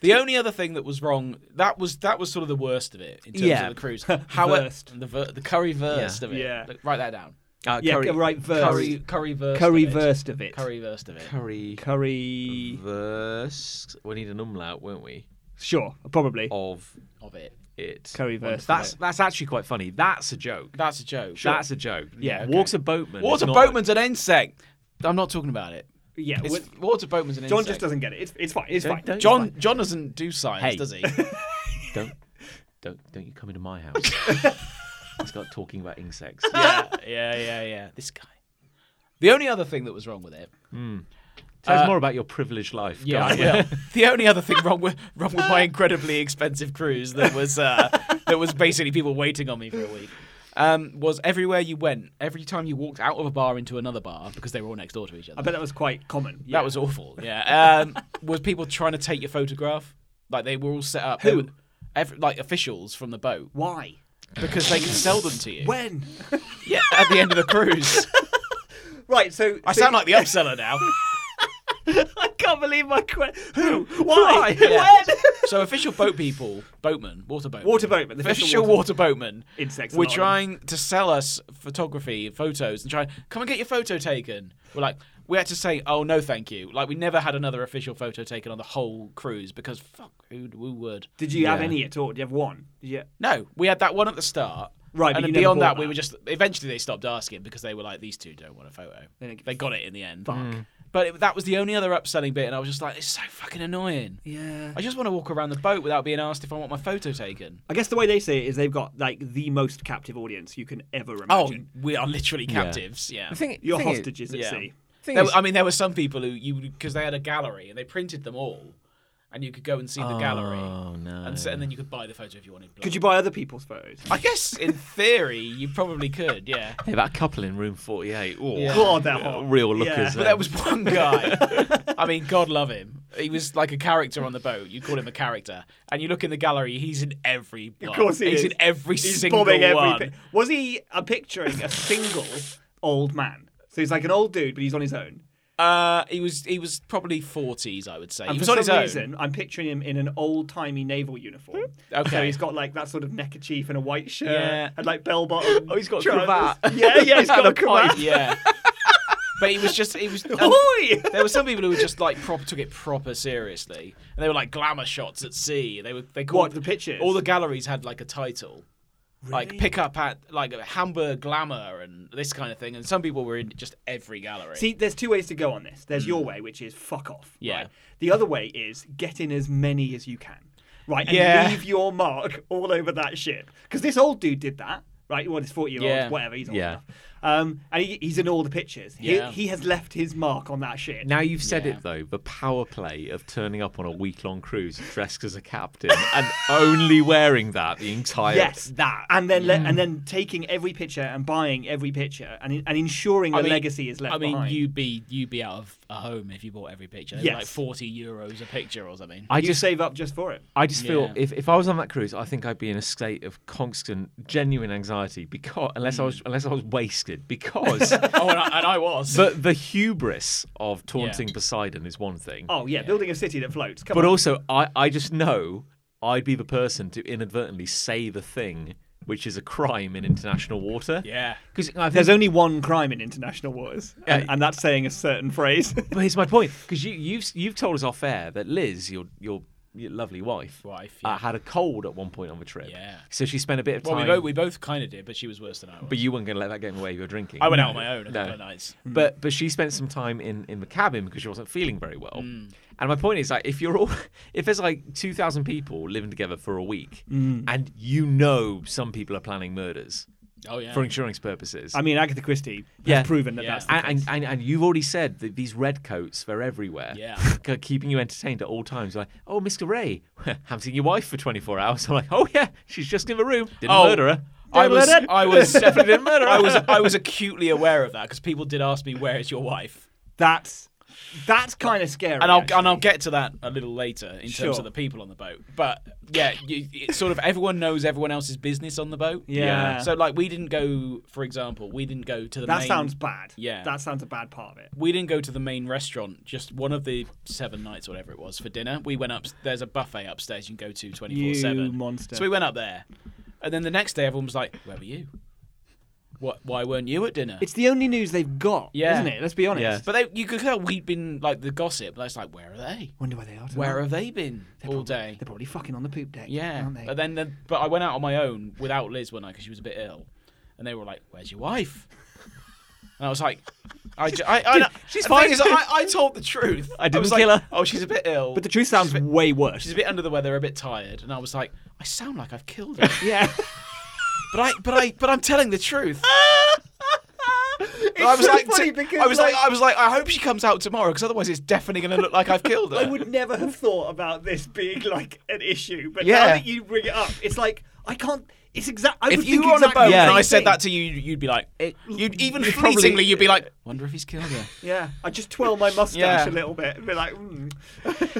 Speaker 2: The only other thing that was wrong that was that was sort of the worst of it in terms
Speaker 1: Yeah.
Speaker 2: of the cruise. How it,
Speaker 3: Versed.
Speaker 2: the ver, the curry versed of it.
Speaker 3: Yeah.
Speaker 2: Look, write that down.
Speaker 1: Uh,
Speaker 3: Yeah,
Speaker 1: curry,
Speaker 3: right, versed.
Speaker 2: Curry curry versed.
Speaker 3: Curry
Speaker 2: of it.
Speaker 3: versed of it.
Speaker 2: Curry versed of it.
Speaker 1: curry
Speaker 3: Curry.
Speaker 1: verse. We need an umlaut, won't we?
Speaker 3: Sure, probably.
Speaker 2: Oh.
Speaker 1: Of
Speaker 2: Of it.
Speaker 1: it.
Speaker 3: Curry verse.
Speaker 1: That's that's actually quite funny. That's a joke.
Speaker 2: That's a joke.
Speaker 1: That's a joke.
Speaker 3: Yeah, okay.
Speaker 1: Walks a boatman. is
Speaker 2: Walter
Speaker 1: not-
Speaker 2: Boatman's an insect. I'm not talking about it.
Speaker 3: yeah.
Speaker 2: It's,
Speaker 3: with-
Speaker 2: Walter Boatman's an
Speaker 3: John
Speaker 2: insect.
Speaker 3: just doesn't get it. It's, it's fine. It's fine.
Speaker 1: don't-
Speaker 2: John John doesn't do science,
Speaker 1: Hey.
Speaker 2: does he?
Speaker 1: Don't don't don't you come into my house. Let's start talking about insects.
Speaker 2: yeah, yeah, yeah, yeah. This guy. The only other thing that was wrong with it.
Speaker 1: Tell us
Speaker 2: Uh,
Speaker 1: more about your privileged life. Go
Speaker 2: Yeah,
Speaker 1: on.
Speaker 2: I will. the only other thing wrong with wrong with my incredibly expensive cruise that was uh, that was basically people waiting on me for a week um, was everywhere you went, every time you walked out of a bar into another bar because they were all next door to each other.
Speaker 3: I bet that was quite common. Yeah.
Speaker 2: That was awful. Yeah, um, was people trying to take your photograph? Like they were all set up. They
Speaker 3: Who?
Speaker 2: were- ev- like officials from the boat
Speaker 3: Why?
Speaker 2: because they can sell them to you.
Speaker 3: When?
Speaker 2: Yeah, at the end of the cruise.
Speaker 3: right, so.
Speaker 2: I sound like the upseller now.
Speaker 3: I can't believe my question. Who? Why?
Speaker 2: Yeah.
Speaker 3: When?
Speaker 2: So official boat people, boatmen, water boatmen,
Speaker 3: Water boatmen, the official
Speaker 2: official
Speaker 3: water-
Speaker 2: water boatmen,
Speaker 3: Insects
Speaker 2: We're
Speaker 3: Anonymous.
Speaker 2: trying to sell us photography, photos, and try come and get your photo taken. We're like, we had to say, oh no, thank you. Like we never had another official photo taken on the whole cruise because fuck, who, who would?
Speaker 3: Did you have
Speaker 1: Yeah.
Speaker 3: any at all? Did you have one? Did you...
Speaker 2: No, we had that one at the start.
Speaker 3: Right, but
Speaker 2: and
Speaker 3: you
Speaker 2: then
Speaker 3: never
Speaker 2: beyond
Speaker 3: bought
Speaker 2: that, we
Speaker 3: that.
Speaker 2: were just. Eventually, they stopped asking because they were like, "These two don't want a photo." They,
Speaker 3: They don't give
Speaker 2: got it in the end.
Speaker 3: Fuck.
Speaker 2: But it, that was the only other upselling bit, and I was just like, "It's so fucking annoying."
Speaker 3: Yeah.
Speaker 2: I just want to walk around the boat without being asked if I want my photo taken.
Speaker 3: I guess the way they say it is they've got like the most captive audience you can ever
Speaker 2: Oh,
Speaker 3: imagine.
Speaker 2: we are literally captives. Yeah.
Speaker 1: The thing,
Speaker 3: You're
Speaker 1: thing is-
Speaker 3: hostages at
Speaker 2: yeah.
Speaker 3: sea.
Speaker 1: thing
Speaker 2: There-
Speaker 1: is-
Speaker 2: I mean, there were some people who you because they had a gallery and they printed them all, and you could go and see the gallery.
Speaker 1: Oh, no.
Speaker 2: And, so, and then you could buy the photo if you wanted.
Speaker 3: Could you buy other people's photos?
Speaker 2: I guess in theory you probably could, yeah.
Speaker 1: Hey, that couple in room 48. Oh,
Speaker 2: Yeah.
Speaker 3: God, they're
Speaker 1: uh,
Speaker 3: hot.
Speaker 1: real lookers.
Speaker 3: Yeah.
Speaker 2: But
Speaker 1: there.
Speaker 2: there was one guy. I mean, God love him. He was like a character on the boat. You call him a character, and you look in the gallery. He's in every. One.
Speaker 3: Of course he
Speaker 2: he's
Speaker 3: is.
Speaker 2: in every
Speaker 3: He's
Speaker 2: single
Speaker 3: bombing every
Speaker 2: one.
Speaker 3: pi- Was he? I'm picturing a single old man. So he's like an old dude, but he's on his own.
Speaker 2: Uh, he was he was probably forties, I would say.
Speaker 3: And
Speaker 2: he was
Speaker 3: for
Speaker 2: on his
Speaker 3: some
Speaker 2: own.
Speaker 3: reason, I'm picturing him in an old timey naval uniform.
Speaker 2: Okay.
Speaker 3: So he's got like that sort of neckerchief and a white shirt
Speaker 2: Yeah.
Speaker 3: and like bell bottom.
Speaker 1: Oh, he's got a
Speaker 3: trousers.
Speaker 1: cravat.
Speaker 3: Yeah, yeah, he's got a
Speaker 2: Right,
Speaker 3: cravat.
Speaker 2: yeah. But he was just he was. um,
Speaker 3: Oi!
Speaker 2: there were some people who were just like prop took it proper seriously, and they were like glamour shots at sea. They were they called
Speaker 3: What, the pictures?
Speaker 2: All the galleries had like a title, like pick up at like Hamburg glamour and this kind of thing. And some people were in just every gallery.
Speaker 3: See, there's two ways to go on this. There's your way, which is fuck off.
Speaker 2: Hmm. Yeah.
Speaker 3: right? The other way is get in as many as you can. Right. And
Speaker 2: Yeah.
Speaker 3: leave your mark all over that ship. Because this old dude did that. Right. Well, this 40 year old,
Speaker 2: Yeah.
Speaker 3: whatever. He's old
Speaker 1: Yeah.
Speaker 3: enough. Um, and he, he's in all the pictures. He,
Speaker 2: Yeah.
Speaker 3: he has left his mark on that ship.
Speaker 1: Now you've said
Speaker 2: Yeah.
Speaker 1: it though, the power play of turning up on a week long cruise dressed as a captain and only wearing that the entire
Speaker 3: Yes, that, and then le-
Speaker 2: Mm.
Speaker 3: and then taking every picture and buying every picture and and ensuring the
Speaker 2: mean-
Speaker 3: legacy is left
Speaker 2: I mean,
Speaker 3: behind.
Speaker 2: you'd be you'd be out of a home if you bought every picture. They were
Speaker 3: Yes.
Speaker 2: like forty euros a picture or something.
Speaker 1: I
Speaker 3: You
Speaker 1: just
Speaker 3: save up just for it.
Speaker 1: I just feel
Speaker 2: Yeah.
Speaker 1: if, if I was on that cruise, I think I'd be in a state of constant genuine anxiety because unless I was
Speaker 2: Mm.
Speaker 1: unless I was wasted because
Speaker 2: oh, and I, and I was.
Speaker 1: the the hubris of taunting Poseidon is one thing.
Speaker 3: Oh yeah, building a city that floats. Come
Speaker 1: But
Speaker 3: on.
Speaker 1: also, I, I just know I'd be the person to inadvertently say the thing which is a crime in international water.
Speaker 2: yeah.
Speaker 1: Because I think
Speaker 3: There's only one crime in international waters, and, and that's saying a certain phrase.
Speaker 1: But here's my point, because you, you've you've told us off air that Liz, your your, your lovely wife,
Speaker 2: Wife,
Speaker 1: uh,
Speaker 2: yeah.
Speaker 1: had a cold at one point on the trip.
Speaker 2: Yeah.
Speaker 1: So she spent a bit of
Speaker 2: Well,
Speaker 1: time.
Speaker 2: we both we both kind of did, but she was worse than I was.
Speaker 1: but you weren't going to let that get in the way of your drinking.
Speaker 2: I went out on my own a
Speaker 1: No.
Speaker 2: couple of nights.
Speaker 1: But but she spent some time in, in the cabin because she wasn't feeling very well.
Speaker 2: Mm.
Speaker 1: And my point is like if you're all if there's like two thousand people living together for a week
Speaker 2: Mm.
Speaker 1: and you know some people are planning murders
Speaker 2: Oh yeah.
Speaker 1: for insurance purposes.
Speaker 3: I mean, Agatha Christie has
Speaker 1: Yeah.
Speaker 3: proven that
Speaker 2: Yeah.
Speaker 3: that's the
Speaker 1: and, and, and, and you've already said that these red coats, they're everywhere.
Speaker 2: Yeah.
Speaker 1: K- Keeping you entertained at all times. Like, oh, Mr. Ray, haven't seen your wife for 24 hours. I'm like, oh, yeah, she's just in the room. Didn't
Speaker 2: Oh,
Speaker 1: murder her.
Speaker 2: I was,
Speaker 1: Didn't murder her.
Speaker 2: I was
Speaker 1: Definitely didn't murder her.
Speaker 2: I was, I was acutely aware of that because people did ask me, "Where is your wife?"
Speaker 3: that's that's kind of scary.
Speaker 2: And I'll
Speaker 3: actually.
Speaker 2: and I'll get to that a little later in terms
Speaker 3: Sure.
Speaker 2: of the people on the boat. But yeah, you, it's sort of everyone knows everyone else's business on the boat.
Speaker 3: Yeah. Yeah.
Speaker 2: So like, we didn't go, for example, we didn't go to the
Speaker 3: that
Speaker 2: main,
Speaker 3: sounds bad.
Speaker 2: Yeah.
Speaker 3: that sounds a bad part of it.
Speaker 2: we didn't go to the main restaurant just one of the seven nights whatever it was for dinner we went up there's a buffet upstairs you can go to 24-7
Speaker 3: You monster.
Speaker 2: so we went up there and then the next day everyone was like where were you what, why weren't you at dinner
Speaker 3: It's the only news they've got,
Speaker 2: Yeah.
Speaker 3: isn't it? Let's be honest.
Speaker 1: Yeah.
Speaker 2: but they, you could tell we'd been like the gossip that's like where are they
Speaker 3: Wonder where they are. Tonight.
Speaker 2: where have they been all
Speaker 3: probably-
Speaker 2: day
Speaker 3: They're probably fucking on the poop deck.
Speaker 2: yeah
Speaker 3: aren't they?
Speaker 2: but then the, but i went out on my own without liz one night because she was a bit ill and they were like where's your wife and i was like I, ju- I, I,
Speaker 1: she's
Speaker 2: the thing
Speaker 1: fine.
Speaker 2: is, I, I told the truth. I
Speaker 1: didn't
Speaker 2: was
Speaker 1: kill
Speaker 2: like,
Speaker 1: her.
Speaker 2: Oh, she's a bit ill.
Speaker 3: But the truth sounds way worse.
Speaker 2: She's a bit under the weather, a bit tired, and I was like, I sound like I've killed her.
Speaker 3: Yeah.
Speaker 2: but I, but I, but I'm telling the truth. And I
Speaker 3: It's
Speaker 2: was
Speaker 3: so
Speaker 2: like,
Speaker 3: funny
Speaker 2: t-
Speaker 3: because,
Speaker 2: I was like,
Speaker 3: like-
Speaker 2: I was like, I hope she comes out tomorrow, because otherwise it's definitely going to look like I've killed her.
Speaker 3: I would never have thought about this being like an issue, but now
Speaker 2: Yeah.
Speaker 3: that you bring it up, it's like I can't. It's exact. I
Speaker 2: if
Speaker 3: would
Speaker 2: you
Speaker 3: think
Speaker 2: were on a
Speaker 3: exactly
Speaker 2: boat
Speaker 3: the
Speaker 2: and
Speaker 3: same
Speaker 2: I said
Speaker 3: thing.
Speaker 2: that to you, you'd be like, you'd even
Speaker 3: you probably-
Speaker 2: fleetingly, you'd be like, wonder if he's killed her.
Speaker 3: yeah, I just twirl my mustache
Speaker 2: Yeah.
Speaker 3: a little bit and be like, mm,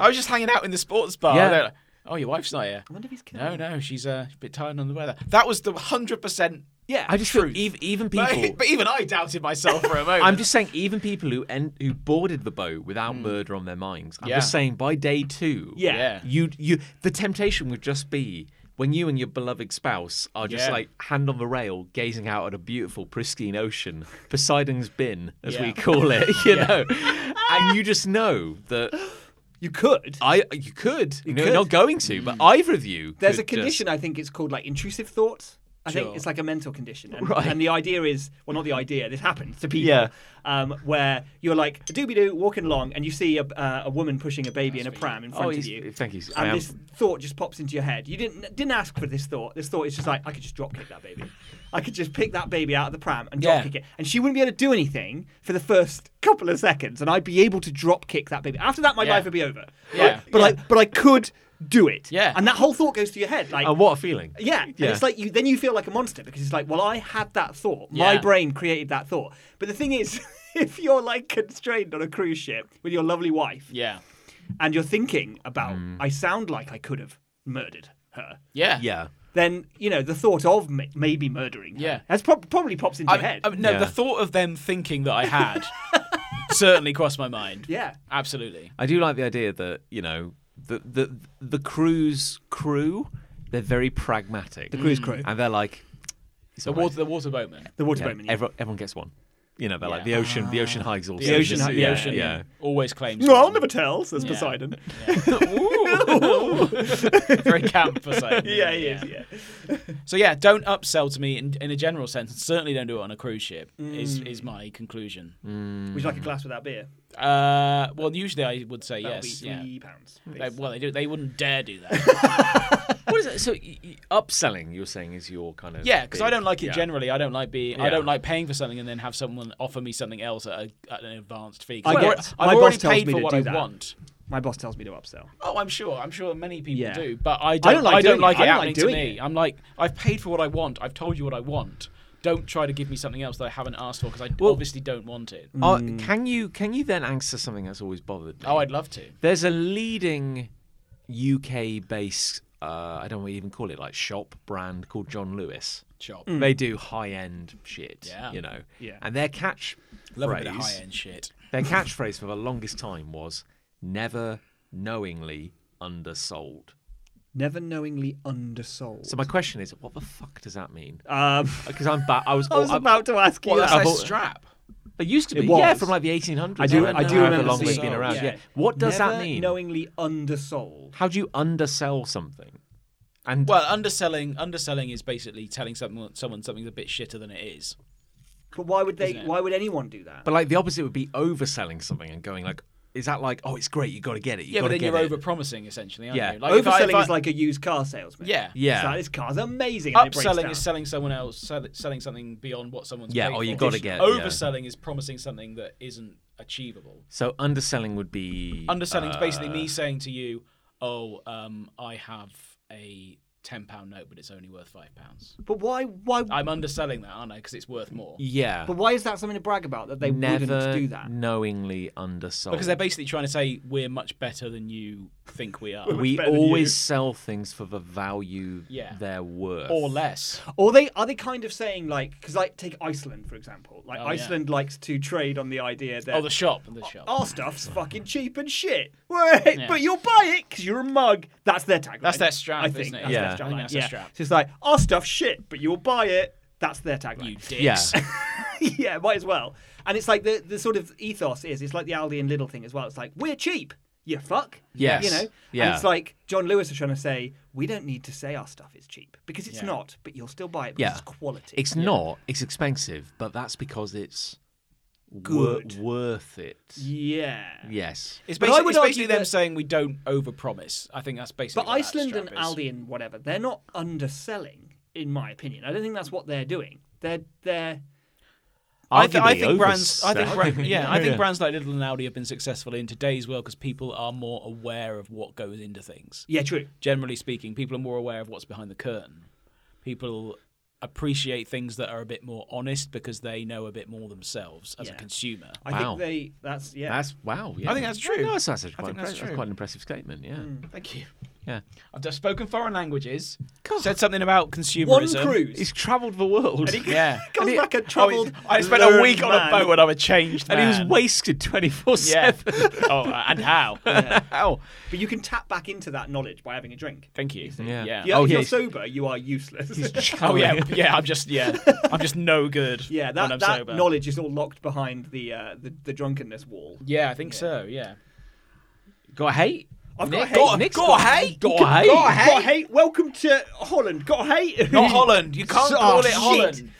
Speaker 2: I was just hanging out in the sports bar.
Speaker 1: Yeah.
Speaker 2: They're like, oh, your wife's not here.
Speaker 3: I wonder if he's killed.
Speaker 2: No, no, she's uh, a bit tired on the weather. That was the hundred percent.
Speaker 3: Yeah,
Speaker 1: I just feel even, even people.
Speaker 2: But, but even I doubted myself for a moment.
Speaker 1: I'm just saying, even people who en- who boarded the boat without murder on their minds. I'm
Speaker 2: Yeah.
Speaker 1: just saying, by day two,
Speaker 3: Yeah.
Speaker 2: Yeah.
Speaker 1: you you the temptation would just be when you and your beloved spouse are just
Speaker 2: Yeah.
Speaker 1: like hand on the rail, gazing out at a beautiful, pristine ocean, Poseidon's bin, as
Speaker 2: Yeah.
Speaker 1: we call it, you know, and you just know that
Speaker 3: you could.
Speaker 1: I you could, you know,
Speaker 3: could.
Speaker 1: not going to, but either of you.
Speaker 3: There's
Speaker 1: could
Speaker 3: a condition I think it's called like intrusive thoughts. I
Speaker 2: Sure.
Speaker 3: think it's like a mental condition. And,
Speaker 1: Right.
Speaker 3: and the idea is, well, not the idea, this happens to people.
Speaker 1: Yeah.
Speaker 3: Um, where you're like, doobie doo, walking along, and you see a, uh, a woman pushing a baby in a pram in front
Speaker 1: Oh,
Speaker 3: of
Speaker 1: he's,
Speaker 3: you.
Speaker 1: thank you. I
Speaker 3: And
Speaker 1: am-
Speaker 3: this thought just pops into your head. You didn't didn't ask for this thought. This thought is just like, I could just drop kick that baby. I could just pick that baby out of the pram and drop
Speaker 2: Yeah.
Speaker 3: kick it. And she wouldn't be able to do anything for the first couple of seconds, and I'd be able to drop kick that baby. After that, my
Speaker 2: Yeah.
Speaker 3: life would be over.
Speaker 2: Yeah.
Speaker 3: Like, but like, but I could do it.
Speaker 2: Yeah.
Speaker 3: And that whole thought goes to your head. Like,
Speaker 1: and what a feeling.
Speaker 3: yeah, and
Speaker 1: Yeah.
Speaker 3: it's like you then you feel like a monster because it's like, well, I had that thought.
Speaker 2: Yeah.
Speaker 3: My brain created that thought. But the thing is, if you're like constrained on a cruise ship with your lovely wife
Speaker 2: Yeah. Mm.
Speaker 3: and you're thinking about, I sound like I could have murdered her,
Speaker 2: Yeah.
Speaker 1: Yeah.
Speaker 3: then you know the thought of m- maybe murdering her
Speaker 2: Yeah.
Speaker 3: has prob- probably pops into
Speaker 2: I,
Speaker 3: your head.
Speaker 2: I- no,
Speaker 1: Yeah.
Speaker 2: the thought of them thinking that I had certainly crossed my mind.
Speaker 3: yeah,
Speaker 2: Absolutely.
Speaker 1: I do like the idea that you know the the the crew's crew, they're very pragmatic.
Speaker 2: mm.
Speaker 1: The
Speaker 3: cruise crew.
Speaker 1: and they're like it's
Speaker 2: The
Speaker 1: all right.
Speaker 2: water, the water boatman.
Speaker 3: the water
Speaker 1: Yeah,
Speaker 3: boatman. Yeah.
Speaker 1: everyone, everyone gets one. You know, they're like the
Speaker 2: Yeah. Ah.
Speaker 1: ocean. The ocean hides all.
Speaker 2: The
Speaker 1: seasons.
Speaker 3: ocean hi-
Speaker 2: the
Speaker 3: yeah,
Speaker 2: ocean
Speaker 1: yeah.
Speaker 2: always claims.
Speaker 3: No, I'll
Speaker 2: one.
Speaker 3: never tell. Says
Speaker 2: Yeah.
Speaker 3: Poseidon.
Speaker 2: Very camp for saying.
Speaker 3: Yeah, he is. Yeah.
Speaker 2: So yeah, don't upsell to me in, in a general sense, and certainly don't do it on a cruise ship. Is is my conclusion.
Speaker 3: Would you like a glass with that beer?
Speaker 2: Uh, well, usually I would say
Speaker 3: That'll
Speaker 2: yes.
Speaker 3: be
Speaker 2: yeah.
Speaker 3: three pounds.
Speaker 2: They,
Speaker 3: please.
Speaker 2: well, they do. They wouldn't dare do that.
Speaker 1: What is it? So y- y- upselling, you're saying, is your kind of
Speaker 2: yeah, because I
Speaker 1: big-
Speaker 2: don't like it
Speaker 1: yeah.
Speaker 2: generally. I don't like being.
Speaker 1: Yeah.
Speaker 2: I don't like paying for something and then have someone offer me something else at, a, at an advanced fee. 'Cause
Speaker 3: I
Speaker 2: I've
Speaker 3: get-
Speaker 2: already-
Speaker 3: my
Speaker 2: I've
Speaker 3: boss
Speaker 2: already
Speaker 3: tells
Speaker 2: paid
Speaker 3: me
Speaker 2: for
Speaker 3: to
Speaker 2: what
Speaker 3: do
Speaker 2: I
Speaker 3: that.
Speaker 2: want.
Speaker 3: My boss tells me to upsell.
Speaker 2: Oh, I'm sure. I'm sure many people
Speaker 3: Yeah.
Speaker 2: do, but I don't,
Speaker 3: don't like
Speaker 2: I don't
Speaker 3: doing it.
Speaker 2: like it,
Speaker 3: I don't
Speaker 2: happening
Speaker 3: like doing
Speaker 2: to me.
Speaker 3: it.
Speaker 2: I'm like, I've paid for what I want. I've told you what I want. Don't try to give me something else that I haven't asked for because I obviously don't want it.
Speaker 1: Oh, can you can you then answer something that's always bothered me?
Speaker 2: Oh, I'd love to.
Speaker 1: There's a leading UK-based, uh, I don't know what you even call it, like shop brand called John Lewis.
Speaker 2: Shop.
Speaker 3: Mm.
Speaker 1: They do high-end shit,
Speaker 2: Hmm. Yeah.
Speaker 1: you know.
Speaker 3: Yeah.
Speaker 1: And their catch
Speaker 2: Love a
Speaker 1: phrase,
Speaker 2: bit of high end shit.
Speaker 1: their catchphrase for the longest time was "never knowingly undersold."
Speaker 3: Never knowingly undersold.
Speaker 1: So my question is, what the fuck does that mean?
Speaker 3: um,
Speaker 1: Because I'm ba- I was,
Speaker 3: I was
Speaker 1: I'm-
Speaker 3: about to ask you.
Speaker 2: Well, that's
Speaker 3: that.
Speaker 2: like
Speaker 1: bought-
Speaker 2: strap.
Speaker 1: It used to
Speaker 3: It
Speaker 1: be, yeah,
Speaker 3: was.
Speaker 1: from like the 1800s.
Speaker 3: I do-
Speaker 1: don't
Speaker 3: I
Speaker 1: know
Speaker 3: do
Speaker 1: how
Speaker 3: remember
Speaker 1: long they've
Speaker 3: seeing
Speaker 1: been
Speaker 3: that.
Speaker 1: around.
Speaker 3: Yeah.
Speaker 1: Yeah. What does
Speaker 3: Never
Speaker 1: that mean?
Speaker 3: Knowingly undersold.
Speaker 1: How do you undersell something? And
Speaker 2: Well, underselling underselling is basically telling someone someone something's a bit shitter than it is.
Speaker 3: But why would they?
Speaker 2: Isn't it?
Speaker 3: Why would anyone do that?
Speaker 1: but like the opposite would be overselling something and going like, is that like, oh, it's great, you got to get it. You
Speaker 2: yeah, but
Speaker 1: gotta
Speaker 2: then
Speaker 1: get
Speaker 2: you're
Speaker 1: it.
Speaker 2: over promising essentially, aren't
Speaker 1: Yeah.
Speaker 2: you? if I-
Speaker 3: Overselling
Speaker 2: if I-
Speaker 3: is like a used car salesman.
Speaker 2: Yeah.
Speaker 1: Yeah.
Speaker 3: So this car's amazing. And it breaks
Speaker 2: Upselling
Speaker 3: down.
Speaker 2: is selling someone else, sell, selling something beyond what someone's
Speaker 1: Yeah,
Speaker 2: paid
Speaker 1: oh, you
Speaker 2: for.
Speaker 1: gotta get- yeah.
Speaker 2: Overselling is promising something that isn't achievable.
Speaker 1: So underselling would be
Speaker 2: Underselling is
Speaker 1: uh,
Speaker 2: basically me saying to you, "Oh, um, I have a ten pound note, but it's only worth five pounds."
Speaker 3: But why? Why?
Speaker 2: I'm underselling that, aren't I? Because it's worth more.
Speaker 1: Yeah.
Speaker 3: but why is that something to brag about that they
Speaker 1: Never
Speaker 3: wouldn't do that?
Speaker 1: knowingly undersold.
Speaker 2: Because they're basically trying to say we're much better than you think we are,
Speaker 1: we
Speaker 3: better than you.
Speaker 1: always sell things for the value
Speaker 2: Yeah.
Speaker 1: they're worth.
Speaker 2: or less.
Speaker 3: Or they are they kind of saying like because like take Iceland for example. Like
Speaker 2: Oh, yeah.
Speaker 3: Iceland likes to trade on the idea that
Speaker 2: Oh, the shop, the shop.
Speaker 3: our stuff's fucking cheap and shit. Wait,
Speaker 2: Yeah.
Speaker 3: but you'll buy it because you're a mug. That's their tagline.
Speaker 2: That's their strap,
Speaker 3: I think.
Speaker 2: isn't it?
Speaker 3: That's
Speaker 1: Yeah.
Speaker 3: their
Speaker 1: I
Speaker 3: strap.
Speaker 2: think
Speaker 3: line,
Speaker 2: that's
Speaker 3: yeah.
Speaker 2: their strap.
Speaker 3: So it's like our stuff's shit, but you'll buy it. That's their
Speaker 2: you
Speaker 3: tagline.
Speaker 1: Yeah.
Speaker 2: dicks.
Speaker 3: yeah, might as well. And it's like the the sort of ethos is it's like the Aldi and Lidl thing as well. It's like we're cheap. You fuck.
Speaker 1: Yes.
Speaker 3: You know. And
Speaker 1: Yeah.
Speaker 3: it's like John Lewis is trying to say we don't need to say our stuff is cheap because it's
Speaker 2: Yeah.
Speaker 3: not, but you'll still buy it because
Speaker 1: Yeah.
Speaker 3: it's quality.
Speaker 1: It's not. It's expensive, but that's because it's wor-
Speaker 3: Good.
Speaker 1: worth it.
Speaker 3: yeah.
Speaker 1: Yes.
Speaker 2: It's
Speaker 3: But I
Speaker 2: basically,
Speaker 3: would
Speaker 2: it's basically
Speaker 3: argue
Speaker 2: them
Speaker 3: that-
Speaker 2: saying we don't overpromise. I think that's basically.
Speaker 3: But
Speaker 2: what that
Speaker 3: Iceland and
Speaker 2: strap is.
Speaker 3: Aldi and whatever, they're not underselling, in my opinion. I don't think that's what they're doing. They're they're
Speaker 2: I, th- I
Speaker 1: Arguably
Speaker 2: think brands. I think
Speaker 1: oversell.
Speaker 2: brand, yeah, I think brands like Little and Aldi have been successful in today's world because people are more aware of what goes into things.
Speaker 3: yeah, true.
Speaker 2: Generally speaking, people are more aware of what's behind the curtain. People appreciate things that are a bit more honest because they know a bit more themselves as a
Speaker 3: Yeah.
Speaker 2: consumer.
Speaker 3: I
Speaker 1: Wow.
Speaker 3: think they that's yeah.
Speaker 1: That's wow. Yeah.
Speaker 2: I think that's true.
Speaker 1: No, that's, that's, actually
Speaker 2: I
Speaker 1: quite
Speaker 2: think
Speaker 1: impressive.
Speaker 2: that's
Speaker 1: That's
Speaker 2: true. Mm.
Speaker 1: quite an impressive statement. Yeah.
Speaker 2: Thank you.
Speaker 1: Yeah.
Speaker 2: I've just spoken foreign languages. Said something about consumerism.
Speaker 3: One cruise.
Speaker 1: He's travelled the world. And
Speaker 2: Yeah.
Speaker 3: comes
Speaker 1: he-
Speaker 3: back a
Speaker 2: I was-
Speaker 3: troubled.
Speaker 2: Oh, I spent a
Speaker 3: learned
Speaker 2: week on a
Speaker 3: man.
Speaker 2: boat and I'm a changed man.
Speaker 1: he was wasted 24
Speaker 2: Yeah.
Speaker 1: 7.
Speaker 2: oh, and how?
Speaker 1: How?
Speaker 3: But you can tap back into that knowledge by having a drink.
Speaker 2: Thank you.
Speaker 1: Yeah.
Speaker 2: Yeah.
Speaker 3: Yeah,
Speaker 1: Oh,
Speaker 3: if
Speaker 1: yeah,
Speaker 3: you're
Speaker 1: he's-
Speaker 3: sober, you are useless.
Speaker 2: Oh yeah, yeah. I'm just yeah. I'm just no good.
Speaker 3: yeah,
Speaker 2: when I'm
Speaker 3: that, that
Speaker 2: sober.
Speaker 3: knowledge is all locked behind the uh, the, the drunkenness wall.
Speaker 2: Yeah, I think so. Yeah.
Speaker 1: Got hate?
Speaker 3: I've
Speaker 1: Nick,
Speaker 3: got hate.
Speaker 2: Got,
Speaker 1: Nick's
Speaker 2: got
Speaker 1: got-
Speaker 2: hate?
Speaker 1: got
Speaker 2: You can-
Speaker 1: hate?
Speaker 3: Got hate. Welcome to Holland. Got hate.
Speaker 2: Not Holland. You can't
Speaker 3: Oh,
Speaker 2: call it
Speaker 3: shit.
Speaker 2: Holland.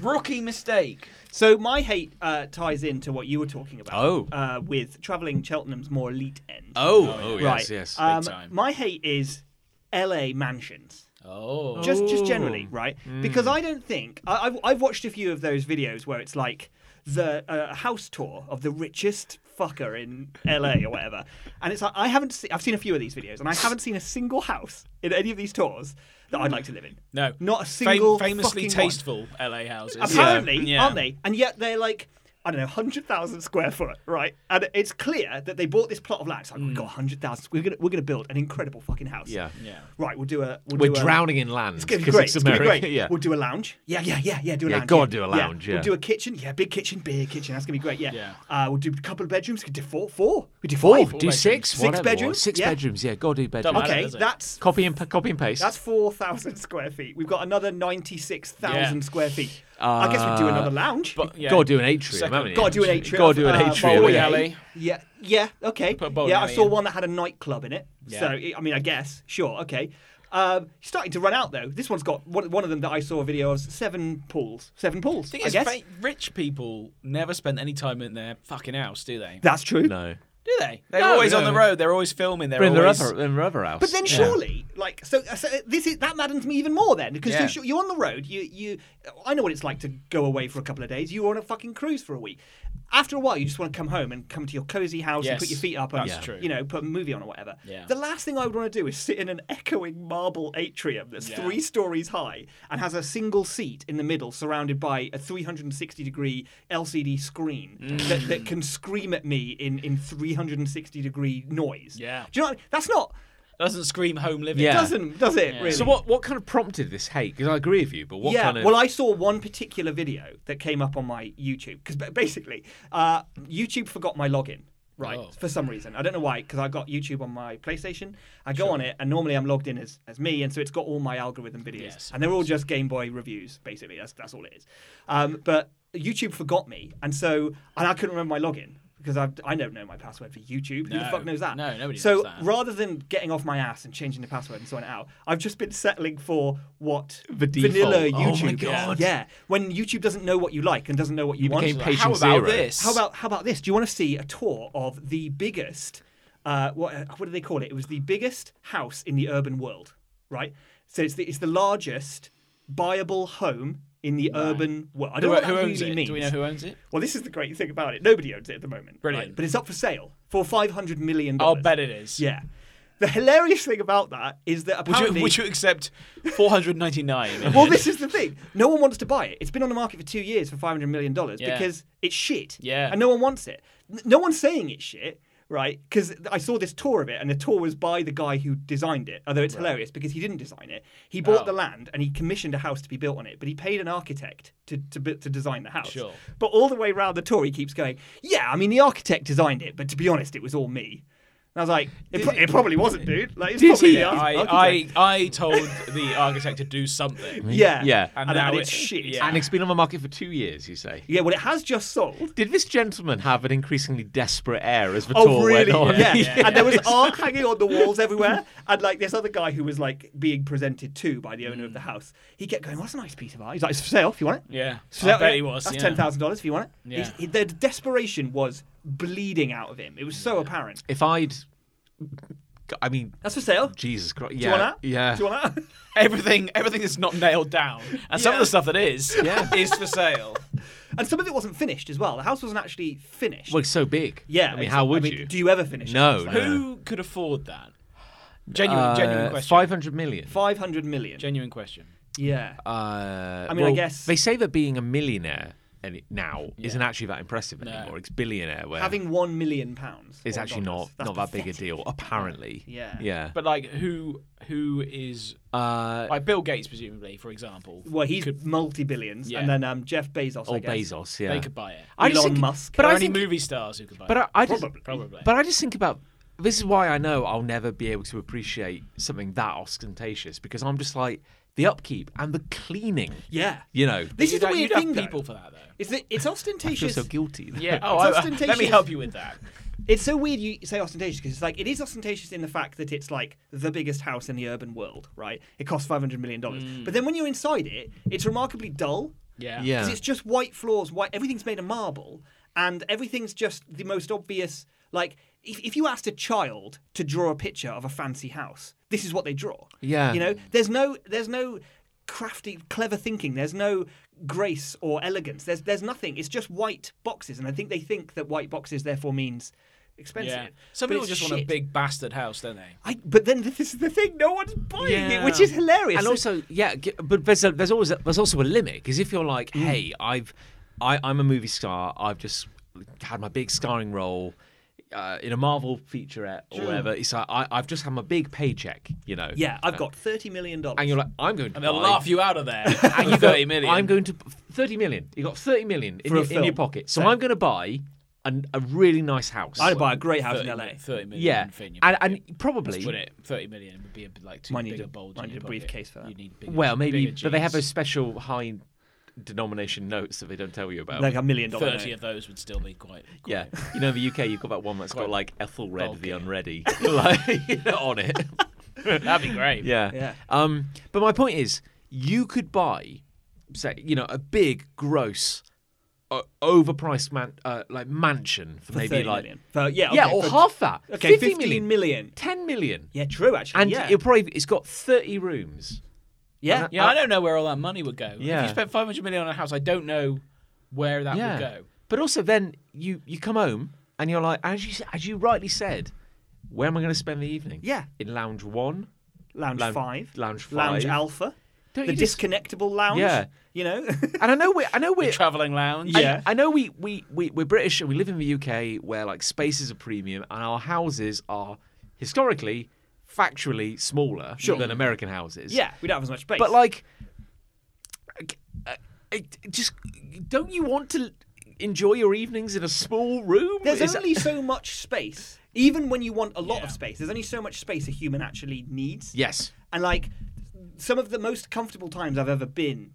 Speaker 2: Rookie mistake.
Speaker 3: So my hate uh, ties into what you were talking about.
Speaker 1: Oh.
Speaker 3: Uh, with travelling Cheltenham's more elite end.
Speaker 1: Oh, oh,
Speaker 3: right.
Speaker 1: yes, yes.
Speaker 3: Um,
Speaker 2: time.
Speaker 3: My hate is L.A. mansions.
Speaker 2: Oh.
Speaker 3: just just
Speaker 1: Oh.
Speaker 3: generally, right?
Speaker 2: Hmm.
Speaker 3: Because I don't think I, I've I've watched a few of those videos where it's like the uh, house tour of the richest fucker in LA or whatever, and it's like I haven't seen I've seen a few of these videos and I haven't seen a single house in any of these tours that I'd like to live in.
Speaker 2: No.
Speaker 3: Not a
Speaker 2: Fam-
Speaker 3: single
Speaker 2: famously
Speaker 3: fucking one.
Speaker 2: tasteful LA houses.
Speaker 3: Apparently,
Speaker 2: Yeah.
Speaker 3: aren't they? And yet they're like. I don't know, 100,000 square foot, right? And it's clear that they bought this plot of land. It's like, we've got 100,000. We're going to we're gonna build an incredible fucking house.
Speaker 1: Yeah.
Speaker 2: Hmm. Yeah.
Speaker 3: Right, we'll do a. We'll
Speaker 1: We're
Speaker 3: do a,
Speaker 1: drowning in land
Speaker 3: it's gonna be
Speaker 1: because
Speaker 3: great.
Speaker 1: it's
Speaker 3: it's gonna be
Speaker 1: America.
Speaker 3: great.
Speaker 1: yeah.
Speaker 3: We'll do a lounge. Yeah, yeah, yeah, yeah. Do a
Speaker 1: Yeah,
Speaker 3: lounge.
Speaker 1: go on, do a lounge, yeah.
Speaker 3: We'll do a kitchen. Yeah, big kitchen, big kitchen. That's gonna be great. Yeah.
Speaker 2: Yeah.
Speaker 3: Uh, we'll do a couple of bedrooms. We could do four, four. We do
Speaker 1: Four,
Speaker 3: five.
Speaker 1: Oh, do six,
Speaker 3: Six
Speaker 1: whatever.
Speaker 3: bedrooms,
Speaker 1: Six
Speaker 3: yeah.
Speaker 1: bedrooms, yeah. Go do bedrooms.
Speaker 2: matter.
Speaker 3: Okay,
Speaker 2: does it?
Speaker 3: that's
Speaker 1: Copy and pa- copy and paste.
Speaker 3: that's four thousand square feet. We've got another ninety-six thousand
Speaker 2: Yeah.
Speaker 3: square feet. I guess we'd do
Speaker 1: Uh,
Speaker 3: another lounge.
Speaker 2: But yeah.
Speaker 1: Gotta do an atrium,
Speaker 2: Second-
Speaker 1: haven't you?
Speaker 3: Gotta do an atrium.
Speaker 1: Gotta do an
Speaker 3: uh,
Speaker 1: atrium.
Speaker 3: bowling
Speaker 1: yeah.
Speaker 2: alley.
Speaker 3: Yeah, yeah, okay.
Speaker 2: Put a bowling
Speaker 3: yeah, I
Speaker 2: alley
Speaker 3: saw
Speaker 2: in.
Speaker 3: one that had a nightclub in it.
Speaker 2: Yeah.
Speaker 3: So, I I mean, I guess, sure, okay. Um, starting to run out though. This one's got one, one of them that I saw a video of seven pools. Seven pools.
Speaker 2: The thing
Speaker 3: I
Speaker 2: is,
Speaker 3: guess.
Speaker 2: fa- rich people never spend any time in their fucking house, do they?
Speaker 3: That's true.
Speaker 1: No.
Speaker 2: Do they? They're
Speaker 1: No,
Speaker 2: always on
Speaker 1: no.
Speaker 2: the road. They're always filming. They're
Speaker 1: Bring the
Speaker 2: always.
Speaker 1: other, bring the other house.
Speaker 3: But then
Speaker 1: Yeah.
Speaker 3: surely, like, so, uh, so this is that maddens me even more then because
Speaker 2: Yeah.
Speaker 3: you're, sure- you're on the road. You, you, I know what it's like to go away for a couple of days. You were on a fucking cruise for a week. After a while, you just want to come home and come to your cozy house and
Speaker 2: Yes,
Speaker 3: put your feet up and
Speaker 2: that's true.
Speaker 3: you know put a movie on or whatever.
Speaker 2: Yeah.
Speaker 3: The last thing I would want to do is sit in an echoing marble atrium that's
Speaker 2: Yeah.
Speaker 3: three stories high and has a single seat in the middle, surrounded by a 360 degree LCD screen
Speaker 2: Mm.
Speaker 3: that, that can scream at me in in 360 degree noise.
Speaker 2: Yeah.
Speaker 3: do you know? What I mean? That's not
Speaker 2: Doesn't scream home living.
Speaker 1: Yeah.
Speaker 3: doesn't does it really?
Speaker 1: So what, what kind of prompted this hate? Because I agree with you, but what
Speaker 3: yeah.
Speaker 1: kind of.
Speaker 3: Well, I saw one particular video that came up on my YouTube because basically uh, YouTube forgot my login. Right,
Speaker 2: Oh.
Speaker 3: for some reason. I don't know why, because I got YouTube on my PlayStation. I go on it, and normally I'm logged in as, as me, and so it's got all my algorithm videos.
Speaker 2: Yes,
Speaker 3: and they're all just Game Boy reviews, basically. That's, that's all it is. Um, but YouTube forgot me, and so and I couldn't remember my login because I, I don't know my password for YouTube. Who the
Speaker 2: No.
Speaker 3: fuck knows that?
Speaker 2: No, nobody
Speaker 3: So
Speaker 2: knows that.
Speaker 3: rather than getting off my ass and changing the password and sorting it out, I've just been settling for what
Speaker 1: The default.
Speaker 3: vanilla
Speaker 1: Oh my
Speaker 3: YouTube. is.
Speaker 1: God.
Speaker 3: Yeah, when YouTube doesn't know what you like and doesn't know what you, want.
Speaker 1: became patient
Speaker 2: How about
Speaker 1: zero.
Speaker 2: this?
Speaker 3: How about how about this? Do you want to see a tour of the biggest? Uh, what uh, what do they call it? It was the biggest house in the urban world, right? So it's the it's the largest buyable home in the urban world. I
Speaker 2: Who,
Speaker 3: don't know what
Speaker 2: who
Speaker 3: that
Speaker 2: owns
Speaker 3: really
Speaker 2: it?
Speaker 3: means.
Speaker 2: Do we know who owns it?
Speaker 3: Well, this is the great thing about it. Nobody owns it at the moment.
Speaker 2: Brilliant.
Speaker 3: right? But it's up for sale for five hundred million
Speaker 2: I'll
Speaker 3: dollars.
Speaker 2: bet it is.
Speaker 3: Yeah. The hilarious thing about that is that
Speaker 2: Would
Speaker 3: apparently
Speaker 2: you, would you accept 499?
Speaker 3: well, this is the thing. No one wants to buy it. It's been on the market for two years for five hundred million dollars
Speaker 2: Yeah.
Speaker 3: because it's shit.
Speaker 2: Yeah.
Speaker 3: and no one wants it. N- No one's saying it's shit, right? Because I saw this tour of it, and the tour was by the guy who designed it. Although it's hilarious because he didn't design it. He bought
Speaker 2: Oh.
Speaker 3: the land and he commissioned a house to be built on it, but he paid an architect to to, bu- to design the house.
Speaker 2: Sure.
Speaker 3: But all the way round the tour, he keeps going, "Yeah, I mean, the architect designed it, but to be honest, it was all me." And I was like, "It, pro- it probably wasn't, dude. Like, it's
Speaker 1: Did
Speaker 3: probably
Speaker 1: he?
Speaker 3: the arch-
Speaker 2: I,
Speaker 3: architect."
Speaker 2: I, I told the architect to do something.
Speaker 3: yeah,
Speaker 1: Yeah.
Speaker 3: and,
Speaker 2: And now
Speaker 3: and
Speaker 2: it-
Speaker 3: it's shit.
Speaker 2: yeah.
Speaker 1: And it's been on the market for two years, you say.
Speaker 3: Yeah, well, it has just sold.
Speaker 1: Did this gentleman have an increasingly desperate air as the
Speaker 3: Oh,
Speaker 1: tour
Speaker 3: really?
Speaker 1: went on?
Speaker 3: Yeah. And there was art hanging on the walls everywhere. And like this other guy who was like being presented to by the owner of the
Speaker 1: Mm.
Speaker 3: house, he kept going, "What's a nice piece of art?" He's like, "It's for sale if you want it."
Speaker 2: Yeah.
Speaker 3: So
Speaker 2: I bet he was.
Speaker 3: That's
Speaker 2: yeah.
Speaker 3: ten thousand dollars if you want it.
Speaker 2: Yeah.
Speaker 3: He's- he- The desperation was bleeding out of him. It was so apparent.
Speaker 1: If I'd, I mean,
Speaker 3: That's for sale. Do
Speaker 1: Jesus Christ, yeah,
Speaker 3: you want that?
Speaker 1: yeah.
Speaker 3: Do you want that?
Speaker 2: Everything, everything that's not nailed down, and some of
Speaker 3: Yeah.
Speaker 2: the stuff that is, is for sale.
Speaker 3: and some of it wasn't finished as well. The house wasn't actually finished.
Speaker 1: Well, it's so big.
Speaker 3: yeah.
Speaker 1: I mean, how would you?
Speaker 3: Do you ever finish?
Speaker 1: No, no.
Speaker 2: Who could afford that? Genuine,
Speaker 1: Uh,
Speaker 2: genuine question.
Speaker 1: Five hundred million.
Speaker 3: Five hundred million.
Speaker 2: Genuine question.
Speaker 3: yeah.
Speaker 1: Uh,
Speaker 3: I mean, I
Speaker 1: well,
Speaker 3: guess-
Speaker 1: they say that being a millionaire and it- now isn't actually that impressive
Speaker 2: No.
Speaker 1: anymore. It's billionaire where
Speaker 3: Having one million pounds
Speaker 1: it's
Speaker 3: or
Speaker 1: actually
Speaker 3: dollars.
Speaker 1: not
Speaker 3: That's
Speaker 1: not that big a
Speaker 3: pathetic.
Speaker 1: deal. Apparently,
Speaker 3: Yeah.
Speaker 1: yeah.
Speaker 2: But like, who, who is
Speaker 1: uh,
Speaker 2: like Bill Gates, presumably, for example?
Speaker 3: Well, he's
Speaker 2: could,
Speaker 3: multi billions,
Speaker 2: Yeah.
Speaker 3: and then um, Jeff Bezos. I
Speaker 1: or
Speaker 3: guess.
Speaker 1: Bezos, yeah.
Speaker 2: they could buy it.
Speaker 1: I just
Speaker 3: Elon
Speaker 1: think-
Speaker 3: Musk.
Speaker 1: But
Speaker 2: Are there
Speaker 1: I
Speaker 2: any
Speaker 1: think,
Speaker 2: movie stars who could buy
Speaker 1: but
Speaker 2: it?
Speaker 1: I, I just,
Speaker 3: Probably.
Speaker 2: Probably.
Speaker 1: But I just think about this is why I know I'll never be able to appreciate something that ostentatious because I'm just like the upkeep and the cleaning.
Speaker 3: Yeah.
Speaker 1: You know,
Speaker 3: This
Speaker 2: You'd
Speaker 3: is the
Speaker 2: have-
Speaker 3: weird
Speaker 2: you'd have
Speaker 3: thing,
Speaker 2: people
Speaker 3: though.
Speaker 2: for that though.
Speaker 3: Is that
Speaker 1: I
Speaker 3: it's
Speaker 1: feel
Speaker 3: ostentatious.
Speaker 1: so guilty.
Speaker 2: Yeah.
Speaker 3: It's
Speaker 2: Oh, I, let me
Speaker 3: ostentatious.
Speaker 2: help you with that.
Speaker 3: It's so weird you say ostentatious because it's like it is ostentatious in the fact that it's like the biggest house in the urban world, right? It costs five hundred million dollars, but then when you're inside it, it's remarkably dull.
Speaker 2: Yeah.
Speaker 1: Hmm. Yeah.
Speaker 3: 'Cause it's just white floors, white everything's made of marble, and everything's just the most obvious. Like if, if you asked a child to draw a picture of a fancy house, this is what they draw.
Speaker 1: Yeah.
Speaker 3: you know, there's no there's no crafty, clever thinking. There's no grace or elegance. There's there's nothing. It's just white boxes, and I think they think that white boxes therefore means expensive.
Speaker 2: Yeah. Some
Speaker 3: But
Speaker 2: people
Speaker 3: it's
Speaker 2: just want a
Speaker 3: shit.
Speaker 2: big bastard house, don't they?
Speaker 3: I, but then this is the thing: no one's buying
Speaker 2: Yeah.
Speaker 3: it, which is hilarious.
Speaker 1: and
Speaker 3: So-
Speaker 1: also yeah g- but there's, a, there's always a, there's also a limit because if you're like
Speaker 3: Mm.
Speaker 1: hey i've I, i'm a movie star i've just had my big starring role uh, in a marvel featurette or whatever it's like I, i've just had my big paycheck you know
Speaker 3: yeah, I've got thirty million dollars.
Speaker 1: and you're like i'm going to
Speaker 2: And they'll
Speaker 1: buy-
Speaker 2: laugh you out of there. and you
Speaker 1: go-
Speaker 2: thirty million.
Speaker 1: i'm going to 30 million you got 30 million in,
Speaker 3: For a
Speaker 1: your, in your
Speaker 3: film.
Speaker 1: pocket so i'm going to buy an, a really nice house
Speaker 3: I'd buy a great house
Speaker 2: 30,
Speaker 3: in LA.
Speaker 2: mi- Thirty million.
Speaker 1: yeah
Speaker 2: in your
Speaker 1: and,
Speaker 2: pocket.
Speaker 1: and probably
Speaker 2: Would it? Thirty million would be a bit like too
Speaker 3: Might need
Speaker 2: big
Speaker 3: a-
Speaker 2: a bulge.
Speaker 3: might
Speaker 2: in
Speaker 3: need
Speaker 2: your
Speaker 3: a
Speaker 2: pocket.
Speaker 3: briefcase for that.
Speaker 2: You need bigger,
Speaker 1: well maybe
Speaker 2: bigger
Speaker 1: but they have those
Speaker 2: jeans.
Speaker 1: special high denomination notes that they don't tell you about
Speaker 3: Like a million dollars.
Speaker 2: thirty of those would still be quite. quite
Speaker 1: Yeah, you know, in the UK, you've got that one that's got
Speaker 2: Quite
Speaker 1: like Ethelred the
Speaker 2: bulky.
Speaker 1: Unready like, you know, on it.
Speaker 2: That'd be great.
Speaker 1: Yeah.
Speaker 3: Yeah.
Speaker 1: Um, but my point is, you could buy, say, you know, a big, gross, uh, overpriced man, uh, like mansion for, maybe like,
Speaker 3: yeah, okay,
Speaker 1: yeah, or
Speaker 3: for-
Speaker 1: half that.
Speaker 3: Okay,
Speaker 1: 50
Speaker 3: 15
Speaker 1: million,
Speaker 3: million.
Speaker 1: 10 million.
Speaker 3: Yeah, true. Actually,
Speaker 1: And
Speaker 3: yeah,
Speaker 1: it'll probably it's got 30 rooms.
Speaker 3: yeah.
Speaker 2: Yeah, I don't know where all that money would go. If
Speaker 1: Yeah.
Speaker 2: you spent 500 million on a house, I don't know where that would go.
Speaker 1: But also, then you you come home and you're like, as you s- as you rightly said, where am I going to spend the evening?
Speaker 3: Yeah.
Speaker 1: in lounge one.
Speaker 3: Lounge,
Speaker 1: Lounge-
Speaker 3: five,
Speaker 1: Lounge
Speaker 3: lounge
Speaker 1: five.
Speaker 3: alpha,
Speaker 1: Don't
Speaker 3: the
Speaker 1: you just-
Speaker 3: disconnectable lounge.
Speaker 1: Yeah.
Speaker 3: you know.
Speaker 1: And I know we I know we're
Speaker 2: Traveling lounge.
Speaker 1: I-
Speaker 3: Yeah.
Speaker 1: I, know we, we, we, we're British and we live in the UK where like spaces are premium and our houses are historically, factually smaller than American houses.
Speaker 3: yeah, we don't have as much space.
Speaker 1: But like, uh, it- it just don't you want to enjoy your evenings in a small room?
Speaker 3: There's
Speaker 1: Is-
Speaker 3: only so much space. Even when you want a lot
Speaker 2: Yeah.
Speaker 3: of space, there's only so much space a human actually needs.
Speaker 1: yes.
Speaker 3: And like some of the most comfortable times I've ever been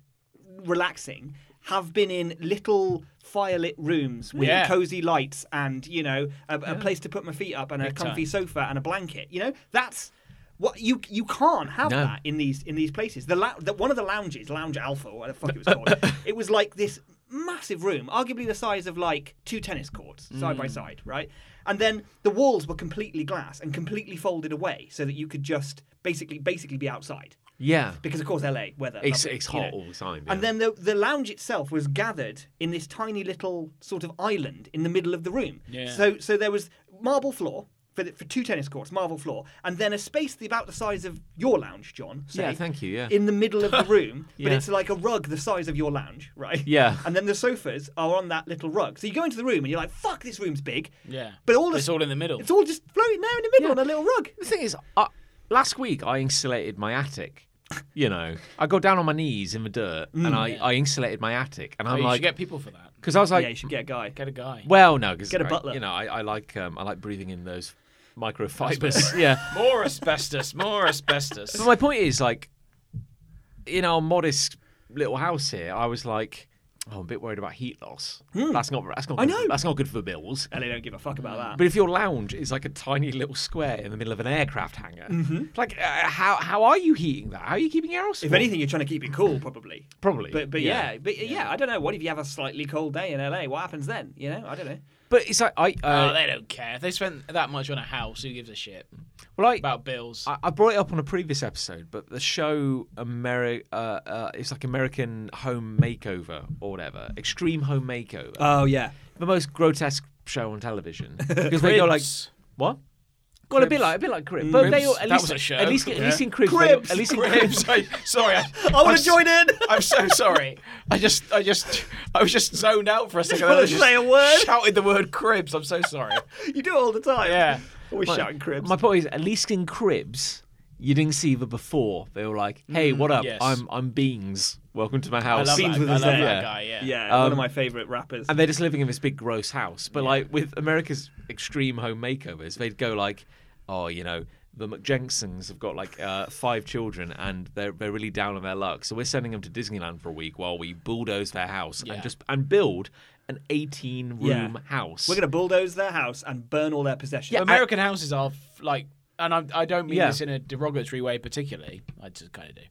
Speaker 3: relaxing have been in little firelit rooms with
Speaker 2: Yeah.
Speaker 3: cozy lights and you know a, a place to put my feet up and a
Speaker 2: Big
Speaker 3: comfy
Speaker 2: time.
Speaker 3: sofa and a blanket. You know that's what you you can't have
Speaker 1: No.
Speaker 3: that in these in these places. The, lou- the one of the lounges, Lounge Alpha, or what the fuck it was called. it was like this massive room, arguably the size of like two tennis courts side
Speaker 2: Mm.
Speaker 3: by side, right? And then the walls were completely glass and completely folded away, so that you could just basically basically be outside.
Speaker 1: Yeah.
Speaker 3: Because of course, LA weather.
Speaker 1: It's,
Speaker 3: lovely,
Speaker 1: it's
Speaker 3: you
Speaker 1: hot
Speaker 3: know.
Speaker 1: all the time.
Speaker 3: And
Speaker 1: yeah.
Speaker 3: then the, the lounge itself was gathered in this tiny little sort of island in the middle of the room.
Speaker 2: Yeah.
Speaker 3: So so there was marble floor for, the, for two tennis courts, marble floor, and then a space the, about the size of your lounge, John. Say,
Speaker 1: Yeah, thank you, yeah.
Speaker 3: In the middle of the room, but
Speaker 1: Yeah.
Speaker 3: it's like a rug the size of your lounge, right?
Speaker 1: Yeah.
Speaker 3: And then the sofas are on that little rug. So you go into the room and you're like, "Fuck, this room's big."
Speaker 2: Yeah.
Speaker 3: But all
Speaker 2: But
Speaker 3: the-
Speaker 2: it's all in the middle.
Speaker 3: It's all just floating there in the middle
Speaker 1: Yeah.
Speaker 3: on a little rug.
Speaker 1: The thing is, I, last week I insulated my attic. You know, I go down on my knees in the dirt
Speaker 3: Mm.
Speaker 1: and I, I insulated my attic, and
Speaker 2: Oh,
Speaker 1: I'm
Speaker 2: you
Speaker 1: like,
Speaker 2: should get people for that.
Speaker 1: because I was like,
Speaker 3: yeah, you should get a guy.
Speaker 2: Get a guy.
Speaker 1: Well, no, because
Speaker 3: Get a butler.
Speaker 1: You know, I, I like um, I like breathing in those microfibers. yeah,
Speaker 2: more asbestos. More asbestos.
Speaker 1: but my point is like, in our modest little house here, I was like, oh, I'm a bit worried about heat loss. That's not that's not good,
Speaker 3: Hmm. know.
Speaker 1: that's not good for bills.
Speaker 3: And they don't give a fuck about that.
Speaker 1: But if your lounge is like a tiny little square in the middle of an aircraft hangar, like uh, how how are you heating that? How are you keeping your house?
Speaker 3: Mm-hmm. if
Speaker 1: warm?
Speaker 3: anything, you're trying to keep it cool, probably.
Speaker 1: probably.
Speaker 3: But but yeah, but yeah, I don't know. What if you have a slightly cold day in LA? What happens then? You know, I don't know.
Speaker 1: But it's like I
Speaker 2: oh,
Speaker 1: uh,
Speaker 2: they don't care. If they spent that much on a house, who gives a shit
Speaker 1: well I,
Speaker 2: about bills?
Speaker 1: I, I brought it up on a previous episode, but the show Ameri- uh, uh, it's like American Home Makeover or whatever, Extreme Home Makeover,
Speaker 2: Uh,
Speaker 3: Oh yeah,
Speaker 1: the most grotesque show on television because they go like
Speaker 2: Cribs.
Speaker 1: what? Well, a bit like a bit like Crib, but they all- at
Speaker 2: That
Speaker 1: least
Speaker 2: was a show.
Speaker 1: at least at least in Cribs,
Speaker 3: Cribs.
Speaker 1: They, at least in Cribs.
Speaker 2: Cribs. I, sorry. I,
Speaker 3: I want
Speaker 2: I'm
Speaker 3: to join in.
Speaker 2: I'm so sorry. I just, I just, I was just zoned out for a second.
Speaker 3: wanted
Speaker 2: I
Speaker 3: to
Speaker 2: just
Speaker 3: say a word.
Speaker 2: Shouted the word cribs. I'm so sorry.
Speaker 3: you do it all the time.
Speaker 2: Yeah.
Speaker 3: always
Speaker 1: My-
Speaker 3: shouting cribs.
Speaker 1: My point is, at least in Cribs, you didn't see the before. They were like, "Hey, what up?
Speaker 2: Mm, yes.
Speaker 1: I'm I'm Beings. Welcome to my
Speaker 2: I
Speaker 1: house."
Speaker 2: love
Speaker 3: Scenes
Speaker 2: that,
Speaker 3: with
Speaker 2: I
Speaker 3: his
Speaker 2: love
Speaker 3: hair.
Speaker 2: that guy. Yeah.
Speaker 3: yeah, one of my favorite rappers.
Speaker 1: and they're just living in this big gross house. But like with America's extreme home makeovers, they'd go like, oh, you know, the McJenksons have got like uh, five children and they're they're really down on their luck. So we're sending them to Disneyland for a week while we bulldoze their house
Speaker 2: Yeah.
Speaker 1: and just and build an 18 room
Speaker 3: Yeah.
Speaker 1: house.
Speaker 3: We're going to bulldoze their house and burn all their possessions.
Speaker 2: American houses are f- like, and I, I don't mean
Speaker 1: Yeah.
Speaker 2: this in a derogatory way particularly. I just kind of do.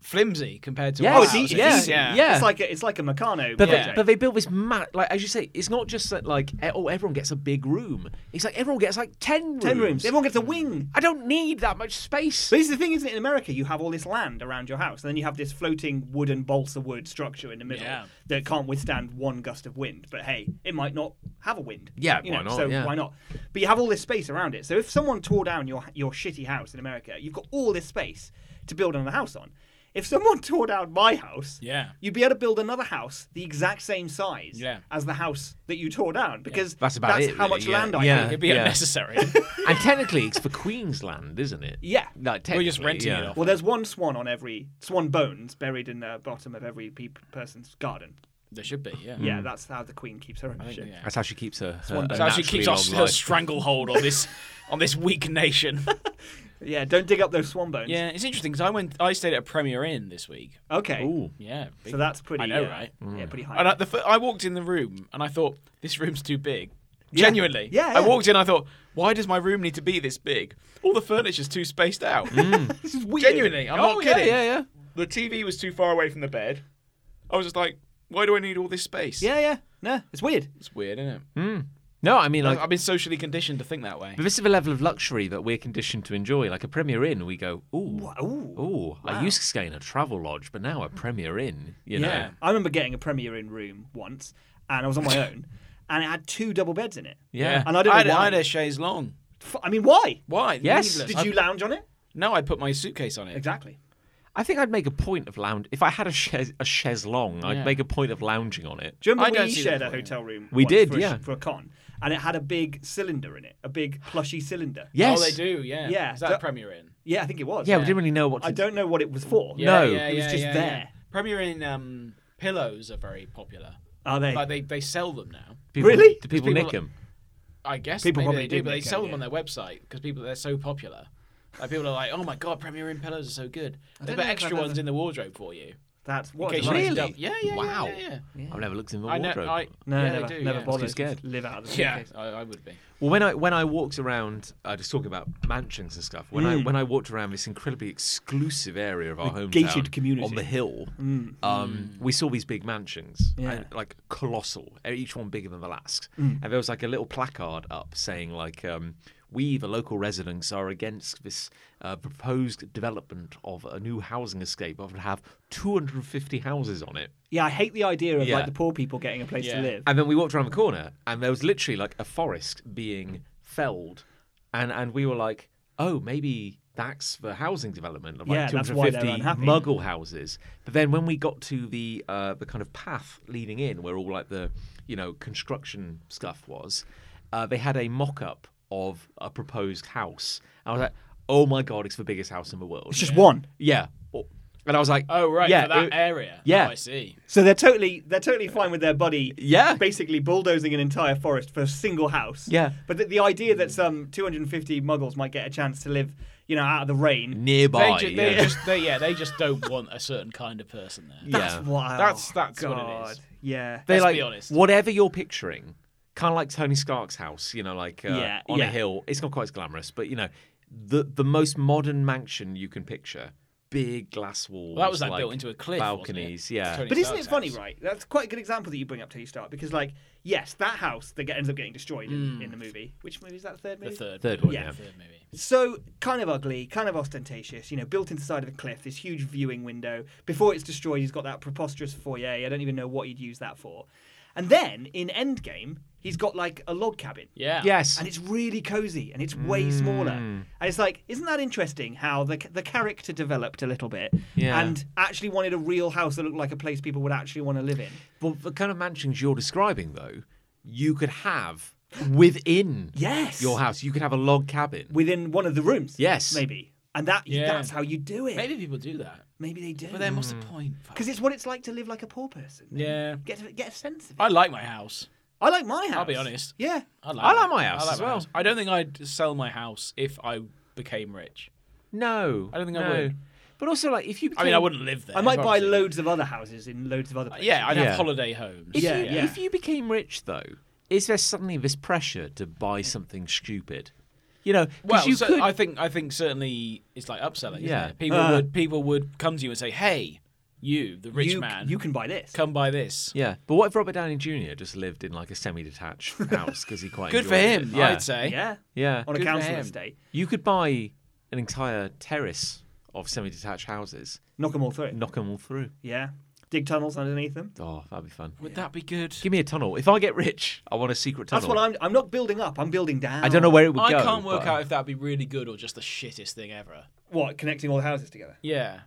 Speaker 2: Flimsy compared to
Speaker 1: Yes.
Speaker 2: our
Speaker 1: Oh, it's
Speaker 2: houses.
Speaker 1: easy. Yes.
Speaker 2: yeah.
Speaker 1: Yeah.
Speaker 3: It's like a, it's like a Meccano
Speaker 1: But
Speaker 3: project.
Speaker 1: they, but they built this ma like as you say, it's not just that like e- oh everyone gets a big room. It's like everyone gets like ten rooms.
Speaker 3: Ten rooms. Everyone gets a wing.
Speaker 1: I don't need that much space.
Speaker 3: But this is the thing, isn't it? In America, you have all this land around your house, and then you have this floating wooden balsa wood structure in the middle
Speaker 2: Yeah.
Speaker 3: that can't withstand one gust of wind. But hey, it might not have a wind.
Speaker 1: Yeah,
Speaker 3: you
Speaker 1: why
Speaker 3: know,
Speaker 1: not?
Speaker 3: So
Speaker 1: Yeah.
Speaker 3: why not? But you have all this space around it. So if someone tore down your your shitty house in America, you've got all this space to build another house on. If someone tore down my house,
Speaker 2: Yeah.
Speaker 3: you'd be able to build another house the exact same size
Speaker 2: Yeah.
Speaker 3: as the house that you tore down because
Speaker 1: That's about it,
Speaker 3: how
Speaker 1: really,
Speaker 3: much
Speaker 1: yeah.
Speaker 3: land I
Speaker 1: Yeah.
Speaker 3: own.
Speaker 2: It'd be
Speaker 1: Yeah.
Speaker 2: unnecessary.
Speaker 1: and technically, it's for Queensland, isn't it?
Speaker 3: Yeah.
Speaker 1: Like,
Speaker 2: We're just
Speaker 1: technically,
Speaker 2: renting it
Speaker 1: yeah.
Speaker 2: off.
Speaker 3: Well, there's one swan on every swan bones buried in the bottom of every pe- person's garden.
Speaker 2: there should be, yeah.
Speaker 1: Hmm.
Speaker 3: Yeah, that's how the queen keeps her
Speaker 2: I
Speaker 3: ownership.
Speaker 2: think, yeah.
Speaker 1: That's how she keeps her. her, her
Speaker 2: So she
Speaker 1: naturally
Speaker 2: keeps
Speaker 1: long
Speaker 2: off her
Speaker 1: life.
Speaker 2: stranglehold on this on this weak nation.
Speaker 3: Yeah, don't dig up those swan bones.
Speaker 2: yeah, it's interesting because I went, I stayed at a Premier Inn this week.
Speaker 3: Okay.
Speaker 1: Ooh. Hmm.
Speaker 2: Yeah, big-
Speaker 3: So that's pretty.
Speaker 2: I know,
Speaker 3: uh,
Speaker 2: right?
Speaker 3: Yeah, pretty high.
Speaker 2: And I, the, fir- I walked in the room and I thought this room's too big.
Speaker 3: Yeah.
Speaker 2: Genuinely,
Speaker 3: Yeah,
Speaker 2: I
Speaker 3: yeah.
Speaker 2: walked in. I thought, why does my room need to be this big? All the furniture's too spaced out.
Speaker 3: this is Mm. weird.
Speaker 2: Genuinely, I'm
Speaker 1: Oh,
Speaker 2: not
Speaker 1: yeah,
Speaker 2: kidding.
Speaker 1: yeah, yeah.
Speaker 2: The TV was too far away from the bed. I was just like, why do I need all this space?
Speaker 3: Yeah, Mm. yeah. No, it's weird.
Speaker 2: it's weird, isn't it?
Speaker 1: No, I mean, like,
Speaker 2: I've been socially conditioned to think that way.
Speaker 1: but this is the level of luxury that we're conditioned to enjoy. Like a Premier Inn, we go, ooh,
Speaker 3: ooh,
Speaker 1: ooh. I used to stay in a travel lodge, but now a Premier Inn. You know,
Speaker 2: Yeah.
Speaker 3: I remember getting a premier in room once, and I was on my own, and it had two double beds in it.
Speaker 1: yeah.
Speaker 3: And I don't know
Speaker 2: I had,
Speaker 3: why.
Speaker 2: I had a chaise long.
Speaker 3: F- I mean, why?
Speaker 2: Why?
Speaker 1: Yes.
Speaker 2: Needless.
Speaker 3: Did
Speaker 2: I-
Speaker 3: you lounge on it?
Speaker 2: No, I put my suitcase on it.
Speaker 3: Exactly.
Speaker 1: I think I'd make a point of lounge. If I had a chaise, a chaise longue, I'd
Speaker 2: Yeah. Oh,
Speaker 1: make a point of lounging on it.
Speaker 3: Do you
Speaker 2: I
Speaker 3: remember
Speaker 2: don't
Speaker 3: we
Speaker 2: see the
Speaker 3: shared a
Speaker 2: point.
Speaker 3: hotel room?
Speaker 1: We
Speaker 3: once
Speaker 1: did,
Speaker 3: for a sh-
Speaker 1: yeah.
Speaker 3: for a con, and it had a big cylinder in it, a big plushy cylinder.
Speaker 1: Yes.
Speaker 2: Oh, they do. Yeah.
Speaker 3: Yeah,
Speaker 2: Is that
Speaker 3: so-
Speaker 2: a Premier Inn?
Speaker 3: yeah, I think it was.
Speaker 1: Yeah, we didn't really know what to
Speaker 3: I don't know what it was for.
Speaker 2: Yeah,
Speaker 1: No.
Speaker 2: yeah,
Speaker 3: It was
Speaker 2: yeah,
Speaker 3: just
Speaker 2: yeah,
Speaker 3: there.
Speaker 2: yeah. Premier Inn um, pillows are very popular.
Speaker 3: Are they?
Speaker 2: Like they, they sell them now.
Speaker 1: People,
Speaker 3: Really?
Speaker 1: Do people,
Speaker 2: people-
Speaker 1: nick them?
Speaker 2: I guess
Speaker 3: People
Speaker 2: people
Speaker 3: probably
Speaker 2: probably they
Speaker 3: do
Speaker 2: do, but they
Speaker 3: make
Speaker 2: sell
Speaker 3: out,
Speaker 2: them on
Speaker 3: yeah.
Speaker 2: their website because people they're so popular. Like people are like, oh my god, Premier Inn pillows are so good. They put
Speaker 3: don't know if
Speaker 2: extra
Speaker 3: I've ever-
Speaker 2: ones in the wardrobe for you.
Speaker 3: That's what.
Speaker 2: In
Speaker 3: a
Speaker 2: case you
Speaker 3: delight.
Speaker 2: need to
Speaker 1: Really?
Speaker 2: dub- Yeah, yeah, yeah,
Speaker 1: Wow.
Speaker 2: Yeah, yeah.
Speaker 1: I've never looked in the
Speaker 2: I know.
Speaker 1: wardrobe.
Speaker 2: I,
Speaker 3: No,
Speaker 2: yeah,
Speaker 3: never,
Speaker 2: they do,
Speaker 3: never
Speaker 2: yeah.
Speaker 3: bothered.
Speaker 1: scared.
Speaker 3: Just live out of the
Speaker 2: Yeah,
Speaker 3: suitcase.
Speaker 2: I, I would be.
Speaker 1: Well, when I when I walked around, uh, just talking about mansions and stuff. When I
Speaker 3: Mm.
Speaker 1: when I walked around this incredibly exclusive area of our hometown,
Speaker 3: gated community. Mm.
Speaker 1: on the hill, um, we saw these big mansions,
Speaker 3: Yeah. Mm.
Speaker 1: and, like colossal, e, each one bigger than the last. And there was like a little placard up saying like. Um, we, the local residents, are against this uh, proposed development of a new housing escape that would have 250 houses on it.
Speaker 3: Yeah, I hate the idea of
Speaker 1: Yeah.
Speaker 3: like the poor people getting a place
Speaker 2: Yeah.
Speaker 3: to live.
Speaker 1: And then we walked around the corner, and there was literally like a forest being felled, and and we were like, oh, maybe that's the housing development of like
Speaker 3: Yeah, that's why they're
Speaker 1: 250
Speaker 3: unhappy.
Speaker 1: muggle houses. But then when we got to the uh, the kind of path leading in, where all like the you know construction stuff was, uh, they had a mock-up of a proposed house. I was like, oh my god, it's the biggest house in the world.
Speaker 3: It's just one.
Speaker 1: yeah. And I was like,
Speaker 2: Oh right,
Speaker 1: yeah,
Speaker 2: for that
Speaker 1: it-
Speaker 2: area.
Speaker 1: yeah.
Speaker 2: Oh, I see.
Speaker 3: So they're totally they're totally fine with their buddy.
Speaker 1: Yeah.
Speaker 3: Basically bulldozing an entire forest for a single house.
Speaker 1: Yeah.
Speaker 3: But the, the idea that some 250 muggles might get a chance to live, you know, out of the
Speaker 2: Mm.
Speaker 3: rain.
Speaker 1: nearby.
Speaker 2: they, ju- they
Speaker 1: yeah.
Speaker 2: just they, yeah they just don't want a certain kind of person there.
Speaker 1: yeah.
Speaker 3: That's wild.
Speaker 2: That's- that's what it
Speaker 3: God.
Speaker 2: is.
Speaker 3: Yeah.
Speaker 1: they
Speaker 2: Let's
Speaker 1: like
Speaker 2: be honest.
Speaker 1: whatever you're picturing, kind of like Tony Stark's house, you know, like uh,
Speaker 3: Yeah,
Speaker 1: on
Speaker 3: yeah.
Speaker 1: a hill. It's not quite as glamorous, but you know, the the most modern mansion you can picture, big glass walls.
Speaker 2: Well, that was like, built into a cliff. wasn't it?
Speaker 1: balconies. Yeah,
Speaker 2: Tony
Speaker 3: But isn't
Speaker 2: Stark's
Speaker 3: it funny,
Speaker 2: house.
Speaker 3: right? That's quite a good example that you bring up to you start because, like, yes, that house that get- ends up getting destroyed in, in the movie. Which movie is that? Third
Speaker 2: The
Speaker 3: movie.
Speaker 2: third,
Speaker 1: third one.
Speaker 3: Yeah.
Speaker 1: Yeah.
Speaker 2: third movie.
Speaker 3: So kind of ugly, kind of ostentatious. You know, built into the side of a cliff, this huge viewing window. Before it's destroyed, he's got that preposterous foyer. I don't even know what he'd use that for. And then in Endgame, he's got like a log cabin.
Speaker 2: Yeah.
Speaker 1: Yes.
Speaker 3: And it's really cozy and it's way smaller. And it's like, isn't that interesting how the, the character developed a little bit
Speaker 1: Yeah.
Speaker 3: and actually wanted a real house that looked like a place people would actually want to live in?
Speaker 1: Well, the kind of mansions you're describing, though, you could have within
Speaker 3: Yes.
Speaker 1: your house. You could have a log cabin.
Speaker 3: Within one of the rooms.
Speaker 1: Yes.
Speaker 3: Maybe. And that
Speaker 2: Yeah.
Speaker 3: that's how you do it.
Speaker 2: Maybe people do that,
Speaker 3: Maybe they do.
Speaker 2: but then what's the
Speaker 3: Hmm.
Speaker 2: point? Fuck.
Speaker 3: Because it's what it's like to live like a poor person.
Speaker 2: Yeah.
Speaker 3: Get a, get a sense of it.
Speaker 2: I like my house.
Speaker 3: I like my house.
Speaker 2: I'll be honest.
Speaker 3: Yeah.
Speaker 2: I like,
Speaker 1: I like my house as
Speaker 2: my
Speaker 1: well.
Speaker 2: I don't think I'd sell my house if I became rich.
Speaker 1: No,
Speaker 2: I don't think I
Speaker 1: no.
Speaker 2: would.
Speaker 1: But also, like, if you
Speaker 2: I
Speaker 1: became,
Speaker 2: mean, I wouldn't live there.
Speaker 3: I might buy
Speaker 2: obviously.
Speaker 3: loads of other houses in loads of other places.
Speaker 2: Yeah, I'd
Speaker 1: Yeah.
Speaker 2: have holiday homes.
Speaker 1: If,
Speaker 3: Yeah,
Speaker 1: you,
Speaker 3: yeah.
Speaker 1: if you became rich, though, is there suddenly this pressure to buy something stupid? You know, 'cause
Speaker 2: Well,
Speaker 1: you
Speaker 2: so
Speaker 1: could.
Speaker 2: I think I think certainly it's like upselling. isn't
Speaker 1: Yeah.
Speaker 2: it? people
Speaker 3: Uh.
Speaker 2: would people would come to you and say, "Hey, you, the rich
Speaker 3: you,
Speaker 2: man,
Speaker 3: You can buy this.
Speaker 2: come buy this."
Speaker 1: yeah, but what if Robert Downey Jr. just lived in like a semi-detached house because he quite
Speaker 2: Good for
Speaker 1: enjoyed
Speaker 2: him,
Speaker 1: it? Yeah,
Speaker 2: I'd say.
Speaker 3: Yeah.
Speaker 1: yeah.
Speaker 3: On
Speaker 2: eh? Good
Speaker 3: a
Speaker 2: for
Speaker 3: council
Speaker 2: him.
Speaker 3: estate.
Speaker 1: You could buy an entire terrace of semi-detached houses,
Speaker 3: Knock them all through.
Speaker 1: knock them all through.
Speaker 3: Yeah. Dig tunnels underneath them.
Speaker 1: Oh, that'd be fun.
Speaker 2: Would that be good?
Speaker 1: Give me a tunnel. If I get rich, I want a secret tunnel.
Speaker 3: That's what I'm. I'm not building up. I'm building down.
Speaker 1: I don't know where it would
Speaker 2: I
Speaker 1: go.
Speaker 2: can't work
Speaker 1: but-
Speaker 2: out if that'd be really good or just the shittest thing ever.
Speaker 3: what connecting all the houses together.
Speaker 2: Yeah,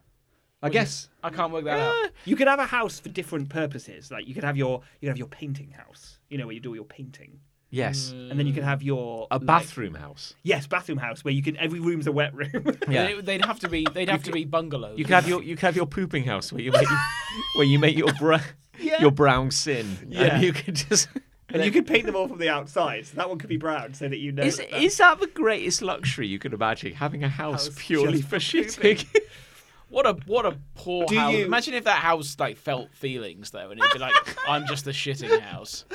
Speaker 1: I guess.
Speaker 2: I can't work
Speaker 1: Eh.
Speaker 2: that out.
Speaker 3: You could have a house for different purposes. Like you could have your you could have your painting house. You know where you do all your painting,
Speaker 1: Yes.
Speaker 2: Mm,
Speaker 3: and then you could have your
Speaker 1: A
Speaker 3: like-
Speaker 1: bathroom house.
Speaker 3: yes, bathroom house where you can every room's a wet room.
Speaker 1: Yeah.
Speaker 2: They, would have to be. They'd have to be bungalows.
Speaker 1: You could have your you could have your pooping house where you make where you make your bra-
Speaker 3: Yeah.
Speaker 1: your brown sin.
Speaker 3: Yeah.
Speaker 1: And you could just
Speaker 3: and you could paint them all from the outside. So that one could be brown, so that you know.
Speaker 1: is,
Speaker 3: that that-
Speaker 1: is that the greatest luxury you could imagine? Having a house,
Speaker 3: House
Speaker 1: purely
Speaker 3: just
Speaker 1: for
Speaker 3: pooping.
Speaker 1: shitting.
Speaker 2: What a what a poor
Speaker 3: Do
Speaker 2: house.
Speaker 3: you-
Speaker 2: Imagine if that house like felt feelings though, and it'd be like, I'm just the shitting house.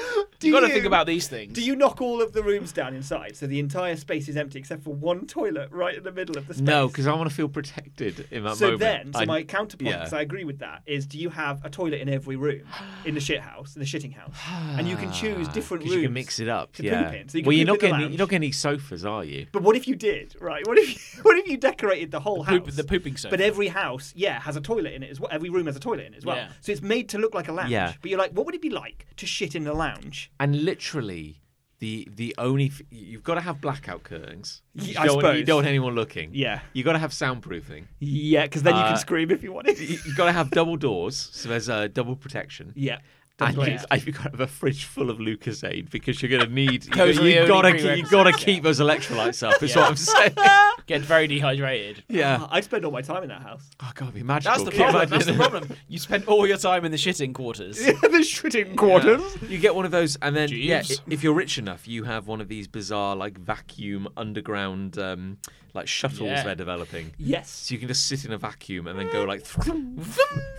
Speaker 2: you got to
Speaker 3: you-
Speaker 2: think about these things.
Speaker 3: do you knock all of the rooms down inside, so the entire space is empty except for one toilet right in the middle of the space?
Speaker 1: no, because I want to feel protected in that
Speaker 3: so
Speaker 1: moment.
Speaker 3: then, so
Speaker 1: I-
Speaker 3: my counterpoint,
Speaker 1: yeah.
Speaker 3: because I agree with that, is do you have a toilet in every room in the shit house, in the shitting house, and you can choose
Speaker 1: Ah,
Speaker 3: different
Speaker 1: 'cause
Speaker 3: rooms.
Speaker 1: You can mix it up.
Speaker 3: to
Speaker 1: yeah.
Speaker 3: poop in. So you can
Speaker 1: well, you're
Speaker 3: poop
Speaker 1: not
Speaker 3: in the
Speaker 1: getting
Speaker 3: lounge.
Speaker 1: you're not getting any sofas, are you?
Speaker 3: But what if you did, right? What if you, what if you decorated the whole
Speaker 2: Poop,
Speaker 3: house?
Speaker 2: the pooping sofa.
Speaker 3: but every house, yeah, has a toilet in it as well. Every room has a toilet in it as well.
Speaker 2: Yeah.
Speaker 3: So it's made to look like a lounge.
Speaker 1: Yeah.
Speaker 3: But you're like, what would it be like to shit in a lounge?
Speaker 1: and literally the the only f- you've got to have blackout curtains. You,
Speaker 3: I
Speaker 1: don't, want- you
Speaker 3: suppose.
Speaker 1: don't want anyone looking.
Speaker 3: Yeah.
Speaker 1: you got to have soundproofing.
Speaker 3: Yeah, because then you
Speaker 1: Uh,
Speaker 3: can scream if you wanted.
Speaker 1: You- You've got to have double doors, so there's a double protection.
Speaker 3: yeah.
Speaker 1: And
Speaker 3: That's
Speaker 1: you've,
Speaker 3: right.
Speaker 1: and you've got to have a fridge full of Lucasade because you're going to need. you
Speaker 2: Those are the
Speaker 1: you
Speaker 2: only
Speaker 1: gotta ke- you
Speaker 2: prerequisites,
Speaker 1: got to
Speaker 2: yeah.
Speaker 1: keep those electrolytes up. Is
Speaker 2: Yeah.
Speaker 1: what I'm saying.
Speaker 2: get very dehydrated.
Speaker 1: Yeah.
Speaker 3: I'd spend all my time in that house.
Speaker 1: Oh God, it'd be magical.
Speaker 2: That's the
Speaker 1: Can you
Speaker 2: problem.
Speaker 1: imagine?
Speaker 2: That's the problem. You spend all your time in the shitting quarters.
Speaker 3: the shitting quarters.
Speaker 1: You get one of those, and then yeah,
Speaker 2: Jeeves.
Speaker 1: i- if you're rich enough, you have one of these bizarre like vacuum underground um, like shuttles
Speaker 2: Yeah.
Speaker 1: they're developing.
Speaker 3: Yes.
Speaker 1: So you can just sit in a vacuum and then go like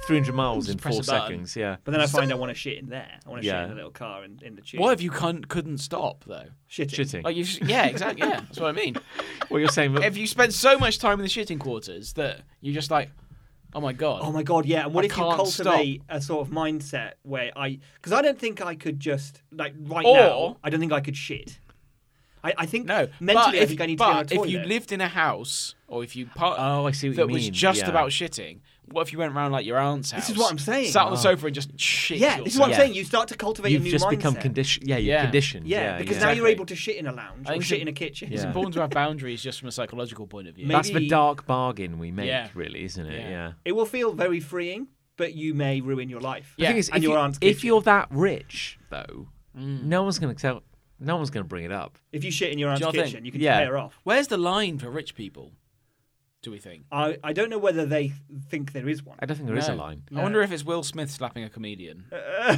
Speaker 1: 300 miles in
Speaker 2: press
Speaker 1: four
Speaker 2: a button.
Speaker 1: seconds. Yeah.
Speaker 3: But then I find I want to shit in there. I want to
Speaker 1: Yeah.
Speaker 3: shit in a little car in, in the tube.
Speaker 2: What if you can't, couldn't stop though?
Speaker 3: shitting?
Speaker 1: Shitting.
Speaker 2: Like you, sh- yeah, exactly. Yeah, that's what I mean.
Speaker 1: what you're saying.
Speaker 2: If you spend so much time in the shitting quarters that you're just like, oh my god,
Speaker 3: Oh my god, yeah. And what
Speaker 2: I
Speaker 3: if you
Speaker 2: can't
Speaker 3: cultivate a sort of mindset where I, because I don't think I could just like right
Speaker 2: Or-
Speaker 3: now. I don't think I could shit. I, I think
Speaker 2: no. but
Speaker 3: mentally I
Speaker 2: if,
Speaker 3: think I need to be on a
Speaker 2: but
Speaker 3: toilet.
Speaker 2: if you lived in a house or if you part,
Speaker 1: Oh, I see what you
Speaker 2: that was
Speaker 1: mean,
Speaker 2: just
Speaker 1: yeah.
Speaker 2: about shitting. What if you went round like your aunt's house?
Speaker 3: is what I'm saying.
Speaker 2: Sat
Speaker 1: Oh.
Speaker 2: on the sofa and just shit.
Speaker 3: yeah, this is what I'm
Speaker 1: Yeah.
Speaker 3: saying. You start to cultivate
Speaker 1: You've
Speaker 3: a new
Speaker 1: just
Speaker 3: mindset.
Speaker 1: become conditioned. Yeah, you're
Speaker 2: Yeah.
Speaker 1: conditioned.
Speaker 3: Yeah,
Speaker 1: Yeah,
Speaker 3: because
Speaker 1: yeah.
Speaker 3: now you're
Speaker 2: Exactly.
Speaker 3: able to shit in a lounge
Speaker 2: I
Speaker 3: or
Speaker 2: think
Speaker 3: shit
Speaker 2: so-
Speaker 3: in a kitchen.
Speaker 2: It's
Speaker 1: Yeah.
Speaker 2: important to have boundaries just from a psychological point of view.
Speaker 3: Maybe-
Speaker 1: That's the dark bargain we make,
Speaker 2: Yeah.
Speaker 1: really, isn't it? Yeah.
Speaker 2: Yeah.
Speaker 3: It will feel very freeing, but you may ruin your life.
Speaker 1: The
Speaker 2: Yeah.
Speaker 1: thing is,
Speaker 3: And
Speaker 1: if,
Speaker 3: your
Speaker 1: you,
Speaker 3: aunt's
Speaker 1: if
Speaker 3: kitchen.
Speaker 1: you're that rich, though, no one's going to tell. No one's going to bring it up.
Speaker 3: If you shit in your aunt's
Speaker 2: you know what I
Speaker 3: kitchen,
Speaker 2: think?
Speaker 3: you can
Speaker 1: Yeah.
Speaker 3: tear off.
Speaker 2: Where's the line for rich people? Do we think?
Speaker 3: I, I don't know whether they think there is one.
Speaker 1: I don't think there is
Speaker 2: No.
Speaker 1: a line.
Speaker 2: I wonder if it's Will Smith slapping a comedian.
Speaker 3: Uh,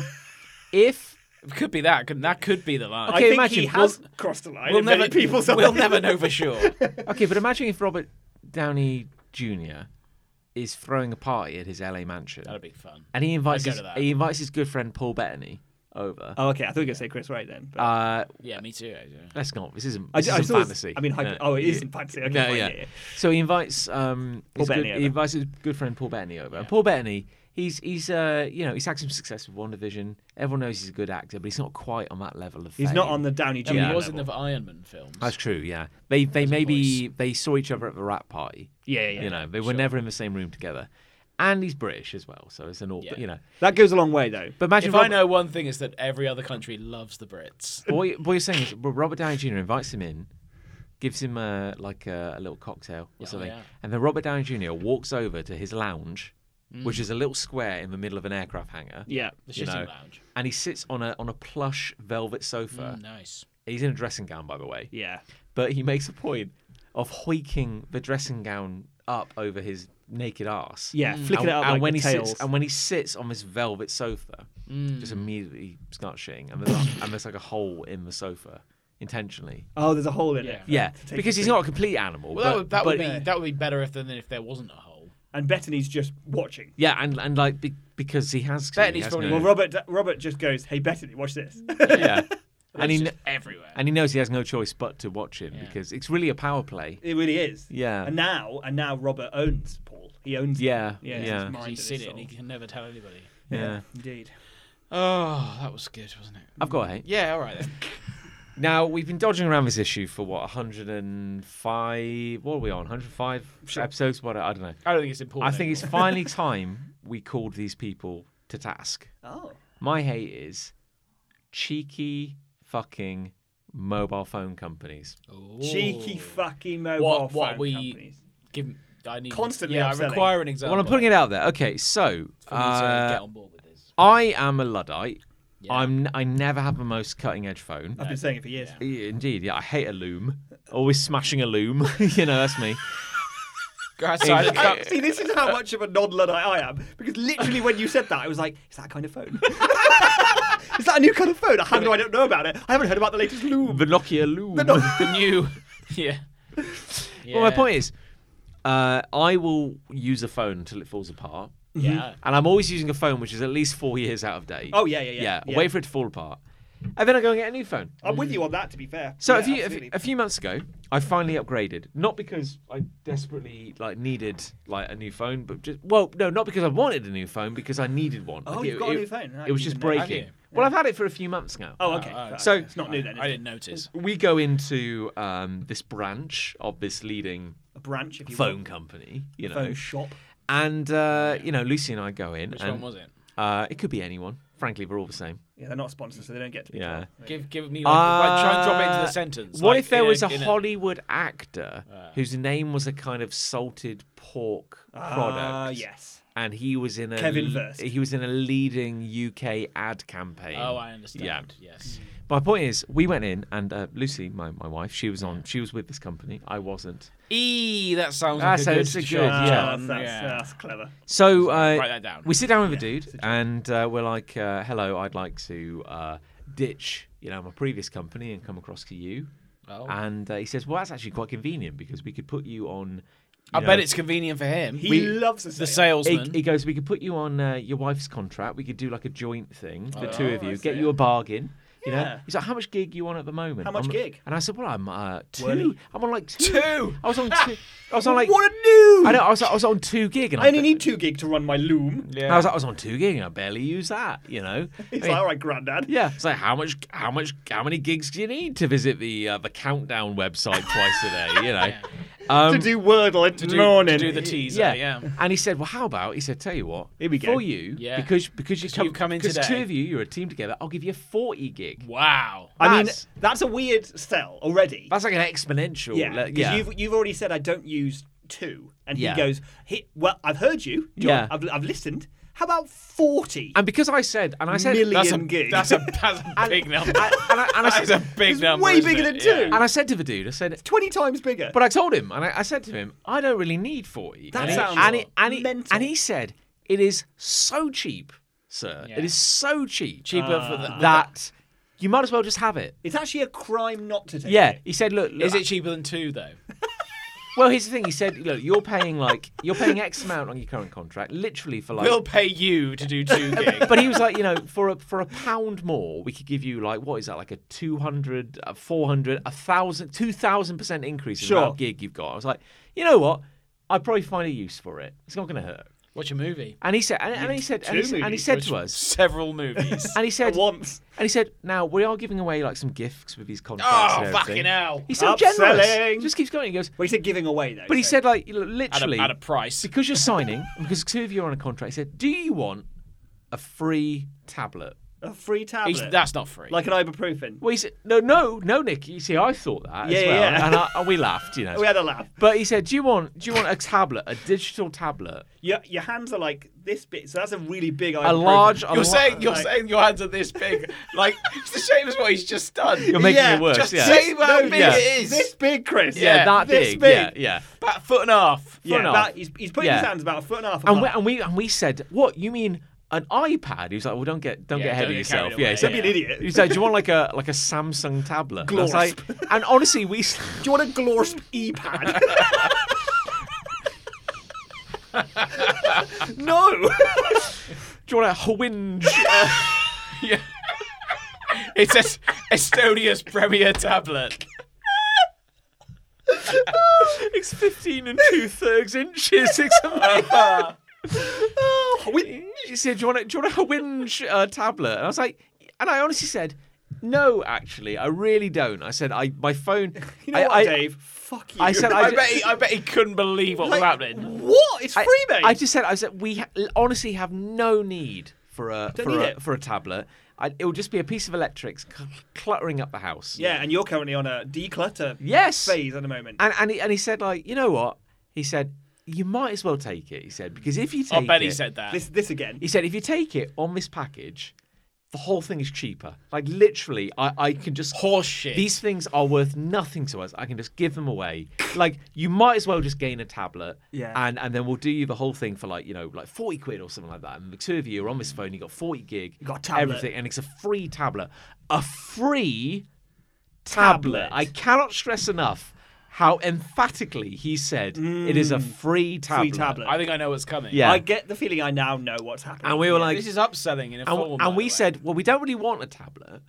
Speaker 1: If
Speaker 2: It could be that. Could, that could be the line.
Speaker 3: I
Speaker 1: Okay,
Speaker 3: think
Speaker 1: imagine,
Speaker 3: he
Speaker 1: we'll-
Speaker 3: has crossed the line. in many people's
Speaker 2: we'll
Speaker 3: eyes.
Speaker 2: never know for sure.
Speaker 1: okay, but imagine if Robert Downey Jr. is throwing a party at his LA mansion,
Speaker 2: That'd be fun.
Speaker 1: and he invites
Speaker 2: I'd go
Speaker 1: his,
Speaker 2: to that.
Speaker 1: he invites his good friend Paul Bettany over.
Speaker 3: Oh, okay. I thought you were going to say Chris Wright then. but-
Speaker 1: Uh,
Speaker 2: Yeah, me too. actually.
Speaker 1: Let's not. This isn't.
Speaker 3: I,
Speaker 1: This
Speaker 3: I
Speaker 1: isn't
Speaker 3: saw his-
Speaker 1: fantasy.
Speaker 3: I mean, hypo-
Speaker 1: No.
Speaker 3: oh, it isn't fantasy. Okay,
Speaker 1: No,
Speaker 3: fine,
Speaker 1: yeah.
Speaker 3: yeah, yeah.
Speaker 1: So he invites um, his
Speaker 3: Bettany
Speaker 1: good,
Speaker 3: over.
Speaker 1: he invites his good friend Paul Bettany over. And Paul Bettany, he's he's uh, you know he's had some success with One Division. Everyone knows he's a good actor, but he's not quite on that level of.
Speaker 3: He's not
Speaker 1: fame.
Speaker 3: on the Downey Jr.
Speaker 2: I mean,
Speaker 1: Yeah.
Speaker 2: he was in the
Speaker 3: level.
Speaker 2: Iron Man films.
Speaker 1: That's true. Yeah, they they maybe they saw each other at the Rat Party.
Speaker 3: Yeah, yeah, yeah.
Speaker 1: You know, they were never in the same room together, and he's British as well, so it's an all.
Speaker 2: Yeah.
Speaker 1: You know,
Speaker 3: That goes a long way, though.
Speaker 1: but imagine
Speaker 2: If
Speaker 1: Robert,
Speaker 2: I know one thing, it's that every other country loves the Brits.
Speaker 1: what, you- what you're saying is well, Robert Downey Jr. invites him in, gives him a, like a, a little cocktail or something,
Speaker 2: yeah.
Speaker 1: and then Robert Downey Jr. walks over to his lounge, which is a little square in the middle of an aircraft hangar.
Speaker 3: Mm. Yeah.
Speaker 2: The
Speaker 1: You
Speaker 2: shitting
Speaker 1: know.
Speaker 2: lounge.
Speaker 1: And he sits on a on a plush velvet sofa.
Speaker 2: Mm, nice.
Speaker 1: He's in a dressing gown, by the way,
Speaker 3: Yeah.
Speaker 1: but he makes a point of hoiking the dressing gown up over his naked ass.
Speaker 3: Yeah, flicking
Speaker 1: and,
Speaker 3: it up
Speaker 1: and
Speaker 3: like
Speaker 1: when
Speaker 3: the
Speaker 1: he
Speaker 3: tails. Mm.
Speaker 1: sits and when he sits on this velvet sofa, just immediately starts shitting, and there's, like- and there's like a hole in the sofa. intentionally.
Speaker 3: Oh, there's a hole in it.
Speaker 2: Yeah.
Speaker 1: Yeah,
Speaker 3: To take
Speaker 1: because
Speaker 3: the
Speaker 1: he's
Speaker 3: thing.
Speaker 1: not a complete animal.
Speaker 2: Well, that
Speaker 1: but-
Speaker 2: would that would
Speaker 1: but-
Speaker 2: be that would be better if than if there wasn't a hole.
Speaker 3: And Bethany's just watching.
Speaker 1: Yeah, and and like be, because he has.
Speaker 2: Bet
Speaker 1: he
Speaker 2: he's
Speaker 1: has
Speaker 2: probably-
Speaker 1: no-
Speaker 3: Well, Robert Robert just goes, "Hey, Bethany, watch this."
Speaker 1: yeah, and he
Speaker 2: It's
Speaker 1: kn-
Speaker 2: just everywhere.
Speaker 1: and he knows he has no choice but to watch him because it's really a power play.
Speaker 3: it really is.
Speaker 1: Yeah.
Speaker 3: And now, and now Robert owns Paul. He owns. him.
Speaker 1: Yeah,
Speaker 3: it's
Speaker 1: yeah.
Speaker 3: his
Speaker 2: 'Cause
Speaker 3: mind
Speaker 2: he's
Speaker 3: and
Speaker 2: seen
Speaker 3: his
Speaker 2: it and he
Speaker 3: soul.
Speaker 2: can never tell anybody.
Speaker 1: Yeah.
Speaker 3: Indeed.
Speaker 2: Oh, that was good, wasn't it?
Speaker 1: I've got a hate.
Speaker 2: Yeah, all right then.
Speaker 1: Now we've been dodging around this issue for what 105? What are we on? 105 episodes? What I don't know.
Speaker 2: I don't think it's important.
Speaker 1: I think it's
Speaker 2: anymore.
Speaker 1: finally time we called these people to task.
Speaker 3: Oh.
Speaker 1: My hate is cheeky fucking mobile phone companies.
Speaker 3: Cheeky fucking mobile
Speaker 2: What- what
Speaker 3: phone
Speaker 2: we-
Speaker 3: companies.
Speaker 2: Give him, I need
Speaker 3: Constantly
Speaker 2: Yeah, I
Speaker 3: upselling.
Speaker 2: require an example.
Speaker 1: Well, I'm putting it out there. Okay, so
Speaker 2: for me to
Speaker 1: uh,
Speaker 2: get on board with this.
Speaker 1: I am a luddite.
Speaker 2: Yeah.
Speaker 1: I'm. I never have the most cutting edge phone.
Speaker 3: I've been saying it for years.
Speaker 1: Yeah, Indeed, yeah. I hate a loom. Always smashing a loom. you know, that's me.
Speaker 2: Go outside the cup.
Speaker 3: See, this is how much of a non-Luddite I am. Because literally, when you said that, I was like, "Is that a kind of phone? is that a new kind of phone? How do I don't know about it? I haven't heard about the latest loom."
Speaker 1: The Nokia loom.
Speaker 2: The new. yeah. yeah.
Speaker 1: Well, my point is, uh, I will use a phone until it falls apart,
Speaker 2: Yeah.
Speaker 1: and I'm always using a phone which is at least four years out of date.
Speaker 3: Oh, yeah, yeah, yeah, yeah.
Speaker 1: Wait for it to fall apart, and then I go and get a new phone.
Speaker 3: I'm with you on that, to be fair.
Speaker 1: So
Speaker 3: Yeah,
Speaker 1: a few a,
Speaker 3: absolutely.
Speaker 1: few- a few months ago, I finally upgraded. Not because I desperately like needed like a new phone, but just well, no, not because I wanted a new phone, because I needed one.
Speaker 3: Oh,
Speaker 1: Like,
Speaker 3: you've
Speaker 1: it,
Speaker 3: got a
Speaker 1: it-
Speaker 3: new phone. I
Speaker 1: It was just
Speaker 3: didn't even know.
Speaker 2: Have
Speaker 1: breaking.
Speaker 2: you?
Speaker 1: Well, I've had it for a few months now.
Speaker 3: Oh, okay.
Speaker 2: Oh,
Speaker 1: So-
Speaker 3: it's not new then.
Speaker 2: I
Speaker 3: is it?
Speaker 2: didn't notice.
Speaker 1: We go into um, this branch of this leading
Speaker 3: a branch, if you
Speaker 1: phone
Speaker 3: will.
Speaker 1: company, you know,
Speaker 3: phone shop.
Speaker 1: and uh, you know, Lucy and I go in.
Speaker 2: Which
Speaker 1: and,
Speaker 2: one was it?
Speaker 1: Uh, it could be anyone. Frankly, we're all the same.
Speaker 3: Yeah, they're not sponsored, so they don't get to be.
Speaker 1: Yeah.
Speaker 3: told.
Speaker 2: Give give me like, like try and drop it into
Speaker 1: Uh,
Speaker 2: the sentence.
Speaker 1: What
Speaker 2: like,
Speaker 1: if there
Speaker 2: in
Speaker 1: was a,
Speaker 2: in
Speaker 1: Hollywood actor whose name was a kind of salted pork
Speaker 3: Ah,
Speaker 1: product?
Speaker 3: yes.
Speaker 1: And he was in a
Speaker 3: Kevin Verst.
Speaker 1: he was in a leading UK ad campaign.
Speaker 2: Oh, I understand.
Speaker 1: Yeah.
Speaker 2: Yes.
Speaker 1: My point is, we went in and uh, Lucy, my, my wife, she was on. She was with this company. I wasn't.
Speaker 2: E. That sounds
Speaker 1: Ah,
Speaker 2: like
Speaker 1: so
Speaker 2: a good.
Speaker 1: it's a good-
Speaker 2: shot.
Speaker 1: yeah.
Speaker 3: Ah, that's, that's,
Speaker 2: Yeah.
Speaker 3: that's clever.
Speaker 1: So uh,
Speaker 2: Write that down.
Speaker 1: We sit down with a dude, and uh, we're like, uh, "Hello, I'd like to uh, ditch, you know, my previous company and come across to you."
Speaker 2: Oh.
Speaker 1: And uh, he says, "Well, that's actually quite convenient because we could put you on."
Speaker 2: I
Speaker 1: you
Speaker 2: bet
Speaker 1: know-
Speaker 2: it's convenient for him.
Speaker 3: He
Speaker 1: We-
Speaker 3: loves
Speaker 2: the
Speaker 3: the sale.
Speaker 1: He,
Speaker 2: salesman.
Speaker 1: he goes, "We could put you on uh, your wife's contract. We could do like a joint thing, the two
Speaker 3: Oh,
Speaker 1: of
Speaker 3: I
Speaker 1: you,
Speaker 3: see.
Speaker 1: get you a bargain." You know,
Speaker 3: Yeah.
Speaker 1: he's like, "How much gig you on at the moment?"
Speaker 3: How much
Speaker 1: I'm-
Speaker 3: gig?
Speaker 1: And I said, "Well, I'm uh, two.
Speaker 3: Whirly?
Speaker 1: I'm on like two.
Speaker 2: Two.
Speaker 1: I was on two. I was on like
Speaker 3: What a noob!
Speaker 1: I know. I was, I was on two gig, and
Speaker 3: I
Speaker 1: I,
Speaker 3: only need two gig to run my loom.
Speaker 1: And I was I was on two gig, and I barely use that. You know, I
Speaker 3: He's
Speaker 1: mean,
Speaker 3: like, all right, granddad.
Speaker 1: Yeah, it's like how much, how much, how many gigs do you need to visit the uh, the countdown website twice a day? You know, um,
Speaker 3: To do Wordle in
Speaker 2: to do,
Speaker 3: the morning.
Speaker 2: to do the teaser.
Speaker 1: yeah,
Speaker 2: Yeah.
Speaker 1: And he said, well, how about? He said, tell you what,
Speaker 3: Here we go.
Speaker 1: for you,
Speaker 2: Yeah.
Speaker 1: because because you come,
Speaker 2: you've come in
Speaker 1: because
Speaker 2: today.
Speaker 1: two of you, you're a team together. I'll give you forty gig.
Speaker 2: Wow.
Speaker 3: I mean,
Speaker 1: That's-
Speaker 3: that's a weird sell already.
Speaker 1: That's like an exponential.
Speaker 3: yeah,
Speaker 1: le-
Speaker 3: because
Speaker 1: yeah.
Speaker 3: you've you've already said I don't use two, and
Speaker 1: Yeah.
Speaker 3: he goes, he, "Well, I've heard you. John.
Speaker 1: Yeah.
Speaker 3: I've, I've listened. How about 40
Speaker 1: and because I said, and I said,
Speaker 3: million
Speaker 1: that's a-
Speaker 3: gigs?
Speaker 2: That's a that's a big number.
Speaker 1: and, I, and I
Speaker 2: That is
Speaker 1: said,
Speaker 2: a big
Speaker 3: It's
Speaker 2: number.
Speaker 3: way
Speaker 2: isn't
Speaker 3: bigger
Speaker 2: it?
Speaker 3: than two.
Speaker 1: and I said to the dude, I said,
Speaker 3: twenty times bigger.
Speaker 1: But I told him, and I, I said to him, I don't really need 40.
Speaker 3: That
Speaker 1: and he-
Speaker 3: sounds
Speaker 1: and he, and, he,
Speaker 3: mental.
Speaker 1: and he said, It is so cheap, sir.
Speaker 2: Yeah.
Speaker 1: It is so cheap. Ah.
Speaker 2: Cheaper for the-
Speaker 1: that you might as well just have it.
Speaker 3: it's actually a crime not to take.
Speaker 1: Yeah.
Speaker 3: it.
Speaker 1: He said, Look, look
Speaker 2: Is it cheaper than two though?
Speaker 1: well, here's the thing. He said, Look, you're paying like, you're paying X amount on your current contract, literally for like.
Speaker 2: We'll pay you to do two gigs.
Speaker 1: but he was like, you know, for a for a pound more, we could give you like what is that, like a 200, a 400, a thousand, two thousand percent increase in the
Speaker 3: Sure.
Speaker 1: amount of gig you've got. I was like, you know what? I probably find a use for it. It's not going to hurt.
Speaker 2: Watch a movie.
Speaker 1: And he said, and, and he said, and he,
Speaker 3: two
Speaker 1: said- and he
Speaker 3: movies,
Speaker 1: said to
Speaker 2: Watch
Speaker 1: us,
Speaker 2: several movies.
Speaker 1: and he said,
Speaker 3: At once.
Speaker 1: and he said, now we are giving away like some gifts with these contracts.
Speaker 2: oh
Speaker 1: and everything."
Speaker 2: fucking hell!
Speaker 1: He's so generous.
Speaker 3: Upselling.
Speaker 1: Just keeps going. He goes,
Speaker 3: Well, he said giving away though.
Speaker 1: but he
Speaker 3: so-
Speaker 1: said like
Speaker 2: At
Speaker 1: literally
Speaker 2: a, at a price.
Speaker 1: because you're signing, and because two of you are on a contract. He said, do you want a free tablet?
Speaker 3: a free
Speaker 2: He's-
Speaker 3: tablet,
Speaker 2: that's not free.
Speaker 3: like an ibuprofen.
Speaker 1: Well, he said, no, no, no, Nick. You see, I thought that
Speaker 3: Yeah,
Speaker 1: as well,
Speaker 3: yeah.
Speaker 1: and, I, and we laughed, you know.
Speaker 3: We had a laugh.
Speaker 1: but he said, do you want, do you want a tablet, a digital tablet,
Speaker 3: Your your hands are like this bit, so that's a really big.
Speaker 1: a large? a
Speaker 2: you're
Speaker 1: la-
Speaker 2: saying you're
Speaker 3: like-
Speaker 2: saying your hands are this big. Like it's the same as what he's just done.
Speaker 1: you're making
Speaker 3: Yeah,
Speaker 1: it worse.
Speaker 2: just
Speaker 1: yeah.
Speaker 2: say how big
Speaker 1: yeah.
Speaker 2: it is.
Speaker 3: this big, Chris.
Speaker 1: yeah,
Speaker 2: yeah,
Speaker 1: that
Speaker 3: this
Speaker 1: big.
Speaker 3: big.
Speaker 1: Yeah, yeah.
Speaker 2: about a foot and a half.
Speaker 3: Yeah,
Speaker 1: and a
Speaker 3: about-
Speaker 1: half.
Speaker 3: he's, he's putting
Speaker 1: Yeah.
Speaker 3: his hands about a foot and a half
Speaker 1: And
Speaker 3: apart.
Speaker 1: we, and we and we said, "What you mean an iPad. He was like, "Well, don't get don't
Speaker 2: Yeah,
Speaker 1: get ahead
Speaker 2: don't
Speaker 1: of
Speaker 2: get carried
Speaker 1: yourself."
Speaker 2: away,
Speaker 1: Yeah, he's like,
Speaker 2: yeah.
Speaker 3: Be an idiot.
Speaker 1: He's like, "Do you want like a like a Samsung tablet?" And, I was like, and honestly, we s-
Speaker 3: Do you want a Glorsp E-pad? no.
Speaker 1: do you want a Hawinge? Uh,
Speaker 2: Yeah. it's Es- Estonia's premier tablet.
Speaker 1: it's fifteen and two thirds inches. It's amazing.
Speaker 3: Hawinge.
Speaker 1: He said, "Do you want a, do you want a Hawinge uh, tablet?" And I was like, and I honestly said. No, actually, I really don't. I said, I my phone.
Speaker 3: You know
Speaker 1: I,
Speaker 3: what,
Speaker 1: I-
Speaker 3: Dave? Fuck you.
Speaker 1: I said
Speaker 2: I
Speaker 1: ju-
Speaker 2: bet he, I bet he couldn't believe what was
Speaker 3: Like,
Speaker 2: happening.
Speaker 3: What? It's
Speaker 1: I-
Speaker 3: free, mate.
Speaker 1: I just said I said we ha- honestly have no need for a
Speaker 3: Don't
Speaker 1: for
Speaker 3: need
Speaker 1: a,
Speaker 3: it.
Speaker 1: for a tablet. I, it will just be a piece of electrics cl- cluttering up the house.
Speaker 3: yeah, and you're currently on a declutter
Speaker 1: Yes.
Speaker 3: phase at the moment.
Speaker 1: And and he, and he said like you know what he said you might as well take it. He said because if you
Speaker 2: I
Speaker 1: take
Speaker 2: bet
Speaker 1: it,
Speaker 2: he said that.
Speaker 3: This this again.
Speaker 1: he said if you take it on this package, the whole thing is cheaper. Like literally, I I can just
Speaker 2: Horse shit.
Speaker 1: These things are worth nothing to us. I can just give them away. Like you might as well just gain a tablet.
Speaker 3: Yeah.
Speaker 1: And and then we'll do you the whole thing for like you know like forty quid or something like that. And the two of you are on this phone. You got forty gig.
Speaker 3: You got a tablet.
Speaker 1: Everything, and it's a free tablet. A free tablet.
Speaker 3: Tablet.
Speaker 1: I cannot stress enough how emphatically he said it is a free tablet.
Speaker 3: Mm. Free tablet.
Speaker 2: I think I know what's coming.
Speaker 1: Yeah.
Speaker 3: I get the feeling I now know what's happening.
Speaker 1: and we were like,
Speaker 2: This is upselling in a
Speaker 1: and,
Speaker 2: form.
Speaker 1: and
Speaker 2: by
Speaker 1: we
Speaker 2: the way.
Speaker 1: said, well, we don't really want a tablet,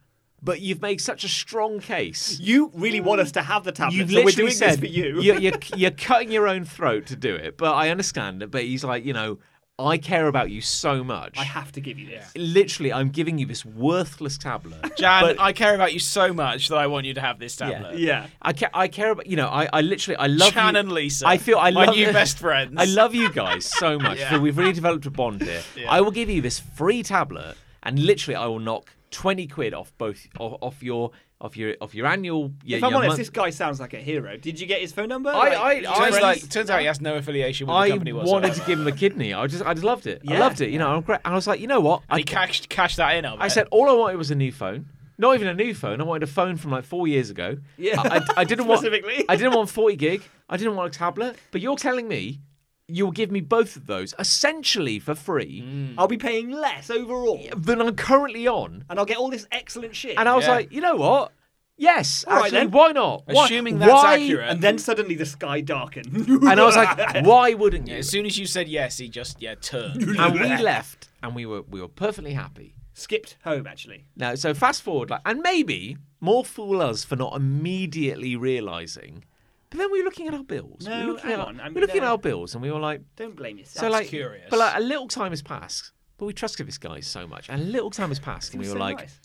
Speaker 1: but you've made such a strong case.
Speaker 3: you really want us to have the tablet,
Speaker 1: You've
Speaker 3: so we're
Speaker 1: literally
Speaker 3: doing
Speaker 1: said
Speaker 3: this for you.
Speaker 1: You're, you're, you're cutting your own throat to do it, but I understand it. But he's like, you know, I care about you so much.
Speaker 3: I have to give you this.
Speaker 1: Literally, I'm giving you this worthless tablet.
Speaker 2: Jan,
Speaker 1: but-
Speaker 2: I care about you so much that I want you to have this tablet.
Speaker 3: Yeah.
Speaker 1: I care, I care about you know I, I literally I love
Speaker 2: Chan
Speaker 1: you.
Speaker 2: and Lisa,
Speaker 1: I feel I
Speaker 2: my
Speaker 1: love
Speaker 2: new best friends.
Speaker 1: I love you guys so much.
Speaker 2: Yeah.
Speaker 1: So we've really developed a bond here. I will give you this free tablet, and literally I will knock twenty quid off both off, off your off your off your annual. Your,
Speaker 3: If I'm
Speaker 1: your
Speaker 3: honest,
Speaker 1: month-
Speaker 3: this guy sounds like a hero. Did you get his phone number?
Speaker 1: I- I-
Speaker 3: did you
Speaker 1: I
Speaker 2: Turns,
Speaker 3: friends?
Speaker 2: like, turns out he has no affiliation with
Speaker 1: I
Speaker 2: the company whatsoever.
Speaker 1: wanted to give him a kidney. I just I just loved it. I
Speaker 3: Yeah.
Speaker 1: loved it. You know, I'm great. And I was like, you know what?
Speaker 2: And
Speaker 1: I,
Speaker 2: he cashed, cashed that in. I,
Speaker 1: I
Speaker 2: bet.
Speaker 1: said all I wanted was a new phone. Not even a new phone. I wanted a phone from like four years ago.
Speaker 3: Yeah.
Speaker 1: I, I, I didn't want.
Speaker 3: Specifically.
Speaker 1: I didn't want 40 gig. I didn't want a tablet. But you're telling me you'll give me both of those essentially for free
Speaker 2: Mm.
Speaker 3: I'll be paying less overall,
Speaker 1: than I'm currently on.
Speaker 3: and I'll get all this excellent shit.
Speaker 1: And I was
Speaker 2: Yeah.
Speaker 1: like, you know what? Yes,
Speaker 3: right,
Speaker 1: actually,
Speaker 3: then.
Speaker 1: why not? Why-
Speaker 2: Assuming that's
Speaker 1: why-
Speaker 2: accurate.
Speaker 3: And then suddenly the sky darkened.
Speaker 1: And I was like, why wouldn't you?
Speaker 2: As soon as you said yes, he just yeah turned.
Speaker 1: And we left, and we were we were perfectly happy.
Speaker 3: skipped home actually.
Speaker 1: Now, so fast forward, like, and maybe more fool us for not immediately realizing. But then we were looking at our bills. we
Speaker 3: No,
Speaker 1: were looking,
Speaker 3: hang
Speaker 1: at,
Speaker 3: on,
Speaker 1: we
Speaker 3: I
Speaker 1: were
Speaker 3: mean,
Speaker 1: looking at
Speaker 3: no.
Speaker 1: our bills, and we were like,
Speaker 3: Don't blame yourself.
Speaker 1: so like,
Speaker 2: curious.
Speaker 1: but like a little time has passed. But we trusted this guy so much, and a little time has passed, and we
Speaker 3: It's
Speaker 1: were
Speaker 3: so
Speaker 1: like,
Speaker 3: nice.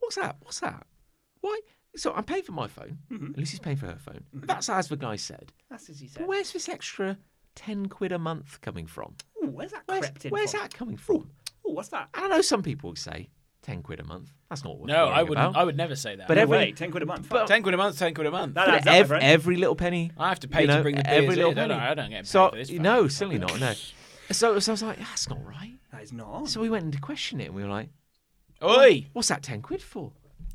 Speaker 1: "What's that? What's that? Why?" So I'm paying for my phone.
Speaker 3: Mm-hmm.
Speaker 1: Lucy's paying for her phone. That's as the guy said.
Speaker 3: that's as you said.
Speaker 1: But where's this extra ten quid a month coming from?
Speaker 3: Ooh, where's that
Speaker 1: Where's,
Speaker 3: crept in?
Speaker 1: where's
Speaker 3: from?
Speaker 1: that coming from?
Speaker 3: Ooh, what's that?
Speaker 1: And I know some people would say ten quid a month. That's not what.
Speaker 2: no, I would I would never say that.
Speaker 1: But
Speaker 3: No
Speaker 1: every-
Speaker 3: way, ten quid a month.
Speaker 1: but-
Speaker 3: Fuck.
Speaker 2: ten quid a month, ten quid a month.
Speaker 3: That
Speaker 1: But
Speaker 3: adds up, my
Speaker 1: ev-
Speaker 3: friend.
Speaker 1: every little penny.
Speaker 2: I have to pay
Speaker 1: you
Speaker 2: to
Speaker 1: know,
Speaker 2: bring the
Speaker 1: every
Speaker 2: beers
Speaker 1: little
Speaker 2: in.
Speaker 1: penny.
Speaker 2: No, no, I don't get paid
Speaker 1: so
Speaker 2: for this
Speaker 1: no,
Speaker 2: fucking
Speaker 1: certainly not. No. So, so I was like, that's not right.
Speaker 3: that is not.
Speaker 1: So we went in to question it, and we were like,
Speaker 2: Oi!
Speaker 1: what's that ten quid for?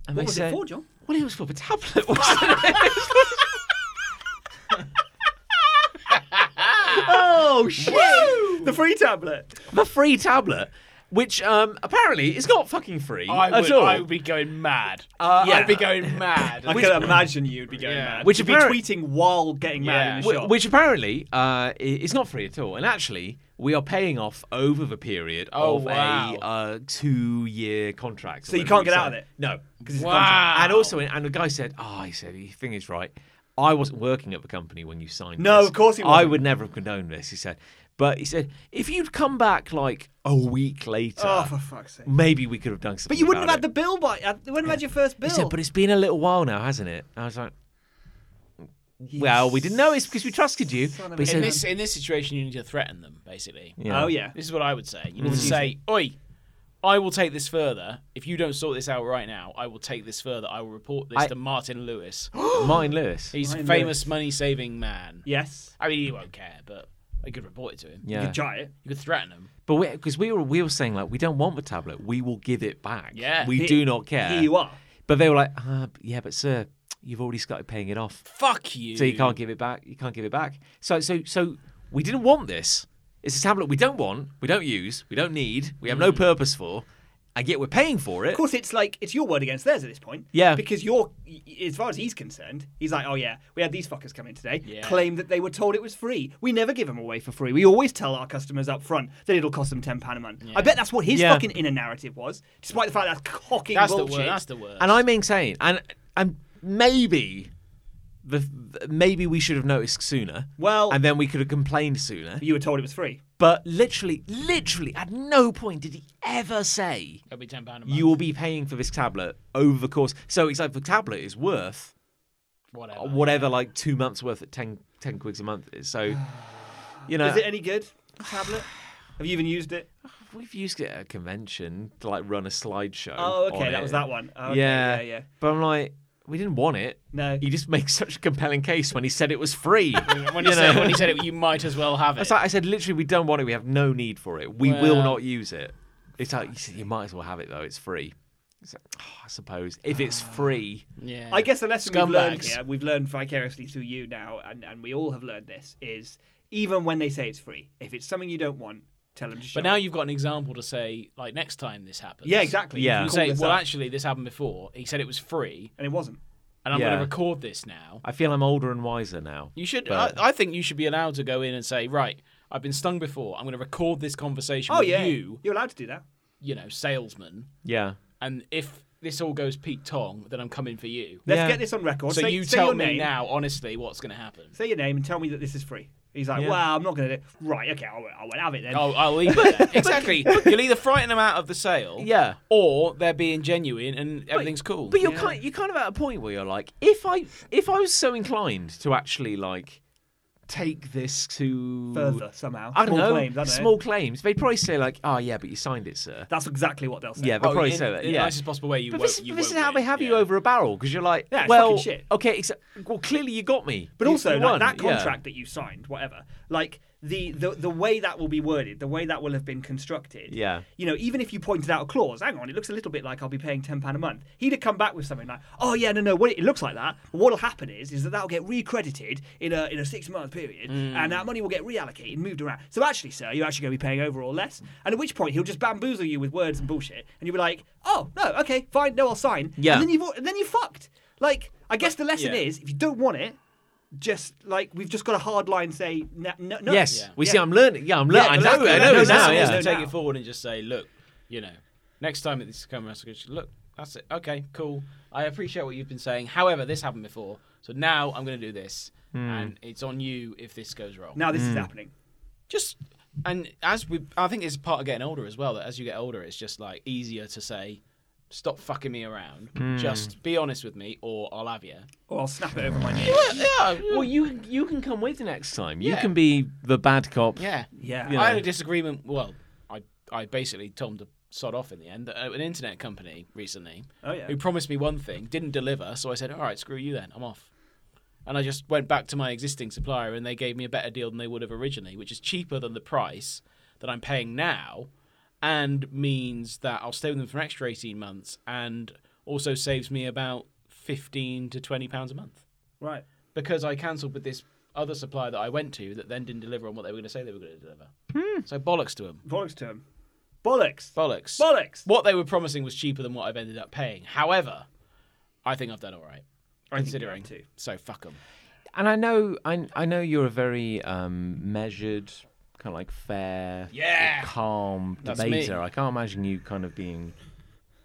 Speaker 1: And
Speaker 3: what
Speaker 1: they
Speaker 3: was
Speaker 1: said,
Speaker 3: it for, John?
Speaker 1: well, it was for the tablet, wasn't it?
Speaker 3: Oh shit! The free tablet.
Speaker 1: the free tablet. Which um, apparently is not fucking free
Speaker 2: I
Speaker 1: at
Speaker 2: would,
Speaker 1: all.
Speaker 2: I would be going mad.
Speaker 1: yeah.
Speaker 2: Oh, Uh, I'd be going mad.
Speaker 3: I can imagine you'd be going
Speaker 2: Yeah.
Speaker 3: mad.
Speaker 1: Which
Speaker 3: You'd be
Speaker 1: apparently-
Speaker 3: tweeting while getting mad in the
Speaker 1: Wh-
Speaker 3: shop.
Speaker 1: Which apparently uh, i- is not free at all. And actually, we are paying off over the period
Speaker 2: Oh,
Speaker 1: of
Speaker 2: wow.
Speaker 1: a uh, two year contract. or
Speaker 3: So you
Speaker 1: whatever
Speaker 3: can't get out of it?
Speaker 1: No.
Speaker 2: wow.
Speaker 1: And also, and the guy said, oh, he said, the thing is right. I wasn't working at the company when you signed
Speaker 3: No,
Speaker 1: this.
Speaker 3: of course he
Speaker 1: I
Speaker 3: wasn't."
Speaker 1: would never have condoned this, he said. But he said, if you'd come back like a week later,
Speaker 3: oh, for fuck's sake!
Speaker 1: maybe we could have done something.
Speaker 3: But you wouldn't have
Speaker 1: about
Speaker 3: had
Speaker 1: it."
Speaker 3: the bill by. uh, You wouldn't have had your first bill.
Speaker 1: He said, but it's been a little while now, hasn't it? And I was like, well, we didn't know it's because we trusted you.
Speaker 3: son of
Speaker 1: But
Speaker 3: a
Speaker 1: he said,
Speaker 2: in this in this situation, you need to threaten them basically.
Speaker 3: Oh yeah.
Speaker 2: This is what I would say.
Speaker 1: Mm.
Speaker 2: You need to say, "Oi, I will take this further. If you don't sort this out right now, I will take this further. I will report this
Speaker 1: I-
Speaker 2: to Martin Lewis.
Speaker 1: Martin Lewis.
Speaker 2: He's a
Speaker 3: Martin
Speaker 2: famous money-saving man.
Speaker 3: Yes.
Speaker 2: I mean, he won't care, but I could report it to him.
Speaker 3: You
Speaker 1: Yeah.
Speaker 3: could try it.
Speaker 2: You could threaten him.
Speaker 1: But because we, were we were saying like we don't want the tablet, we will give it back.
Speaker 2: Yeah.
Speaker 1: We
Speaker 3: He-
Speaker 1: do not care.
Speaker 3: Here you are.
Speaker 1: But they were like, uh, yeah, but sir, you've already started paying it off,
Speaker 2: Fuck you.
Speaker 1: so you can't give it back. You can't give it back. So so so we didn't want this, It's a tablet we don't want, we don't use, we don't need, we have no purpose for, and yet we're paying for it.
Speaker 3: Mm. Of course, it's like it's your word against theirs at this point.
Speaker 1: Yeah.
Speaker 3: Because you're, as far as he's concerned, he's like, oh yeah, we had these fuckers come in today,
Speaker 2: Yeah.
Speaker 3: claim that they were told it was free. We never give them away for free. We always tell our customers up front that it'll cost them ten pound a month. I bet that's what his
Speaker 1: Yeah.
Speaker 3: fucking inner narrative was, despite the fact that's cocking
Speaker 2: That's the
Speaker 3: bullshit.
Speaker 2: word. That's the word.
Speaker 1: and I'm insane. And and maybe the maybe we should have noticed sooner.
Speaker 3: Well-
Speaker 1: and then we could have complained sooner.
Speaker 3: You were told it was free.
Speaker 1: But literally, literally, at no point did he ever say
Speaker 2: That'd be ten pound a month.
Speaker 1: you will be paying for this tablet over the course. So it's like the tablet is worth
Speaker 2: whatever.
Speaker 1: uh, whatever, like two months worth at 10, 10 quids a month. is. So you know,
Speaker 3: Is it any good? the Tablet? Have you even used it?
Speaker 1: we've used it at a convention to like run a slideshow.
Speaker 3: Oh,
Speaker 1: on
Speaker 3: okay, that
Speaker 1: it.
Speaker 3: was that one. Oh, okay,
Speaker 1: yeah,
Speaker 3: yeah, yeah.
Speaker 1: But I'm like, we didn't want it.
Speaker 3: No.
Speaker 1: He just makes such a compelling case when he said it was free.
Speaker 2: When
Speaker 1: you
Speaker 2: he, said,
Speaker 1: know?
Speaker 2: when he said it, you might as well have it.
Speaker 1: It's like I said, literally, we don't want it. We have no need for it. We will
Speaker 2: Well-
Speaker 1: not use it. It's like you, said, you might as well have it though. It's free. It's like, oh, I suppose if it's
Speaker 3: Ah.
Speaker 1: free,
Speaker 2: yeah.
Speaker 3: I guess the lesson we've learned
Speaker 2: Scumbags.
Speaker 3: here, we've learned vicariously through you now, and, and we all have learned this, is even when they say it's free, if it's something you don't want, tell them to shut
Speaker 2: But now
Speaker 3: up.
Speaker 2: you've got an example to say, like next time this happens.
Speaker 3: Yeah, exactly. You
Speaker 1: Yeah.
Speaker 3: can
Speaker 2: You
Speaker 3: call
Speaker 2: say,
Speaker 3: this
Speaker 2: well,
Speaker 3: up.
Speaker 2: actually, this happened before. He said it was free,
Speaker 3: and it wasn't.
Speaker 2: and I'm going
Speaker 1: Yeah.
Speaker 2: to record this now.
Speaker 1: I feel I'm older and wiser now.
Speaker 2: You should.
Speaker 1: But-
Speaker 2: I, I think you should be allowed to go in and say, right, I've been stung before. I'm going to record this conversation
Speaker 3: Oh
Speaker 2: with
Speaker 3: yeah,
Speaker 2: you,
Speaker 3: you're allowed to do that.
Speaker 2: you know, salesman.
Speaker 1: Yeah.
Speaker 2: And if this all goes Pete Tong, then I'm coming for you.
Speaker 3: Let's
Speaker 1: Yeah.
Speaker 3: get this on record.
Speaker 2: So
Speaker 3: say,
Speaker 2: you
Speaker 3: say
Speaker 2: tell
Speaker 3: your
Speaker 2: me
Speaker 3: name.
Speaker 2: now, honestly, what's going to happen.
Speaker 3: Say your name and tell me that this is free. He's like,
Speaker 1: Yeah.
Speaker 3: well, I'm not gonna do. it." Right, okay, I won't, I won't have it then.
Speaker 2: Oh, I'll leave it there. exactly. You'll either frighten them out of the sale,
Speaker 1: Yeah.
Speaker 2: or they're being genuine and everything's cool.
Speaker 1: But you're kind, you're kind of at a point where you're like, if I, if I was so inclined to actually like take this to
Speaker 3: Further somehow.
Speaker 1: I don't
Speaker 3: Small
Speaker 1: know,
Speaker 3: claims, I don't know.
Speaker 1: small claims, they'd probably say like, oh yeah, but you signed it, sir.
Speaker 3: That's exactly what they'll say.
Speaker 1: Yeah, they'll
Speaker 2: Oh,
Speaker 1: probably
Speaker 2: in,
Speaker 1: say that.
Speaker 2: in the
Speaker 1: yeah.
Speaker 2: nicest possible way. You
Speaker 1: But
Speaker 2: won't,
Speaker 1: this,
Speaker 2: you
Speaker 1: this is
Speaker 2: won't
Speaker 1: how they
Speaker 2: win.
Speaker 1: have you
Speaker 2: Yeah.
Speaker 1: over a barrel because you're like,
Speaker 3: Yeah, it's
Speaker 1: well,
Speaker 3: fucking shit.
Speaker 1: okay, exa- well, clearly you got me.
Speaker 3: But
Speaker 1: You-
Speaker 3: also
Speaker 1: you
Speaker 3: like,
Speaker 1: won,
Speaker 3: that
Speaker 1: yeah.
Speaker 3: contract that you signed, whatever, like the, the the way that will be worded, the way that will have been constructed.
Speaker 1: Yeah.
Speaker 3: You know, even if you pointed out a clause, hang on, it looks a little bit like I'll be paying ten pound a month. He'd have come back with something like, oh yeah, no, no, what it looks like that. But what'll happen is, is that that'll get recredited in a in a six month period,
Speaker 1: Mm.
Speaker 3: and that money will get reallocated, and moved around. So actually, sir, you're actually going to be paying overall less. And at which point he'll just bamboozle you with words and bullshit, and you'll be like, oh no, okay, fine, no, I'll sign.
Speaker 1: Yeah.
Speaker 3: And then you've al- and then you fucked. Like, I guess the lesson
Speaker 2: yeah.
Speaker 3: is, if you don't want it just like we've just got a hard line say no, no, no.
Speaker 1: Yes,
Speaker 2: Yeah.
Speaker 1: we
Speaker 3: Yeah.
Speaker 1: see. I'm learning. Yeah, I'm learning.
Speaker 3: Yeah,
Speaker 1: I
Speaker 3: but
Speaker 1: know.
Speaker 3: that's-
Speaker 1: I
Speaker 3: that's-
Speaker 1: know
Speaker 3: that's-
Speaker 1: now.
Speaker 3: that's-
Speaker 1: Yeah.
Speaker 3: that's-
Speaker 2: take
Speaker 3: now.
Speaker 2: it forward and just say, look, you know, next time that this comes, I go, look, that's it. Okay, cool. I appreciate what you've been saying. However, this happened before, so now I'm going to do this, and it's on you if this goes wrong.
Speaker 3: Now this is happening.
Speaker 2: just and as we, I think it's part of getting older as well. That as you get older, it's just like easier to say, stop fucking me around. Just be honest with me, or I'll have you.
Speaker 3: Or I'll snap it over my knee.
Speaker 2: Yeah,
Speaker 1: Well, you you can come with next time. You
Speaker 2: Yeah.
Speaker 1: can be the bad cop.
Speaker 2: yeah,
Speaker 3: Yeah.
Speaker 1: You
Speaker 2: I
Speaker 1: know.
Speaker 2: had a disagreement. Well, I I basically told him to sod off in the end. Uh, An internet company recently,
Speaker 3: Oh, yeah.
Speaker 2: who promised me one thing, didn't deliver. So I said, "All right, screw you then. I'm off." And I just went back to my existing supplier, and they gave me a better deal than they would have originally, which is cheaper than the price that I'm paying now, and means that I'll stay with them for an extra eighteen months, and also saves me about fifteen to twenty pounds a month
Speaker 3: Right.
Speaker 2: because I cancelled with this other supplier that I went to that then didn't deliver on what they were going to say they were going to deliver.
Speaker 1: Hmm.
Speaker 2: So bollocks to them.
Speaker 3: Bollocks to him. Bollocks.
Speaker 2: Bollocks.
Speaker 3: Bollocks.
Speaker 2: What they were promising was cheaper than what I've ended up paying. However, I think I've done all right. Considering,
Speaker 3: too.
Speaker 2: so fuck them.
Speaker 1: And I know I I know you're a very um, measured, kind of like fair,
Speaker 2: Yeah.
Speaker 1: calm
Speaker 2: That's
Speaker 1: debater.
Speaker 2: me.
Speaker 1: I can't imagine you kind of being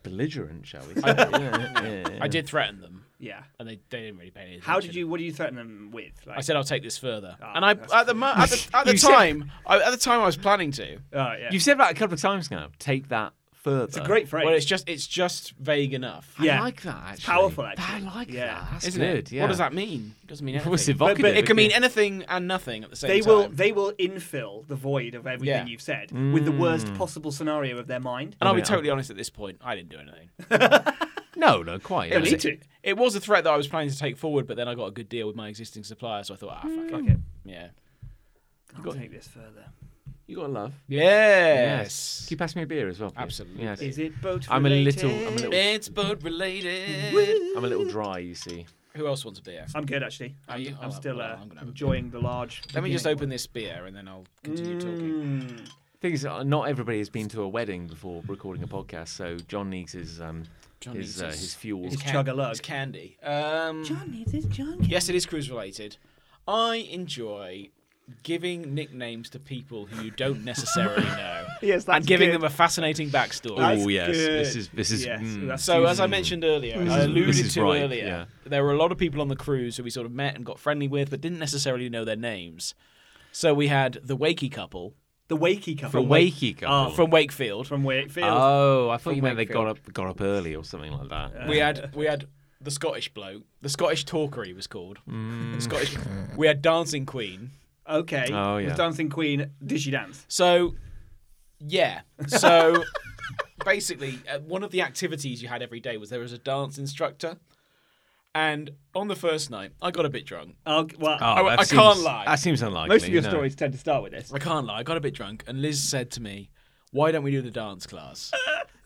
Speaker 1: belligerent, shall we say? yeah, yeah, yeah.
Speaker 2: I did threaten them,
Speaker 3: Yeah.
Speaker 2: and they, they didn't really pay any attention.
Speaker 3: How did you? What do you threaten them with? Like,
Speaker 2: I said I'll take this further,
Speaker 3: Ah,
Speaker 2: and I
Speaker 3: that's
Speaker 2: at the, mo- at the at the
Speaker 1: You said-
Speaker 2: time I, at the time I was planning to.
Speaker 3: oh, yeah.
Speaker 1: You've said that a couple of times now. Take that further.
Speaker 3: it's a great phrase.
Speaker 2: Well, it's just it's just vague enough,
Speaker 3: Yeah.
Speaker 1: I like that. Actually.
Speaker 3: powerful,
Speaker 1: I
Speaker 3: actually.
Speaker 1: like
Speaker 3: Yeah.
Speaker 1: that. That's
Speaker 2: isn't
Speaker 1: good.
Speaker 2: it?
Speaker 1: Yeah.
Speaker 2: What does that mean? It doesn't mean
Speaker 1: Well, it's
Speaker 2: anything.
Speaker 1: evocative.
Speaker 3: But- but
Speaker 2: it can mean anything and nothing at the same
Speaker 3: they
Speaker 2: time.
Speaker 3: will. They will infill the void of everything
Speaker 2: Yeah.
Speaker 3: you've said with the worst
Speaker 2: Mm.
Speaker 3: possible scenario of their mind.
Speaker 2: and I'll be
Speaker 1: Yeah.
Speaker 2: totally honest at this point, I didn't do anything.
Speaker 1: No, no, quite.
Speaker 3: They'll
Speaker 1: no.
Speaker 3: need to.
Speaker 2: It was a threat that I was planning to take forward, but then I got a good deal with my existing supplier, so I thought, ah, fuck it.
Speaker 3: Okay.
Speaker 2: Yeah.
Speaker 3: I'll take this further.
Speaker 1: You got love.
Speaker 2: Yes.
Speaker 1: Can you pass me a beer as well? please?
Speaker 2: Absolutely.
Speaker 1: Yes.
Speaker 3: Is it boat
Speaker 1: I'm a
Speaker 3: related?
Speaker 1: little- I'm a little-
Speaker 2: It's boat related.
Speaker 1: I'm a little dry, you see.
Speaker 2: Who else wants a beer?
Speaker 3: I'm good actually.
Speaker 2: Are
Speaker 3: I'm,
Speaker 2: you?
Speaker 3: I'm
Speaker 2: Oh,
Speaker 3: still
Speaker 2: well,
Speaker 3: uh,
Speaker 2: I'm gonna have a
Speaker 3: enjoying the large.
Speaker 2: Let me just open this beer and then I'll continue talking.
Speaker 3: Mm.
Speaker 1: Thing is, uh, not everybody has been to a wedding before recording a podcast, so John needs his um,
Speaker 2: John
Speaker 1: his
Speaker 2: needs
Speaker 1: uh,
Speaker 2: his-
Speaker 1: his fuel.
Speaker 3: his chug-a-lug.
Speaker 2: It's candy. Um,
Speaker 3: needs his John.
Speaker 2: Yes, it is cruise related. I enjoy giving nicknames to people who you don't necessarily know.
Speaker 3: Yes, that's
Speaker 2: and giving
Speaker 3: good.
Speaker 2: them a fascinating backstory.
Speaker 3: That's
Speaker 1: oh yes, this
Speaker 3: good.
Speaker 1: is this is.
Speaker 3: Yes,
Speaker 1: mm.
Speaker 3: that's
Speaker 2: So, as I mentioned earlier, I
Speaker 1: is-
Speaker 2: alluded
Speaker 1: this is
Speaker 2: to
Speaker 1: right,
Speaker 2: earlier,
Speaker 1: yeah.
Speaker 2: there were a lot of people on the cruise who we sort of met and got friendly with, but didn't necessarily know their names. So we had the Wakey couple
Speaker 3: The Wakey couple.
Speaker 1: the Wakey couple.
Speaker 3: Ah,
Speaker 2: from Wakefield.
Speaker 3: from Wakefield.
Speaker 1: oh, I thought you
Speaker 3: from
Speaker 1: meant they got up
Speaker 3: Wakefield.
Speaker 1: got up early or something like that. Oh,
Speaker 2: we had we had the Scottish bloke, the Scottish talker he was called.
Speaker 1: Mm.
Speaker 2: The Scottish. We had Dancing Queen.
Speaker 3: okay.
Speaker 1: Oh, yeah.
Speaker 3: With Dancing Queen, did she dance?
Speaker 2: So, yeah. So, basically, uh, one of the activities you had every day was there was a dance instructor. And on the first night, I got a bit drunk.
Speaker 3: Oh, g- well,
Speaker 1: Oh,
Speaker 2: I-
Speaker 1: that
Speaker 2: I
Speaker 1: seems-
Speaker 2: can't lie.
Speaker 1: That seems unlikely.
Speaker 3: most of your
Speaker 1: no.
Speaker 3: stories tend to start with this.
Speaker 2: I can't lie, I got a bit drunk, and Liz said to me, Why don't we do the dance class?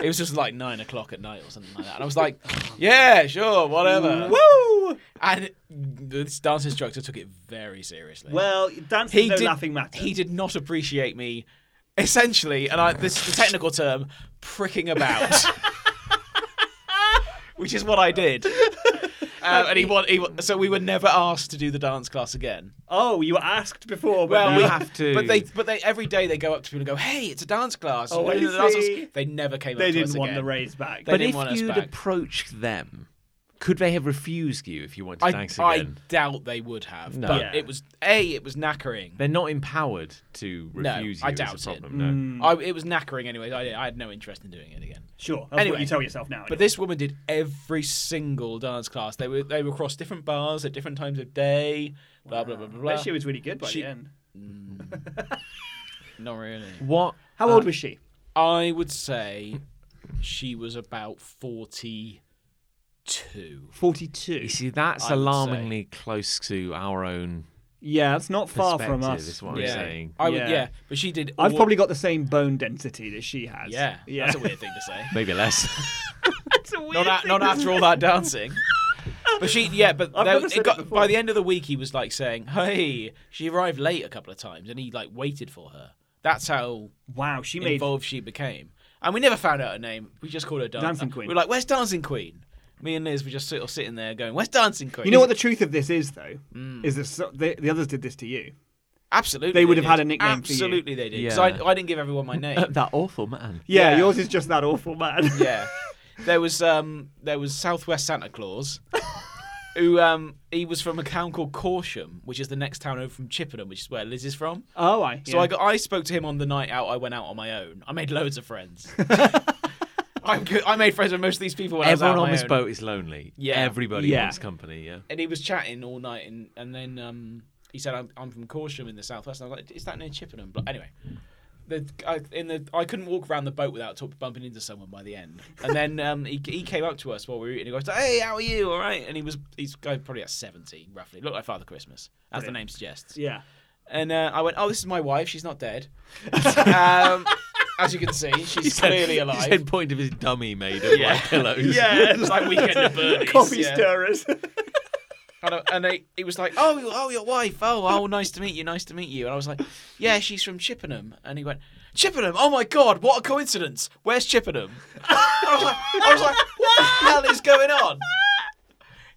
Speaker 2: it was just like nine o'clock at night or something like that. And I was like, Yeah, sure, whatever.
Speaker 3: Woo!
Speaker 2: And this dance instructor took it very seriously.
Speaker 3: Well, dance is no laughing matter.
Speaker 2: He did not appreciate me, essentially, and I, this is the technical term, pricking about, which is what I did. Um, and he, wa- he wa- so we were never asked to do the dance class again.
Speaker 3: Oh, you were asked before. But
Speaker 2: Well,
Speaker 3: now-
Speaker 2: we
Speaker 1: have to.
Speaker 2: but they, but they every day they go up to people and go, "Hey, it's a dance class."
Speaker 3: Oh,
Speaker 2: And
Speaker 3: I
Speaker 2: the dance class-
Speaker 3: see.
Speaker 2: They never came.
Speaker 3: they
Speaker 2: up to
Speaker 3: didn't
Speaker 2: us
Speaker 3: want the
Speaker 2: again.
Speaker 3: raise back.
Speaker 2: They
Speaker 1: But
Speaker 2: didn't
Speaker 1: if
Speaker 2: want us
Speaker 1: you'd
Speaker 2: back.
Speaker 1: approached them, could they have refused you if you went to
Speaker 2: I,
Speaker 1: thanks
Speaker 2: I
Speaker 1: again?
Speaker 2: doubt they would have.
Speaker 1: No.
Speaker 2: But
Speaker 3: Yeah.
Speaker 2: it was a. It was knackering.
Speaker 1: They're not empowered to
Speaker 2: No,
Speaker 1: refuse
Speaker 2: I
Speaker 1: you.
Speaker 2: doubt
Speaker 1: is
Speaker 2: it. Mm.
Speaker 1: a problem, No.
Speaker 3: Mm.
Speaker 2: I, it was knackering anyway. I, I had no interest in doing it again.
Speaker 3: sure, that's
Speaker 2: Anyway.
Speaker 3: what you tell yourself now.
Speaker 2: But this woman did every single dance class. They were they were across different bars at different times of day. Blah blah blah blah. blah.
Speaker 3: anyway. she was really good by
Speaker 2: She-
Speaker 3: the end.
Speaker 2: not really.
Speaker 1: What?
Speaker 3: How old was she?
Speaker 2: I would say she was about forty-two.
Speaker 3: Forty-two.
Speaker 1: You see, that's
Speaker 2: I would
Speaker 1: alarmingly close to our own
Speaker 3: Yeah, it's not far
Speaker 1: perspective.
Speaker 3: from us.
Speaker 1: Is what I'm saying.
Speaker 2: I would.
Speaker 3: Yeah.
Speaker 2: Yeah. but she did.
Speaker 3: I've
Speaker 2: all-
Speaker 3: probably got the same bone density that she has.
Speaker 2: Yeah,
Speaker 3: yeah.
Speaker 2: that's a weird thing to say.
Speaker 1: Maybe less.
Speaker 3: It's a weird
Speaker 2: not a,
Speaker 3: thing
Speaker 2: not
Speaker 3: to
Speaker 2: after all that dancing. But she, yeah, but
Speaker 3: I've
Speaker 2: there-
Speaker 3: never said
Speaker 2: it
Speaker 3: it
Speaker 2: got,
Speaker 3: before.
Speaker 2: by the end of the week, he was like saying, "Hey, she arrived late a couple of times," and he like waited for her. That's how
Speaker 3: Wow, she made.
Speaker 2: involved she became. And we never found out her name. We just called her Dan-
Speaker 3: Dancing Queen.
Speaker 2: We were like, "Where's Dancing Queen?" Me and Liz were just sort of sitting there going, "Where's Dancing Queen?"
Speaker 3: You know what the truth of this is, though,
Speaker 2: Mm.
Speaker 3: is this, the, the others did this to you.
Speaker 2: Absolutely,
Speaker 3: They would have had
Speaker 2: did.
Speaker 3: a nickname for you.
Speaker 2: Absolutely, they did. Because
Speaker 1: Yeah.
Speaker 2: I, I didn't give everyone my name.
Speaker 1: that awful man.
Speaker 3: Yeah,
Speaker 2: Yeah.
Speaker 3: yours is just that awful man.
Speaker 2: yeah, there was um there was Southwest Santa Claus, who um he was from a town called Corsham, which is the next town over from Chippenham, which is where Liz is from.
Speaker 3: Oh, I.
Speaker 2: So I got I spoke to him on the night out. I went out on my own. I made loads of friends. I'm good. I made friends with most of these people when I
Speaker 1: Everyone
Speaker 2: was out
Speaker 1: on
Speaker 2: my
Speaker 1: this
Speaker 2: own.
Speaker 1: boat is lonely.
Speaker 2: Yeah.
Speaker 1: Everybody
Speaker 3: Yeah.
Speaker 1: wants company. Yeah.
Speaker 2: and he was chatting all night, and, and then um, he said, I'm, "I'm from Corsham in the southwest." And I was like, "Is that near Chippenham?" But anyway, the I, in the I couldn't walk around the boat without talk, bumping into someone by the end. And then um, he, he came up to us while we were eating. He goes, "Hey, how are you? All right?" And he was he's guy probably at seventy roughly, looked like Father Christmas, as the name suggests.
Speaker 3: Yeah.
Speaker 2: And uh, I went, "Oh, this is my wife. She's not dead." um, as you can see, she's clearly
Speaker 1: He
Speaker 2: alive.
Speaker 1: said point of his dummy made of like pillows.
Speaker 3: Yeah.
Speaker 2: It's like weekend at Bernie's.
Speaker 3: Coffee
Speaker 2: yeah.
Speaker 3: stirrers.
Speaker 2: And, I, and they, he was like, "Oh, you- oh, your wife. Oh, oh, nice to meet you. Nice to meet you." And I was like, "Yeah, she's from Chippenham." And he went, "Chippenham? Oh my God! What a coincidence! Where's Chippenham?" And I was like, "I was like, what the hell is going on?"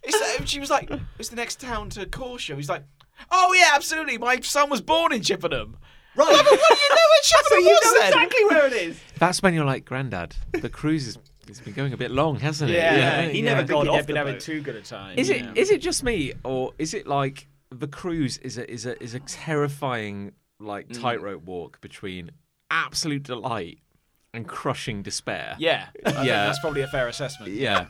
Speaker 2: It's, uh, she was like, "It's the next town to Corsham." He's like, "Oh yeah, absolutely. My son was born in Chippenham."
Speaker 3: right.
Speaker 2: You know where Chippenham
Speaker 3: you
Speaker 2: was
Speaker 3: know
Speaker 2: then?
Speaker 3: exactly where it is.
Speaker 1: That's when you're like, Grandad, the cruise is it's been going a bit long, hasn't it?
Speaker 2: Yeah,
Speaker 3: he
Speaker 1: yeah.
Speaker 3: never
Speaker 2: I think
Speaker 3: got
Speaker 2: he'd
Speaker 3: off
Speaker 2: have been
Speaker 3: the
Speaker 2: having
Speaker 3: boat.
Speaker 2: too good a time.
Speaker 1: Is it
Speaker 2: yeah.
Speaker 1: is it just me, or is it like the cruise is a is a is a terrifying like
Speaker 2: Mm.
Speaker 1: tightrope walk between absolute delight and crushing despair?
Speaker 2: Yeah, I think
Speaker 1: Yeah.
Speaker 2: That's probably a fair assessment.
Speaker 1: yeah.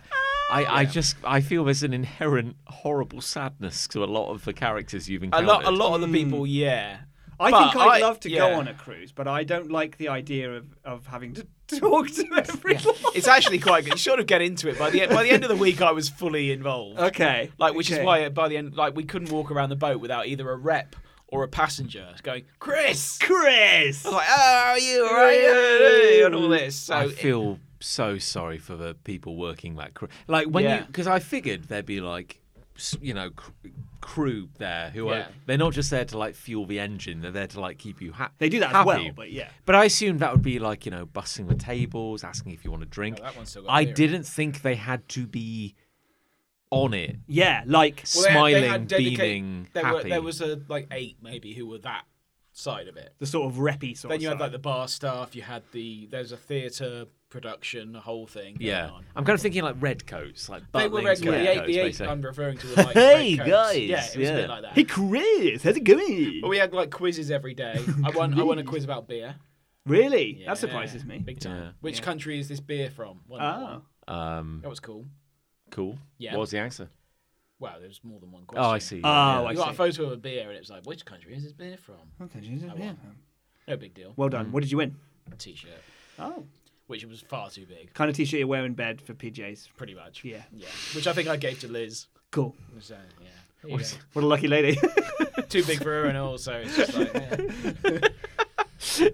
Speaker 1: I, I just I feel there's an inherent horrible sadness to a lot of the characters you've
Speaker 2: A
Speaker 1: encountered.
Speaker 2: lot, a lot of the people, yeah.
Speaker 3: Mm. I
Speaker 2: But
Speaker 3: think I'd
Speaker 2: I-
Speaker 3: love to go
Speaker 2: yeah.
Speaker 3: on a cruise, but I don't like the idea of, of having to talk to everyone.
Speaker 2: It's actually quite good. You sort of get into it by the by the end of the week. I was fully involved.
Speaker 3: Okay.
Speaker 2: Like, which
Speaker 3: okay.
Speaker 2: is why by the end, like, we couldn't walk around the boat without either a rep or a passenger going, "Chris."
Speaker 3: Chris.
Speaker 2: I was like, "Oh, how are you all right?" And all this. So
Speaker 1: I feel so sorry for the people working that cruise. Like when
Speaker 2: Yeah.
Speaker 1: you because I figured there'd be like s- you know cr- crew there who
Speaker 2: Yeah.
Speaker 1: are they're not just there to like fuel the engine. They're there to like keep you happy.
Speaker 3: They do that
Speaker 1: happy.
Speaker 3: as well, but yeah.
Speaker 1: But I assumed that would be like, you know, bussing the tables, asking if you want a drink.
Speaker 2: Oh, that one's still got
Speaker 1: I
Speaker 2: theory.
Speaker 1: didn't think they had to be on it,
Speaker 3: Yeah, like
Speaker 2: Well, they had- they
Speaker 1: smiling,
Speaker 2: had dedicate-
Speaker 1: beaming,
Speaker 2: there
Speaker 1: happy.
Speaker 2: Were, there was a, like eight maybe who were that side of it.
Speaker 3: the sort of reppy sort
Speaker 2: Then
Speaker 3: of
Speaker 2: you had
Speaker 3: side.
Speaker 2: like the bar staff. You had the there's a theatre production, the whole thing. Going
Speaker 1: yeah.
Speaker 2: on.
Speaker 1: I'm kind of thinking like red coats, like
Speaker 2: They were red,
Speaker 1: Butlings,
Speaker 2: the eight, the eight
Speaker 1: basically.
Speaker 2: I'm referring to. Were like
Speaker 1: Hey,
Speaker 2: red coats.
Speaker 1: guys,
Speaker 2: Yeah, it was a
Speaker 1: yeah.
Speaker 2: bit like that.
Speaker 3: Hey Chris, how's it going?
Speaker 2: but we had like quizzes every day. I won. I won a quiz about beer.
Speaker 3: Really?
Speaker 2: Yeah,
Speaker 3: That surprises me.
Speaker 2: Big time.
Speaker 1: Yeah.
Speaker 2: Which country is this beer from? One by one.
Speaker 3: Oh.
Speaker 1: Um,
Speaker 2: That was cool.
Speaker 1: cool.
Speaker 2: Yeah.
Speaker 1: What was the answer?
Speaker 2: Wow, there's more than one question.
Speaker 1: Oh, I see.
Speaker 3: Oh,
Speaker 2: You
Speaker 3: I
Speaker 2: got a
Speaker 3: see.
Speaker 2: photo of a beer, and it was like, which country is this beer from?
Speaker 3: Okay, Jesus,
Speaker 2: won.
Speaker 3: yeah.
Speaker 2: No big deal.
Speaker 3: Well done. What did you win?
Speaker 2: T-shirt,
Speaker 3: Oh.
Speaker 2: which was far too big,
Speaker 3: Kind of t shirt you wear in bed for PJs.
Speaker 2: pretty much.
Speaker 3: Yeah.
Speaker 2: Yeah. Which I think I gave to Liz.
Speaker 3: Cool.
Speaker 2: So, yeah. Here you go.
Speaker 3: What a lucky lady.
Speaker 2: too big for her and all, so it's just like, yeah.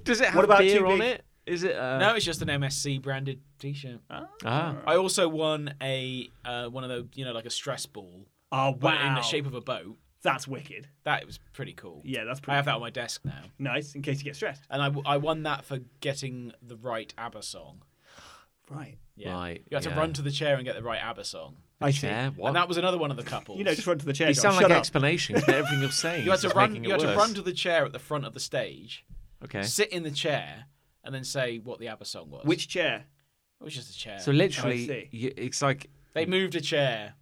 Speaker 1: Does it have
Speaker 3: about
Speaker 1: beer
Speaker 3: too
Speaker 1: on
Speaker 3: big?
Speaker 1: it? Is it? Uh,
Speaker 2: no, it's just an MSC branded T-shirt.
Speaker 1: Ah.
Speaker 2: I also won a uh, one of the you know like a stress ball,
Speaker 3: oh, wow.
Speaker 2: but in the shape of a boat.
Speaker 3: That's wicked.
Speaker 2: That was pretty cool.
Speaker 3: Yeah, that's pretty
Speaker 2: I have that on my desk now,
Speaker 3: nice in case you get stressed.
Speaker 2: and I, w- I won that for getting the right ABBA song.
Speaker 3: Right.
Speaker 2: Yeah.
Speaker 1: Right,
Speaker 2: You had
Speaker 1: yeah.
Speaker 2: to run to the chair and get the right ABBA song.
Speaker 3: I see.
Speaker 1: Chair? What?
Speaker 2: And that was another one of the couples.
Speaker 3: You know, just run to the chair.
Speaker 1: They
Speaker 3: John.
Speaker 1: sound
Speaker 3: Shut
Speaker 1: like
Speaker 3: up.
Speaker 1: explanations for everything you're saying.
Speaker 2: you had
Speaker 1: It's
Speaker 2: to
Speaker 1: just
Speaker 2: run.
Speaker 1: making
Speaker 2: You
Speaker 1: it
Speaker 2: had to
Speaker 1: worse.
Speaker 2: run to the chair at the front of the stage,
Speaker 1: Okay.
Speaker 2: sit in the chair, and then say what the ABBA song was.
Speaker 3: Which chair?
Speaker 2: it was just a chair.
Speaker 1: So
Speaker 3: I see.
Speaker 1: literally, you, it's like
Speaker 2: they moved a chair.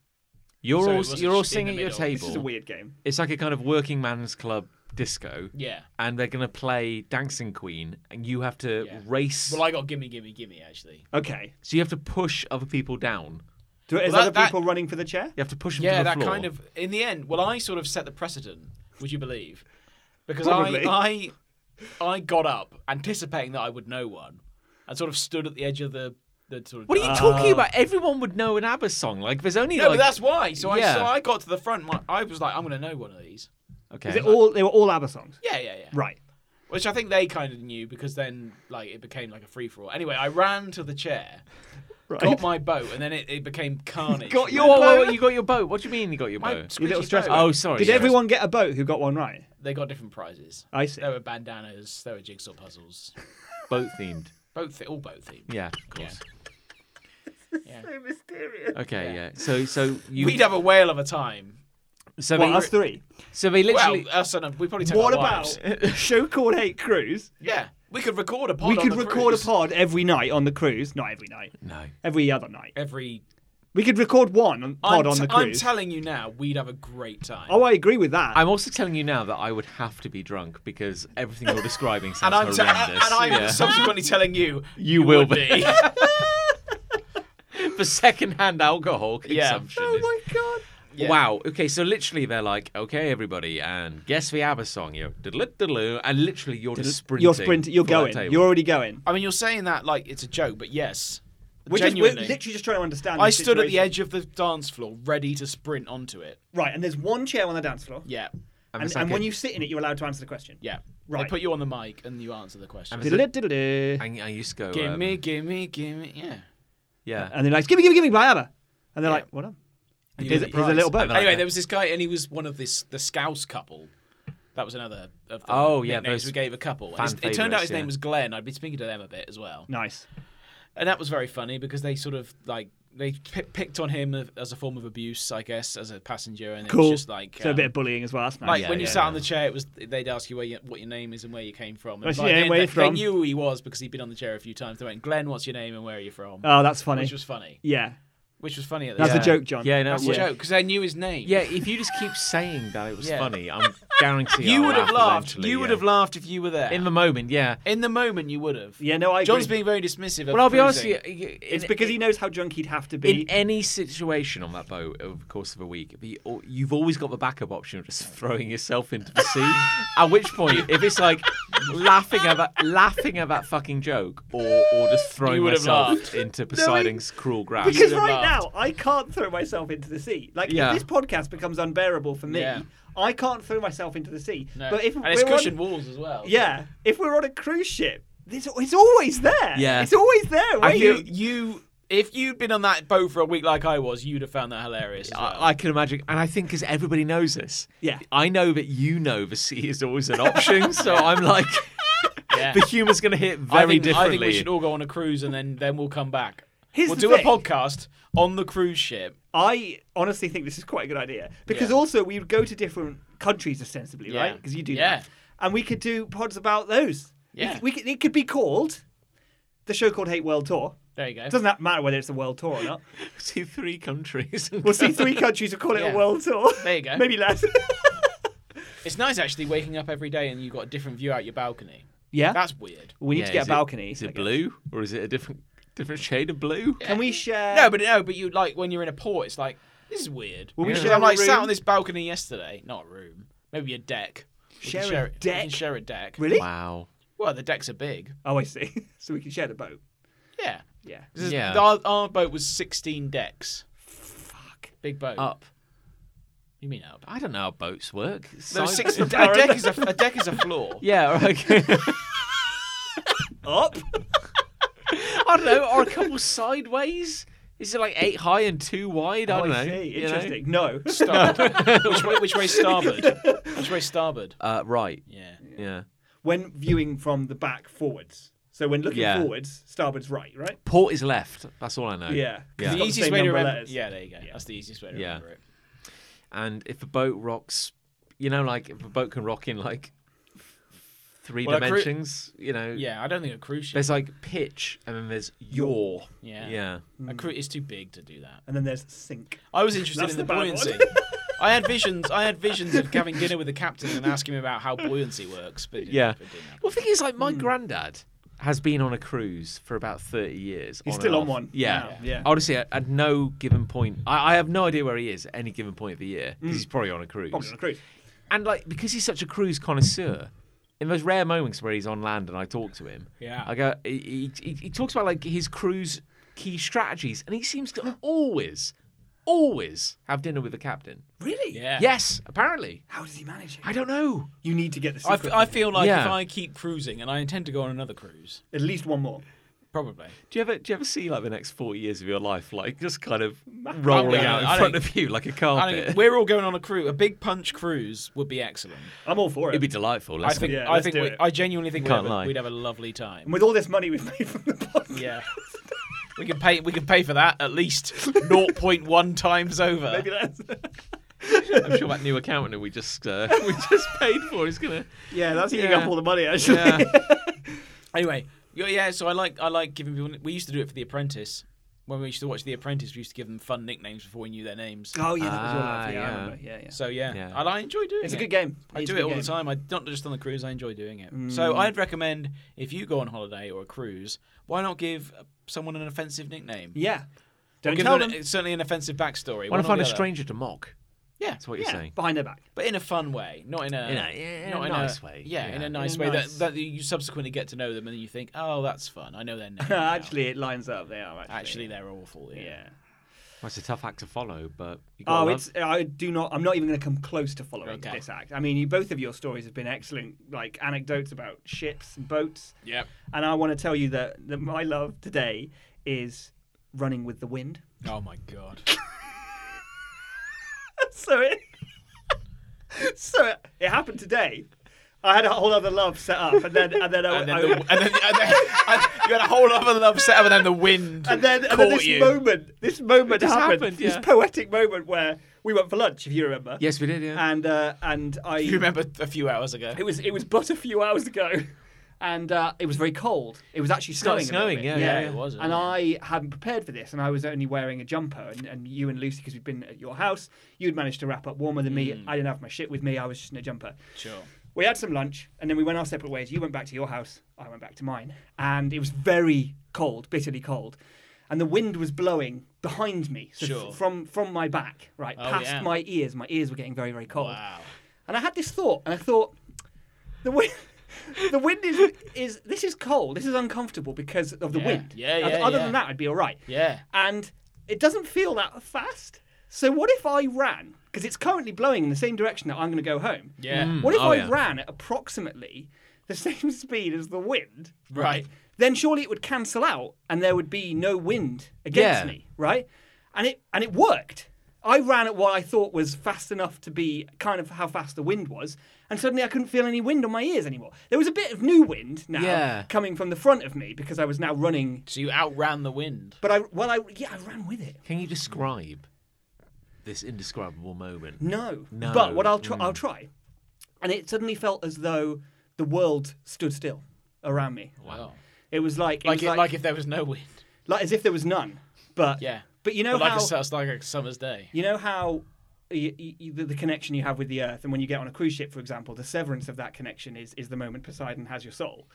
Speaker 1: you're
Speaker 2: So it
Speaker 1: all
Speaker 2: wasn't
Speaker 1: you're all
Speaker 2: just in the
Speaker 1: singing at your
Speaker 2: middle.
Speaker 1: table.
Speaker 3: This is a weird game.
Speaker 1: It's like a kind of working man's club disco.
Speaker 2: Yeah.
Speaker 1: and they're going to play Dancing Queen, and you have to
Speaker 2: Yeah.
Speaker 1: race.
Speaker 2: Well, I got gimme, gimme, gimme. Actually,
Speaker 3: Okay.
Speaker 1: so you have to push other people down.
Speaker 3: Do,
Speaker 2: Well,
Speaker 3: is
Speaker 2: that-
Speaker 3: other
Speaker 2: that-
Speaker 3: people running for the chair?
Speaker 1: You have to push them to
Speaker 2: yeah,
Speaker 1: the
Speaker 2: that
Speaker 1: floor.
Speaker 2: kind of. In the end, well, I sort of set the precedent. Would you believe? Because
Speaker 3: Probably.
Speaker 2: I, I, I got up anticipating that I would know one, and sort of stood at the edge of the the sort of.
Speaker 1: What are you talking about? Everyone would know an ABBA song. Like, there's only
Speaker 2: No,
Speaker 1: like
Speaker 2: but that's why. So I
Speaker 1: Yeah.
Speaker 2: so I got to the front. My, I was like, I'm gonna know one of these.
Speaker 1: okay.
Speaker 3: Is it all? They were all ABBA songs.
Speaker 2: Yeah, yeah, yeah.
Speaker 3: Right.
Speaker 2: Which I think they kind of knew because then like it became like a free for all. Anyway, I ran to the chair,
Speaker 3: Right.
Speaker 2: got my boat, and then it, it became carnage.
Speaker 3: Got
Speaker 1: Whoa,
Speaker 3: your-
Speaker 1: whoa, whoa, you got your boat. What do you mean you got your
Speaker 2: my
Speaker 1: boat?
Speaker 2: squidgy
Speaker 3: little stress
Speaker 2: boat.
Speaker 3: ball.
Speaker 1: Oh, sorry.
Speaker 3: Did
Speaker 1: yeah.
Speaker 3: everyone get a boat who got one right?
Speaker 2: They got different prizes.
Speaker 3: I see.
Speaker 2: There were bandanas. There were jigsaw puzzles.
Speaker 1: boat themed?
Speaker 2: Both thi- all boat themed.
Speaker 1: Yeah, of course.
Speaker 2: Yeah.
Speaker 1: Okay, yeah. So, so you.
Speaker 2: We'd have a whale of a time.
Speaker 1: so,
Speaker 3: Well,
Speaker 1: they,
Speaker 3: us three.
Speaker 1: so they literally.
Speaker 2: well, uh, us and we probably take
Speaker 3: What
Speaker 2: our
Speaker 3: about
Speaker 2: wives.
Speaker 3: show called Hate Cruise?
Speaker 2: Yeah, we could record a pod.
Speaker 3: We
Speaker 2: on
Speaker 3: could
Speaker 2: the
Speaker 3: record a
Speaker 2: cruise.
Speaker 3: pod every night on the cruise. Not every night.
Speaker 1: no.
Speaker 3: Every other night.
Speaker 2: every.
Speaker 3: We could record one on- pod
Speaker 2: I'm
Speaker 3: on
Speaker 2: t-
Speaker 3: the
Speaker 2: I'm
Speaker 3: cruise.
Speaker 2: telling you now, we'd have a great time.
Speaker 3: oh, I agree with that.
Speaker 1: I'm also telling you now that I would have to be drunk because everything you're describing sounds
Speaker 2: and I'm,
Speaker 1: horrendous.
Speaker 2: te- and I'm
Speaker 1: Yeah.
Speaker 2: subsequently telling you,
Speaker 1: You will
Speaker 2: would
Speaker 1: be. for secondhand alcohol
Speaker 2: Yeah.
Speaker 1: consumption.
Speaker 3: oh
Speaker 1: is-
Speaker 3: my god.
Speaker 2: Yeah.
Speaker 1: Wow. Okay, so literally they're like, okay, everybody, and guess the ABBA song. You diddle diddle, and literally you're just sprinting.
Speaker 3: You're sprinting. You're
Speaker 1: for that
Speaker 3: going.
Speaker 1: table.
Speaker 3: You're already going.
Speaker 2: I mean, you're saying that like it's a joke, but yes,
Speaker 3: We're, just, we're
Speaker 2: genuinely.
Speaker 3: literally just trying to understand.
Speaker 2: I
Speaker 3: the
Speaker 2: stood at the
Speaker 3: situation.
Speaker 2: edge of the dance floor, ready to sprint onto it.
Speaker 3: Right, and there's one chair on the dance floor.
Speaker 2: Yeah,
Speaker 1: And
Speaker 3: And,
Speaker 1: it's
Speaker 3: and
Speaker 1: like
Speaker 3: when
Speaker 1: a-
Speaker 3: you sit in it, you're allowed to answer the question.
Speaker 2: yeah. They
Speaker 3: Right.
Speaker 2: put you on the mic and you answer the question.
Speaker 1: And it's
Speaker 3: Diddle-diddle-diddle.
Speaker 1: I, I used to go.
Speaker 2: Gimme,
Speaker 1: um,
Speaker 2: gimme, gimme. Yeah.
Speaker 1: Yeah.
Speaker 3: And they're like, give me, give me, give me, by ABBA. And they're
Speaker 2: Yeah.
Speaker 3: like, what up?
Speaker 2: And you
Speaker 3: Here's,
Speaker 2: win the
Speaker 3: here's a
Speaker 2: prize.
Speaker 3: little boat.
Speaker 1: And they're like,
Speaker 2: Anyway, there was this guy, and he was one of this the Scouse couple. That was another of the
Speaker 1: Oh, yeah,
Speaker 2: nicknames
Speaker 1: those
Speaker 2: we gave a couple.
Speaker 1: fan
Speaker 2: And It turned out
Speaker 1: favourites,
Speaker 2: his
Speaker 1: yeah.
Speaker 2: name was Glenn. I'd been speaking to them a bit as well,
Speaker 3: nice.
Speaker 2: and that was very funny because they sort of like they pi picked on him as a form of abuse, I guess, as a passenger, and it
Speaker 3: Cool.
Speaker 2: was just like
Speaker 3: so a
Speaker 2: um,
Speaker 3: bit of bullying as well. That's nice.
Speaker 2: Like when
Speaker 1: yeah,
Speaker 2: you
Speaker 1: yeah,
Speaker 2: sat
Speaker 1: yeah.
Speaker 2: on the chair, it was they'd ask you where you, what your name is and where you came from. And
Speaker 3: What's
Speaker 2: by
Speaker 3: your
Speaker 2: then
Speaker 3: name? Where
Speaker 2: they,
Speaker 3: you from?
Speaker 2: They knew who he was because he'd been on the chair a few times. They went, "Glenn, what's your name and where are you from?"
Speaker 3: oh, that's funny.
Speaker 2: Which was funny.
Speaker 3: Yeah.
Speaker 2: Which was funny at the
Speaker 3: That's
Speaker 1: yeah.
Speaker 3: a joke, John.
Speaker 1: Yeah, no,
Speaker 2: That's
Speaker 1: yeah.
Speaker 2: a joke because they knew his name.
Speaker 1: Yeah, if you just keep saying that it was
Speaker 2: Yeah.
Speaker 1: funny, I'm guaranteeing
Speaker 2: you would have laughed. You would have laughed if you were there
Speaker 1: in the moment. Yeah.
Speaker 2: In the moment, you would have.
Speaker 3: Yeah, no, I
Speaker 2: John's
Speaker 3: agree.
Speaker 2: being very dismissive. Of
Speaker 1: Well, I'll be honest
Speaker 2: cruising.
Speaker 1: with you. y-
Speaker 3: It's
Speaker 1: in-
Speaker 3: because he knows how drunk he'd have to
Speaker 1: in
Speaker 3: be.
Speaker 1: any situation on that boat over the course of a week, the- you've always got the backup option of just throwing yourself into the sea. at which point, if it's like laughing at that, laughing at that fucking joke, or or just throwing
Speaker 2: You would have
Speaker 1: myself
Speaker 2: laughed.
Speaker 1: into Poseidon's cruel grasp.
Speaker 3: because
Speaker 2: would have
Speaker 3: right
Speaker 2: laughed.
Speaker 3: now, I can't throw myself into the sea. Like,
Speaker 1: Yeah.
Speaker 3: if this podcast becomes unbearable for me,
Speaker 2: Yeah.
Speaker 3: I can't throw myself into the sea.
Speaker 2: No.
Speaker 3: But if
Speaker 2: and
Speaker 3: we're
Speaker 2: it's
Speaker 3: on-
Speaker 2: cushioned walls as well.
Speaker 3: yeah, if we're on a cruise ship, it's, it's always there.
Speaker 1: Yeah.
Speaker 3: It's always there.
Speaker 1: I
Speaker 3: waiting.
Speaker 1: feel-
Speaker 2: You If you'd been on that boat for a week like I was, you'd have found that hilarious. As well.
Speaker 1: I, I can imagine, and I think because everybody knows this.
Speaker 3: Yeah.
Speaker 1: I know that you know the sea is always an option, so I'm like,
Speaker 2: Yeah.
Speaker 1: the humour's going to hit
Speaker 2: I
Speaker 1: very
Speaker 2: think,
Speaker 1: differently.
Speaker 2: I think we should all go on a cruise and then then we'll come back.
Speaker 3: Here's
Speaker 2: we'll
Speaker 3: the
Speaker 2: do
Speaker 3: thing.
Speaker 2: a podcast on the cruise ship.
Speaker 3: I honestly think this is quite a good idea because
Speaker 2: Yeah.
Speaker 3: also we would go to different countries ostensibly,
Speaker 2: Yeah.
Speaker 3: right? Because you do
Speaker 2: Yeah.
Speaker 3: that, and we could do pods about those. We
Speaker 2: Yeah.
Speaker 3: could- we could, it could be called the show called Hate World Tour.
Speaker 2: There you go.
Speaker 3: It doesn't that matter whether it's a world tour or not.
Speaker 1: see three countries.
Speaker 3: We'll see three countries and call it
Speaker 2: Yeah.
Speaker 3: a world tour.
Speaker 2: There you go.
Speaker 3: Maybe less.
Speaker 2: It's nice actually waking up every day and you've got a different view out your balcony.
Speaker 3: yeah,
Speaker 2: That's weird.
Speaker 3: we need
Speaker 1: Yeah,
Speaker 3: to get
Speaker 1: is
Speaker 3: a balcony.
Speaker 1: It, is
Speaker 3: I
Speaker 1: it
Speaker 3: guess.
Speaker 1: blue or is it a different different shade of blue?
Speaker 3: Can we share?
Speaker 2: No, but no, but you like when you're in a port, it's like this is weird.
Speaker 3: Will we
Speaker 2: Because
Speaker 3: share
Speaker 2: I'm
Speaker 3: a
Speaker 2: like sat
Speaker 3: room?
Speaker 2: on this balcony yesterday, not a room, maybe a deck. We can
Speaker 3: Share a
Speaker 2: we can
Speaker 3: deck?
Speaker 2: share a deck.
Speaker 3: really?
Speaker 1: Wow.
Speaker 2: Well, the decks are big.
Speaker 3: Oh, I see. so we can share the boat.
Speaker 2: Yeah.
Speaker 3: Yeah.
Speaker 2: This is-
Speaker 1: Yeah.
Speaker 2: Our, our boat was 16 decks. Fuck. Big boat.
Speaker 1: Up.
Speaker 2: You mean up?
Speaker 1: I don't know how boats work.
Speaker 2: No,
Speaker 1: Size-
Speaker 2: six, a deck is a, a deck is a floor.
Speaker 1: Yeah, or okay.
Speaker 3: Up.
Speaker 1: I don't know. Or a couple sideways. Is it like eight high and two wide? I
Speaker 3: Oh,
Speaker 1: don't
Speaker 3: I
Speaker 1: know.
Speaker 3: see.
Speaker 1: you know?
Speaker 3: Interesting. No.
Speaker 2: Starboard. which way? Which way is starboard? Which way is starboard?
Speaker 1: Uh, right.
Speaker 2: Yeah.
Speaker 1: Yeah.
Speaker 3: when viewing from the back forwards. So when looking
Speaker 1: Yeah.
Speaker 3: forwards, starboard's right, right?
Speaker 1: Port is left. That's all I know.
Speaker 3: Yeah.
Speaker 1: Yeah.
Speaker 3: It's got
Speaker 2: The
Speaker 3: the
Speaker 2: easiest
Speaker 3: same
Speaker 2: way to
Speaker 3: number of
Speaker 2: remember.
Speaker 3: letters.
Speaker 2: Yeah, there you go. That's the easiest way to
Speaker 1: Yeah.
Speaker 2: remember it.
Speaker 1: And if the boat rocks, you know, like if a boat can rock in like three
Speaker 2: Well, a cru-
Speaker 1: dimensions, you know.
Speaker 2: Yeah, I don't think a cruise ship.
Speaker 1: There's like pitch, and then there's yaw.
Speaker 2: Yeah.
Speaker 1: Yeah.
Speaker 2: A cruise is too big to do that.
Speaker 3: And then there's sink.
Speaker 2: I was interested
Speaker 3: That's
Speaker 2: in the,
Speaker 3: the bad one.
Speaker 2: buoyancy. I had visions. I had visions of having dinner with the captain and asking him about how buoyancy works. But
Speaker 1: Yeah.
Speaker 2: but didn't happen.
Speaker 1: Well, the thing is, like, my
Speaker 2: Hmm.
Speaker 1: granddad has been on a cruise for about 30 years.
Speaker 3: He's
Speaker 1: and
Speaker 3: still on
Speaker 1: off.
Speaker 3: one.
Speaker 1: Yeah.
Speaker 3: Yeah. Yeah.
Speaker 1: Honestly, at, at no given point, I, I have no idea where he is at any given point of the year because he's probably on a cruise.
Speaker 3: Hmm. Probably on a cruise.
Speaker 1: And, like, because he's such a cruise connoisseur, in those rare moments where he's on land and I talk to him,
Speaker 2: Yeah.
Speaker 1: I go, he, he, he talks about, like, his cruise key strategies, and he seems to always, always have dinner with the captain.
Speaker 3: Really?
Speaker 2: yeah.
Speaker 1: Yes, apparently.
Speaker 3: How does he manage it?
Speaker 1: I don't know.
Speaker 3: You need to get the
Speaker 2: I,
Speaker 3: secret.
Speaker 2: f- I feel like if
Speaker 1: Yeah.
Speaker 2: I keep cruising, and I intend to go on another cruise,
Speaker 3: At least one more.
Speaker 2: probably.
Speaker 1: Do you ever do you ever see like the next forty years of your life like just kind of rolling out in
Speaker 2: I
Speaker 1: front
Speaker 2: don't-
Speaker 1: of you like a
Speaker 2: I
Speaker 1: carpet?
Speaker 2: think we're all going on a cruise. A big punch cruise would be excellent.
Speaker 3: I'm all for it.
Speaker 1: It'd be delightful.
Speaker 2: I
Speaker 1: Let's
Speaker 2: think.
Speaker 3: Yeah,
Speaker 2: I
Speaker 3: let's
Speaker 2: think.
Speaker 3: do
Speaker 2: We,
Speaker 3: it.
Speaker 2: I genuinely think we'd
Speaker 1: Can't
Speaker 2: have, a,
Speaker 1: lie.
Speaker 2: we'd have a lovely time.
Speaker 3: and with all this money we've made from the podcast,
Speaker 2: Yeah. we can pay we can pay for that at least 0.1 times over.
Speaker 3: maybe that's.
Speaker 1: I'm sure that new accountant that we just uh, we just paid for is gonna.
Speaker 3: yeah, that's eating
Speaker 1: Yeah.
Speaker 3: up all the money, actually.
Speaker 1: Yeah.
Speaker 2: Anyway, yeah, yeah, so I like I like giving people we used to do it for the apprentice. When we used to watch The Apprentice, we used to give them fun nicknames before we knew their names.
Speaker 3: Oh, yeah, that was your
Speaker 1: Ah,
Speaker 3: life. Yeah, I
Speaker 1: yeah.
Speaker 3: remember. Yeah, yeah.
Speaker 2: So yeah,
Speaker 1: Yeah.
Speaker 2: I, I enjoy doing
Speaker 3: It's
Speaker 2: it.
Speaker 3: a good game.
Speaker 2: I
Speaker 3: It's
Speaker 2: do it
Speaker 3: a good
Speaker 2: all
Speaker 3: game. Mm.
Speaker 2: the time. I not just on the cruise. I enjoy doing it. So I'd recommend if you go on holiday or a cruise, why not give uh, someone an offensive nickname?
Speaker 3: Yeah.
Speaker 2: Or
Speaker 3: Don't
Speaker 2: give
Speaker 3: tell
Speaker 2: them
Speaker 3: them.
Speaker 2: an- certainly an offensive
Speaker 1: Want
Speaker 2: backstory. One
Speaker 1: to
Speaker 2: or
Speaker 1: find
Speaker 2: the
Speaker 1: a
Speaker 2: other.
Speaker 1: stranger to mock?
Speaker 2: Yeah,
Speaker 1: That's what
Speaker 3: yeah,
Speaker 1: you're saying.
Speaker 3: behind their back.
Speaker 2: but in a fun way, not in a,
Speaker 1: In a- yeah,
Speaker 2: not in
Speaker 1: nice
Speaker 2: a,
Speaker 1: way.
Speaker 2: Yeah, in
Speaker 1: Yeah.
Speaker 2: a nice
Speaker 3: In a
Speaker 2: way
Speaker 3: nice-
Speaker 2: that, that you subsequently get to know them and you think, oh, that's fun. I know their name. now."
Speaker 3: actually, it lines up. They are actually.
Speaker 2: actually, they're awful. Yeah.
Speaker 3: yeah.
Speaker 1: Well, it's a tough act to follow, but you gotta
Speaker 3: Oh,
Speaker 1: love-
Speaker 3: it's I do not. I'm not even going to come close to following
Speaker 2: Okay.
Speaker 3: this act. I mean, you, both of your stories have been excellent, like anecdotes about ships and boats.
Speaker 2: Yep.
Speaker 3: And I want to tell you that, that my love today is running with the wind.
Speaker 2: Oh my god.
Speaker 3: So it, so it, it happened today. I had a whole other love set up, and then and then I,
Speaker 2: And then,
Speaker 3: I-
Speaker 2: the, and then, and then I, you had a whole other love set up, and then the wind
Speaker 3: and then,
Speaker 2: caught
Speaker 3: and then this
Speaker 2: you.
Speaker 3: moment, this moment
Speaker 1: just
Speaker 3: happened,
Speaker 1: happened, yeah.
Speaker 3: this poetic moment where we went for lunch, if you remember.
Speaker 1: yes, we did. Yeah.
Speaker 3: And uh, and I
Speaker 2: you remember a few hours ago.
Speaker 3: It was it was but a few hours ago, and uh, it was very cold. It was actually
Speaker 1: started
Speaker 3: snowing. a little
Speaker 1: snowing,
Speaker 3: bit.
Speaker 1: yeah,
Speaker 2: yeah, it was,
Speaker 3: And
Speaker 2: yeah.
Speaker 3: I hadn't prepared for this, and I was only wearing a jumper. And, and you and Lucy, because we'd been at your house, you'd managed to wrap up warmer than me. I didn't have my shit with me. I was just in a jumper.
Speaker 2: Mm. Sure.
Speaker 3: We had some lunch, and then we went our separate ways. You went back to your house. I went back to mine, and it was very cold, bitterly cold. And the wind was blowing behind me, so
Speaker 2: Sure.
Speaker 3: f- from from my back, right
Speaker 2: Oh,
Speaker 3: past
Speaker 2: yeah.
Speaker 3: my ears. My ears were getting very, very cold.
Speaker 2: Wow.
Speaker 3: And I had this thought, and I thought, the wind, the wind is is this is cold. This is uncomfortable because of the
Speaker 2: Yeah.
Speaker 3: wind.
Speaker 2: Yeah,
Speaker 3: Oth-
Speaker 2: yeah,
Speaker 3: Other
Speaker 2: yeah.
Speaker 3: than that, I'd be all right.
Speaker 2: Yeah.
Speaker 3: And it doesn't feel that fast. So what if I ran? Because it's currently blowing in the same direction that I'm going to go home.
Speaker 2: Yeah. Mm,
Speaker 3: What if
Speaker 1: oh,
Speaker 3: I
Speaker 1: yeah.
Speaker 3: ran at approximately the same speed as the wind?
Speaker 2: Right.
Speaker 3: then surely it would cancel out and there would be no wind against
Speaker 1: Yeah.
Speaker 3: me, right? And it and it worked. I ran at what I thought was fast enough to be kind of how fast the wind was, and suddenly I couldn't feel any wind on my ears anymore. There was a bit of new wind now
Speaker 1: Yeah.
Speaker 3: coming from the front of me because I was now running.
Speaker 2: So you outran the wind.
Speaker 3: But I well I yeah I ran with it.
Speaker 1: Can you describe this indescribable moment?
Speaker 3: No.
Speaker 1: No. Hmm.
Speaker 3: But what I'll try, I'll try. And it suddenly felt as though the world stood still around me.
Speaker 2: Wow.
Speaker 3: It was like it
Speaker 2: Like,
Speaker 3: was
Speaker 2: it,
Speaker 3: like,
Speaker 2: like if there was no wind.
Speaker 3: like as if there was none. But
Speaker 2: Yeah.
Speaker 3: But you know
Speaker 2: But like
Speaker 3: how
Speaker 2: a, su- it's like a summer's day.
Speaker 3: you know how y y y the, the connection you have with the earth, and when you get on a cruise ship, for example, the severance of that connection is is the moment Poseidon has your soul.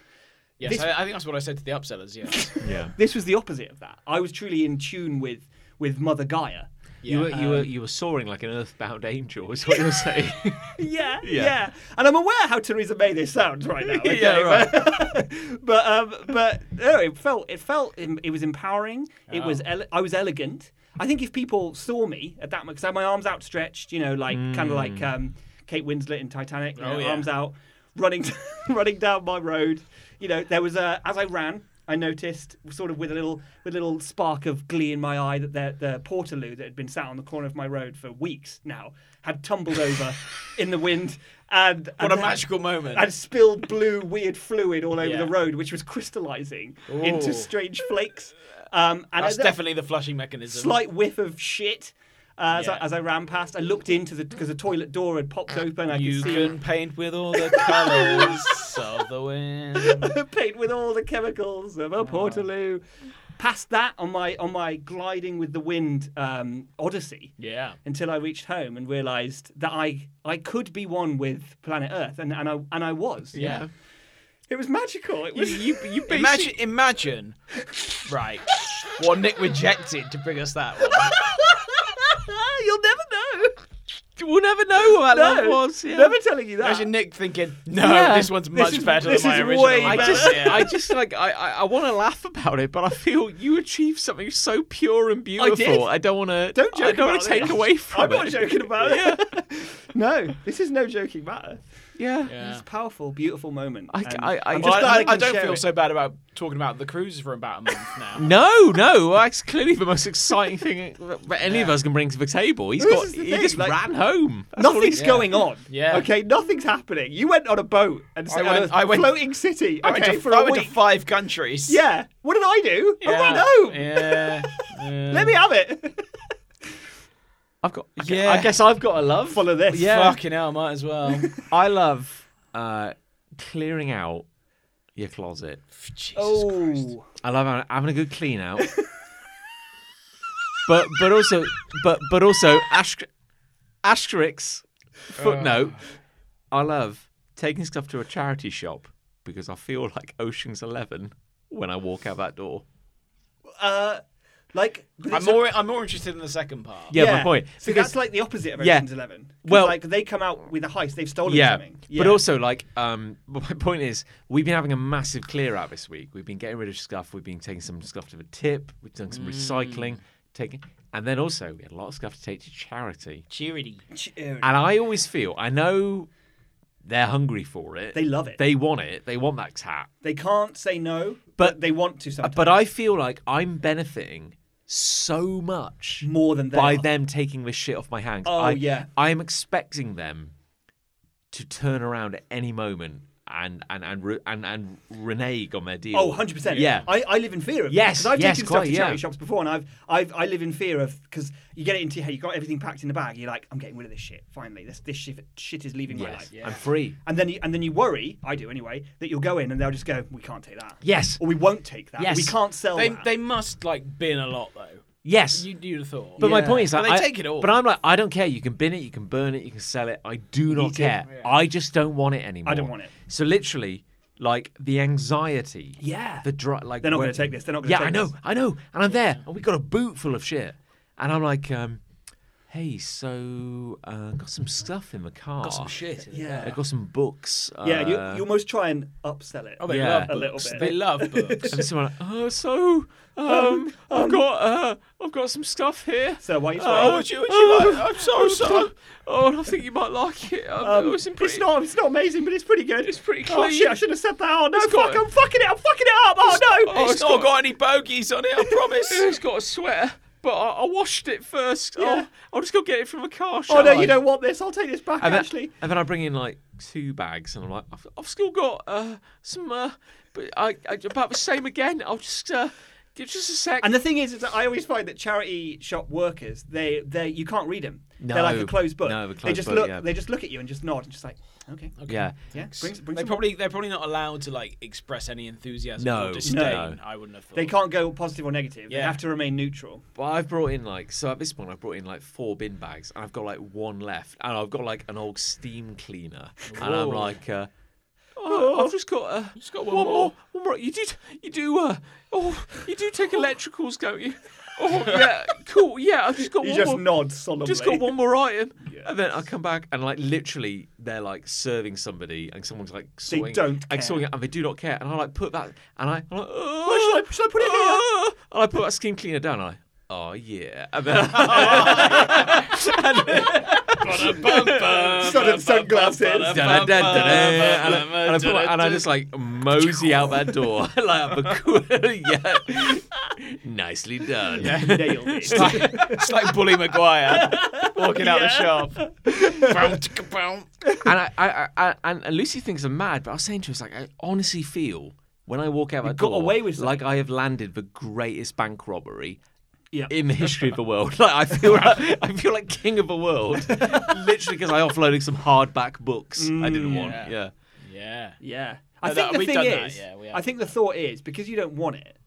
Speaker 2: Yes,
Speaker 3: This-
Speaker 2: I, I think that's what I said to the upsellers. Yes.
Speaker 1: Yeah.
Speaker 3: This was the opposite of that. I was truly in tune with with Mother Gaia.
Speaker 1: You were you were you were soaring like an earthbound angel, is what you're saying.
Speaker 3: Yeah,
Speaker 1: Yeah.
Speaker 3: yeah, And I'm aware how Theresa May this sounds right now. Okay?
Speaker 1: Yeah, right.
Speaker 3: But, but um, but no, it felt it felt em- it was empowering. It was
Speaker 2: Oh.
Speaker 3: ele- I was elegant. I think if people saw me at that because I had my arms outstretched, you know, like kind of like um, Kate Winslet in Titanic, you know,
Speaker 2: Hmm. Oh, yeah.
Speaker 3: arms out, running running down my road. You know, there was a as I ran. I noticed, sort of, with a little, with a little spark of glee in my eye, that the, the portaloo that had been sat on the corner of my road for weeks now had tumbled over in the wind, and
Speaker 2: what
Speaker 3: and
Speaker 2: a
Speaker 3: had-
Speaker 2: magical moment.
Speaker 3: and spilled blue, weird fluid all over
Speaker 2: Yeah.
Speaker 3: the road, which was crystallizing into
Speaker 2: Ooh.
Speaker 3: strange flakes. Um, and
Speaker 2: That's
Speaker 3: I-
Speaker 2: definitely the flushing mechanism.
Speaker 3: slight whiff of shit uh, as, I,
Speaker 2: Yeah.
Speaker 3: as I ran past. I looked into the because the toilet door had popped open. I
Speaker 2: You
Speaker 3: could
Speaker 2: can
Speaker 3: see
Speaker 2: paint with all the colours of the wind.
Speaker 3: paint with all the chemicals
Speaker 2: Ah.
Speaker 3: of a Portaloo. Past that on my on my gliding with the wind um, odyssey.
Speaker 2: Yeah.
Speaker 3: until I reached home and realised that I I could be one with planet Earth, and, and I and I was.
Speaker 2: Yeah.
Speaker 3: it was magical. It
Speaker 4: You,
Speaker 3: was
Speaker 4: you, you basically.
Speaker 2: Imagine, imagine, right? What Nick rejected to bring us that one.
Speaker 3: You'll never know.
Speaker 1: we'll never know what that
Speaker 3: No,
Speaker 1: love was. Yeah.
Speaker 3: Never telling you that.
Speaker 2: Imagine Nick thinking, "No,
Speaker 1: Yeah.
Speaker 2: this one's much
Speaker 3: is-
Speaker 2: better
Speaker 3: this
Speaker 2: than my
Speaker 3: is
Speaker 2: original."
Speaker 3: way
Speaker 2: one."
Speaker 1: I
Speaker 3: better.
Speaker 1: just,
Speaker 2: Yeah.
Speaker 1: I just like, I, I, I want to laugh about it, but I feel you achieved something so pure and beautiful. I, don't want to,
Speaker 3: Don't joke
Speaker 1: I don't want
Speaker 3: about
Speaker 1: to take
Speaker 3: this.
Speaker 1: away from
Speaker 3: I'm
Speaker 1: it.
Speaker 3: not joking about it. no, this is no joking matter.
Speaker 1: Yeah.
Speaker 3: It's a powerful, beautiful moment.
Speaker 1: I-
Speaker 3: and
Speaker 1: I- I-
Speaker 3: I'm
Speaker 1: Well,
Speaker 3: just
Speaker 2: I,
Speaker 3: glad
Speaker 2: I-
Speaker 3: I, can
Speaker 2: I don't
Speaker 3: share
Speaker 2: feel
Speaker 3: it.
Speaker 2: so bad about talking about the cruises for about a month now.
Speaker 1: No, no, that's clearly the most exciting thing that any of us can bring to the table. He's
Speaker 3: This
Speaker 1: got,
Speaker 3: is the
Speaker 1: he
Speaker 3: thing,
Speaker 1: just
Speaker 3: like-
Speaker 1: ran home.
Speaker 3: Nothing's going on.
Speaker 2: Yeah.
Speaker 3: Okay, nothing's happening. You went on a boat and
Speaker 2: I
Speaker 3: on
Speaker 2: went-
Speaker 3: a
Speaker 2: I went-
Speaker 3: floating city.
Speaker 2: I
Speaker 3: okay,
Speaker 2: went, to,
Speaker 3: for
Speaker 2: I
Speaker 3: a
Speaker 2: went to
Speaker 3: week.
Speaker 2: five countries.
Speaker 3: yeah. What did I do? I ran
Speaker 2: Yeah.
Speaker 3: home.
Speaker 2: Yeah.
Speaker 3: Let me have it.
Speaker 1: I've got, I gue-
Speaker 2: Yeah.
Speaker 1: I guess I've got a love.
Speaker 3: Follow this.
Speaker 1: Yeah.
Speaker 2: Fucking hell, might as well.
Speaker 1: I love uh, clearing out your closet.
Speaker 2: Jesus Christ.
Speaker 3: Oh.
Speaker 1: I love having, having a good clean out. but but also but but also aster- asterisks footnote. I love taking stuff to a charity shop because I feel like Ocean's Eleven when I walk out that door.
Speaker 3: Uh, like but
Speaker 2: I'm
Speaker 3: it's a-
Speaker 2: more, I'm more interested in the second part.
Speaker 1: Yeah, my point.
Speaker 3: So
Speaker 1: because
Speaker 3: that's like the opposite of
Speaker 1: Yeah.
Speaker 3: Ocean's Eleven. 'Cause,
Speaker 1: Well-
Speaker 3: like they come out with a heist, they've stolen
Speaker 1: yeah,
Speaker 3: something.
Speaker 1: but also like um. But my point is, we've been having a massive clear out this week. We've been getting rid of stuff. We've been taking some stuff to the tip. We've done
Speaker 3: Mm.
Speaker 1: some recycling, taking, and then also we had a lot of stuff to take to charity.
Speaker 2: Charity.
Speaker 3: uh,
Speaker 1: And I always feel, I know they're hungry for it.
Speaker 3: They love it.
Speaker 1: They want it. They want that tat.
Speaker 3: they can't say no, but,
Speaker 1: But-
Speaker 3: they want to sometimes.
Speaker 1: But I feel like I'm benefiting so much
Speaker 3: more than they
Speaker 1: by
Speaker 3: are.
Speaker 1: them taking this shit off my hands.
Speaker 3: Oh,
Speaker 1: I,
Speaker 3: yeah.
Speaker 1: I'm expecting them to turn around at any moment and and and re- and, and renege on their deal.
Speaker 3: Oh, 100 percent.
Speaker 1: Yeah.
Speaker 3: I, I live in fear of
Speaker 1: Yes,
Speaker 3: Because I've
Speaker 1: yes,
Speaker 3: taken
Speaker 1: quite,
Speaker 3: stuff to charity
Speaker 1: yeah.
Speaker 3: shops before, and I've, I've I live in fear of because you get it into your head. You got everything packed in the bag. You're like, I'm getting rid of this shit. Finally, this this shit, shit is leaving my
Speaker 1: yes.
Speaker 3: life.
Speaker 1: I'm free.
Speaker 3: And then you, and then you worry. I do anyway. That you'll go in and they'll just go, we can't take that.
Speaker 1: Yes.
Speaker 3: Or we won't take that. or
Speaker 1: Yes.
Speaker 3: we can't sell
Speaker 2: They,
Speaker 3: that.
Speaker 2: they must like bin a lot though.
Speaker 1: Yes.
Speaker 2: You, you'd have thought.
Speaker 1: But my point is,
Speaker 2: But
Speaker 1: like,
Speaker 2: they
Speaker 1: I,
Speaker 2: take it all.
Speaker 1: But I'm like, I don't care. You can bin it, you can burn it, you can sell it. I do not
Speaker 3: Eat it.
Speaker 1: care. I just don't want it anymore.
Speaker 3: don't want it.
Speaker 1: So literally, like the anxiety.
Speaker 3: Yeah.
Speaker 1: The dry, like
Speaker 3: They're not
Speaker 1: when-
Speaker 3: gonna take this, they're not gonna
Speaker 1: Yeah,
Speaker 3: take
Speaker 1: I know,
Speaker 3: this.
Speaker 1: I know. And I'm there, and we've got a boot full of shit, and I'm like, um, hey, so uh, got some stuff in the car.
Speaker 2: Oh,
Speaker 6: Got some shit. in it.
Speaker 1: I got some books.
Speaker 3: Yeah, and
Speaker 1: uh,
Speaker 3: you, you almost try and upsell it.
Speaker 2: Oh, they
Speaker 1: Yeah.
Speaker 2: love
Speaker 3: A little
Speaker 2: books.
Speaker 3: bit.
Speaker 2: They love books.
Speaker 1: And someone, like, oh, so um, I've got uh, I've got some stuff here.
Speaker 3: So why are you
Speaker 1: Oh,
Speaker 3: swearing?
Speaker 1: would you, would you like?
Speaker 2: I'm so sorry.
Speaker 1: Oh, I think you might like it. Um, it was in pretty,
Speaker 3: it's not it's not amazing, but it's pretty good. It's
Speaker 1: pretty
Speaker 3: Oh
Speaker 1: clean.
Speaker 3: shit! I should have said that. Oh no!
Speaker 1: It's
Speaker 3: Fuck!
Speaker 1: got-
Speaker 3: I'm fucking it. I'm fucking it up. Oh no!
Speaker 1: Oh,
Speaker 2: it's not got any bogeys on it, I promise.
Speaker 1: It's got a sweater, but I, I washed it first. I'll, I'll just go get it from a car shop.
Speaker 3: oh no! You don't want this. I'll take this back.
Speaker 1: And then,
Speaker 3: actually,
Speaker 1: and then I bring in like two bags, and I'm like, I've, I've still got uh, some, uh, but I, I about the same again. I'll just uh, give just a sec.
Speaker 3: And the thing is, is that I always find that charity shop workers, they they you can't read them. They're like
Speaker 1: No.
Speaker 3: a closed book.
Speaker 1: No, a
Speaker 3: they
Speaker 1: closed
Speaker 3: just
Speaker 1: book,
Speaker 3: look.
Speaker 1: yeah.
Speaker 3: They just look at you and just nod and just like, okay,
Speaker 1: yeah,
Speaker 3: yeah. Bring, bring
Speaker 2: They
Speaker 3: some-
Speaker 2: probably they're probably not allowed to like express any enthusiasm
Speaker 1: No,
Speaker 2: or
Speaker 1: no.
Speaker 2: disdain.
Speaker 1: No.
Speaker 2: I wouldn't have thought.
Speaker 3: They can't go positive or negative. They
Speaker 2: Yeah.
Speaker 3: have to remain neutral.
Speaker 1: but I've brought in like so at this point I've brought in like four bin bags, and I've got like one left, and I've got like an old steam cleaner, and I'm like. Uh, Oh, I've just got, uh, just got one, more. One more. You did. You do. Uh, oh, you do take electricals, don't you? Oh, yeah. Cool. Yeah, I've just got
Speaker 3: You
Speaker 1: one
Speaker 3: just
Speaker 1: more.
Speaker 3: nod solemnly.
Speaker 1: just got one more item, and then I come back and like literally they're like serving somebody, and someone's like
Speaker 3: They
Speaker 1: sorting,
Speaker 3: don't
Speaker 1: like,
Speaker 3: care.
Speaker 1: sorting it, and they do not care, and I like put that, and I, I'm like,
Speaker 3: Should I,
Speaker 1: oh,
Speaker 3: should I put it here?
Speaker 1: oh," and I put that skin cleaner down, and I. Oh yeah! And then,
Speaker 3: Sudden sunglasses.
Speaker 1: and I- and I put my- and I just like mosey out that door like I'm a cool, yeah. nicely done.
Speaker 3: Nailed it.
Speaker 2: it's like Bully Maguire walking out the shop.
Speaker 1: and I, I, I, I and and Lucy thinks I'm mad, but I was saying to her, it's like I honestly feel when I walk out that
Speaker 3: got
Speaker 1: door,
Speaker 3: away with
Speaker 1: like I have landed the greatest bank robbery.
Speaker 3: Yeah.
Speaker 1: In the history of the world, like I feel, like, I feel like king of the world, literally because I offloaded some hardback books I didn't want.
Speaker 2: Mm, Yeah.
Speaker 1: Yeah,
Speaker 2: Yeah.
Speaker 3: Yeah. I
Speaker 2: No,
Speaker 3: think
Speaker 2: that-
Speaker 3: the
Speaker 2: we've
Speaker 3: thing
Speaker 2: done that,
Speaker 3: is,
Speaker 2: yeah, we
Speaker 3: I
Speaker 2: have
Speaker 3: think the thought is because you don't want it,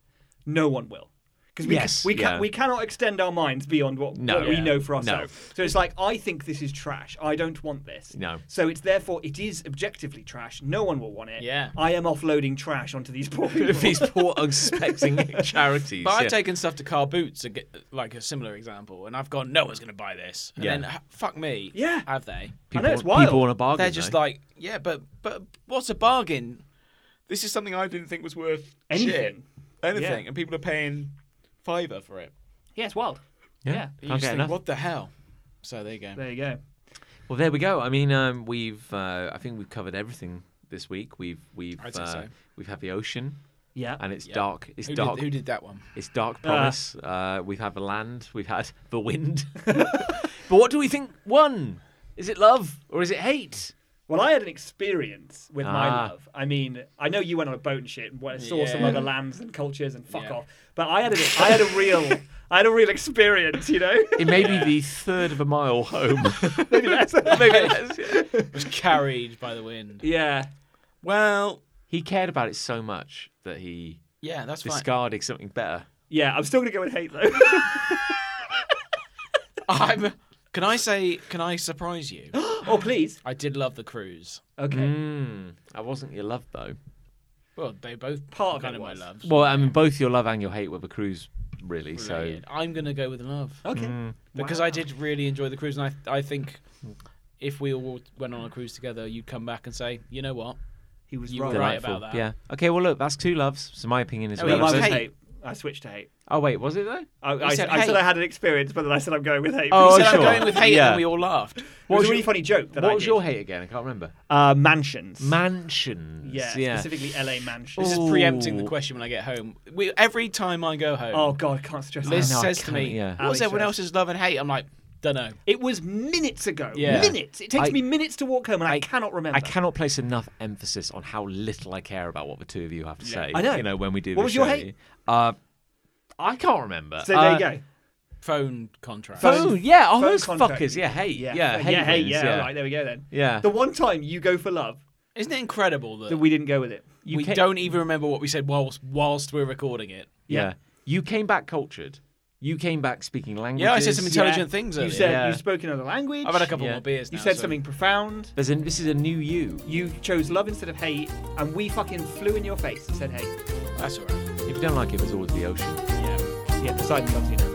Speaker 3: no one will. Because we,
Speaker 1: Yes,
Speaker 3: we, can,
Speaker 1: yeah.
Speaker 3: we cannot extend our minds beyond what,
Speaker 1: No.
Speaker 3: what we
Speaker 1: Yeah.
Speaker 3: know for ourselves. So it's like, I think this is trash. I don't want this.
Speaker 1: No.
Speaker 3: So it's therefore, it is objectively trash. No one will want it.
Speaker 2: Yeah.
Speaker 3: I am offloading trash onto these poor people.
Speaker 1: these poor unsuspecting charities.
Speaker 2: But I've
Speaker 1: yeah.
Speaker 2: taken stuff to Carl Boots, ag- like a similar example, and I've gone, no one's going to buy this. And
Speaker 1: Yeah.
Speaker 2: then, h- fuck me.
Speaker 3: Yeah.
Speaker 2: Have they?
Speaker 3: I
Speaker 1: people,
Speaker 3: know it's
Speaker 1: people
Speaker 3: wild.
Speaker 1: want a bargain.
Speaker 2: They're just
Speaker 1: though.
Speaker 2: like, yeah, but but what's a bargain? This is something I didn't think was worth shit.
Speaker 3: Anything.
Speaker 2: Anything.
Speaker 3: Yeah.
Speaker 2: And people are paying fiver for it.
Speaker 3: Yeah, it's wild. Yeah.
Speaker 1: Can't
Speaker 2: You just
Speaker 1: get
Speaker 2: think,
Speaker 1: enough.
Speaker 2: what the hell? So there you go.
Speaker 3: There you go.
Speaker 1: Well, there we go. I mean, um, we've uh, I think we've covered everything this week. We've we've
Speaker 2: I'd say
Speaker 1: uh,
Speaker 2: so.
Speaker 1: we've had the ocean
Speaker 3: Yeah.
Speaker 1: and it's
Speaker 2: Yeah.
Speaker 1: dark. It's
Speaker 2: Who did,
Speaker 1: dark.
Speaker 2: who did that one?
Speaker 1: It's dark promise. Uh, we've had the land. We've had the wind. but what do we think won? Is it love or is it hate?
Speaker 3: Well, I had an experience with my
Speaker 1: Ah.
Speaker 3: love. I mean, I know you went on a boat and shit and went- saw some
Speaker 2: Yeah.
Speaker 3: other lands and cultures and fuck
Speaker 2: Yeah.
Speaker 3: off. But I had a, I had a real, I had a real experience. You know,
Speaker 1: It may be the third of a mile home.
Speaker 3: maybe that's
Speaker 1: Maybe it is.
Speaker 2: was carried by the wind.
Speaker 3: yeah.
Speaker 2: Well,
Speaker 1: He cared about it so much that he
Speaker 2: yeah, that's fine.
Speaker 1: discarded something better.
Speaker 3: Yeah, I'm still gonna go with hate though.
Speaker 2: I'm, can I say? Can I surprise you?
Speaker 3: oh please.
Speaker 2: I did love the cruise.
Speaker 3: Okay.
Speaker 1: Mm, I wasn't your love though.
Speaker 2: Well, they both
Speaker 3: Part
Speaker 2: part
Speaker 3: of
Speaker 2: kind
Speaker 3: it
Speaker 2: of my
Speaker 3: was.
Speaker 2: loves.
Speaker 1: Well, I mean, both your love and your hate were the cruise, really. So
Speaker 2: related. I'm gonna go with love
Speaker 3: Okay.
Speaker 2: because I
Speaker 3: Wow.
Speaker 2: did really enjoy the cruise, and I I think if we all went on a cruise together, you'd come back and say, you know what?
Speaker 3: He was
Speaker 2: You
Speaker 3: right.
Speaker 2: were right.
Speaker 1: delightful.
Speaker 2: about that.
Speaker 1: Yeah. Okay. Well, look, that's two loves. So my opinion is.
Speaker 2: No,
Speaker 3: No,
Speaker 1: well.
Speaker 3: mine was
Speaker 2: Hate.
Speaker 3: hate. I switched to hate.
Speaker 1: Oh wait, was it though?
Speaker 3: I, I,
Speaker 2: said
Speaker 3: said, I said
Speaker 2: hate.
Speaker 3: I had an experience, but then I said I'm going with hate.
Speaker 1: Oh,
Speaker 3: it
Speaker 2: Said,
Speaker 1: sure.
Speaker 2: I'm going with hate,
Speaker 1: Yeah.
Speaker 2: and we all laughed.
Speaker 3: was
Speaker 1: was
Speaker 3: a really
Speaker 1: your-
Speaker 3: funny joke that I
Speaker 1: What was
Speaker 3: did.
Speaker 1: your hate again? I can't remember.
Speaker 3: Uh, mansions.
Speaker 1: Mansions.
Speaker 3: yeah, specifically LA mansions.
Speaker 2: This
Speaker 1: Ooh.
Speaker 2: is preempting the question when I get home. We, every time I go home,
Speaker 3: Oh god, I can't stress that.
Speaker 2: Liz
Speaker 1: I know, I
Speaker 2: says to me,
Speaker 1: can't, yeah.
Speaker 2: "What's
Speaker 3: Ali
Speaker 2: everyone
Speaker 3: says-
Speaker 2: else's love and hate?" I'm like, "Don't know."
Speaker 3: It was minutes ago.
Speaker 2: Yeah.
Speaker 3: Minutes. It takes
Speaker 1: I-
Speaker 3: me minutes to walk home, and I, cannot remember.
Speaker 1: I cannot place enough emphasis on how little I care about what the two of you have to say.
Speaker 3: I know.
Speaker 1: You know when we do.
Speaker 3: What
Speaker 1: this
Speaker 3: was your
Speaker 1: show.
Speaker 3: hate?
Speaker 1: Uh, I can't remember.
Speaker 3: So there
Speaker 1: Uh,
Speaker 3: you go.
Speaker 2: Phone contract.
Speaker 1: Phone. yeah. Oh,
Speaker 3: phone
Speaker 1: those
Speaker 3: contract.
Speaker 1: fuckers. Yeah. Hate. Yeah. Yeah.
Speaker 3: yeah, hey,
Speaker 1: wins,
Speaker 3: yeah.
Speaker 1: yeah.
Speaker 3: All right, there we go then.
Speaker 1: Yeah.
Speaker 3: The one time you go for love,
Speaker 2: Isn't it incredible that
Speaker 3: that we didn't go with it.
Speaker 1: You
Speaker 2: we
Speaker 1: ca-
Speaker 2: don't even remember what we said whilst whilst we're recording it?
Speaker 1: Yeah.
Speaker 3: Yeah.
Speaker 1: You came back cultured. You came back speaking languages.
Speaker 2: Yeah, I said some intelligent
Speaker 3: Yeah.
Speaker 2: things.
Speaker 3: You
Speaker 2: earlier.
Speaker 3: said
Speaker 1: Yeah.
Speaker 3: you spoke another language.
Speaker 2: I've had a couple
Speaker 1: Yeah.
Speaker 2: more beers.
Speaker 3: You
Speaker 2: now,
Speaker 3: said
Speaker 2: so-
Speaker 3: something profound.
Speaker 1: There's a, this is a new you.
Speaker 3: You chose love instead of hate, and we fucking flew in your face and said hate.
Speaker 2: That's all right.
Speaker 1: If you don't like it, it's always the ocean.
Speaker 3: Yeah, beside the Continent.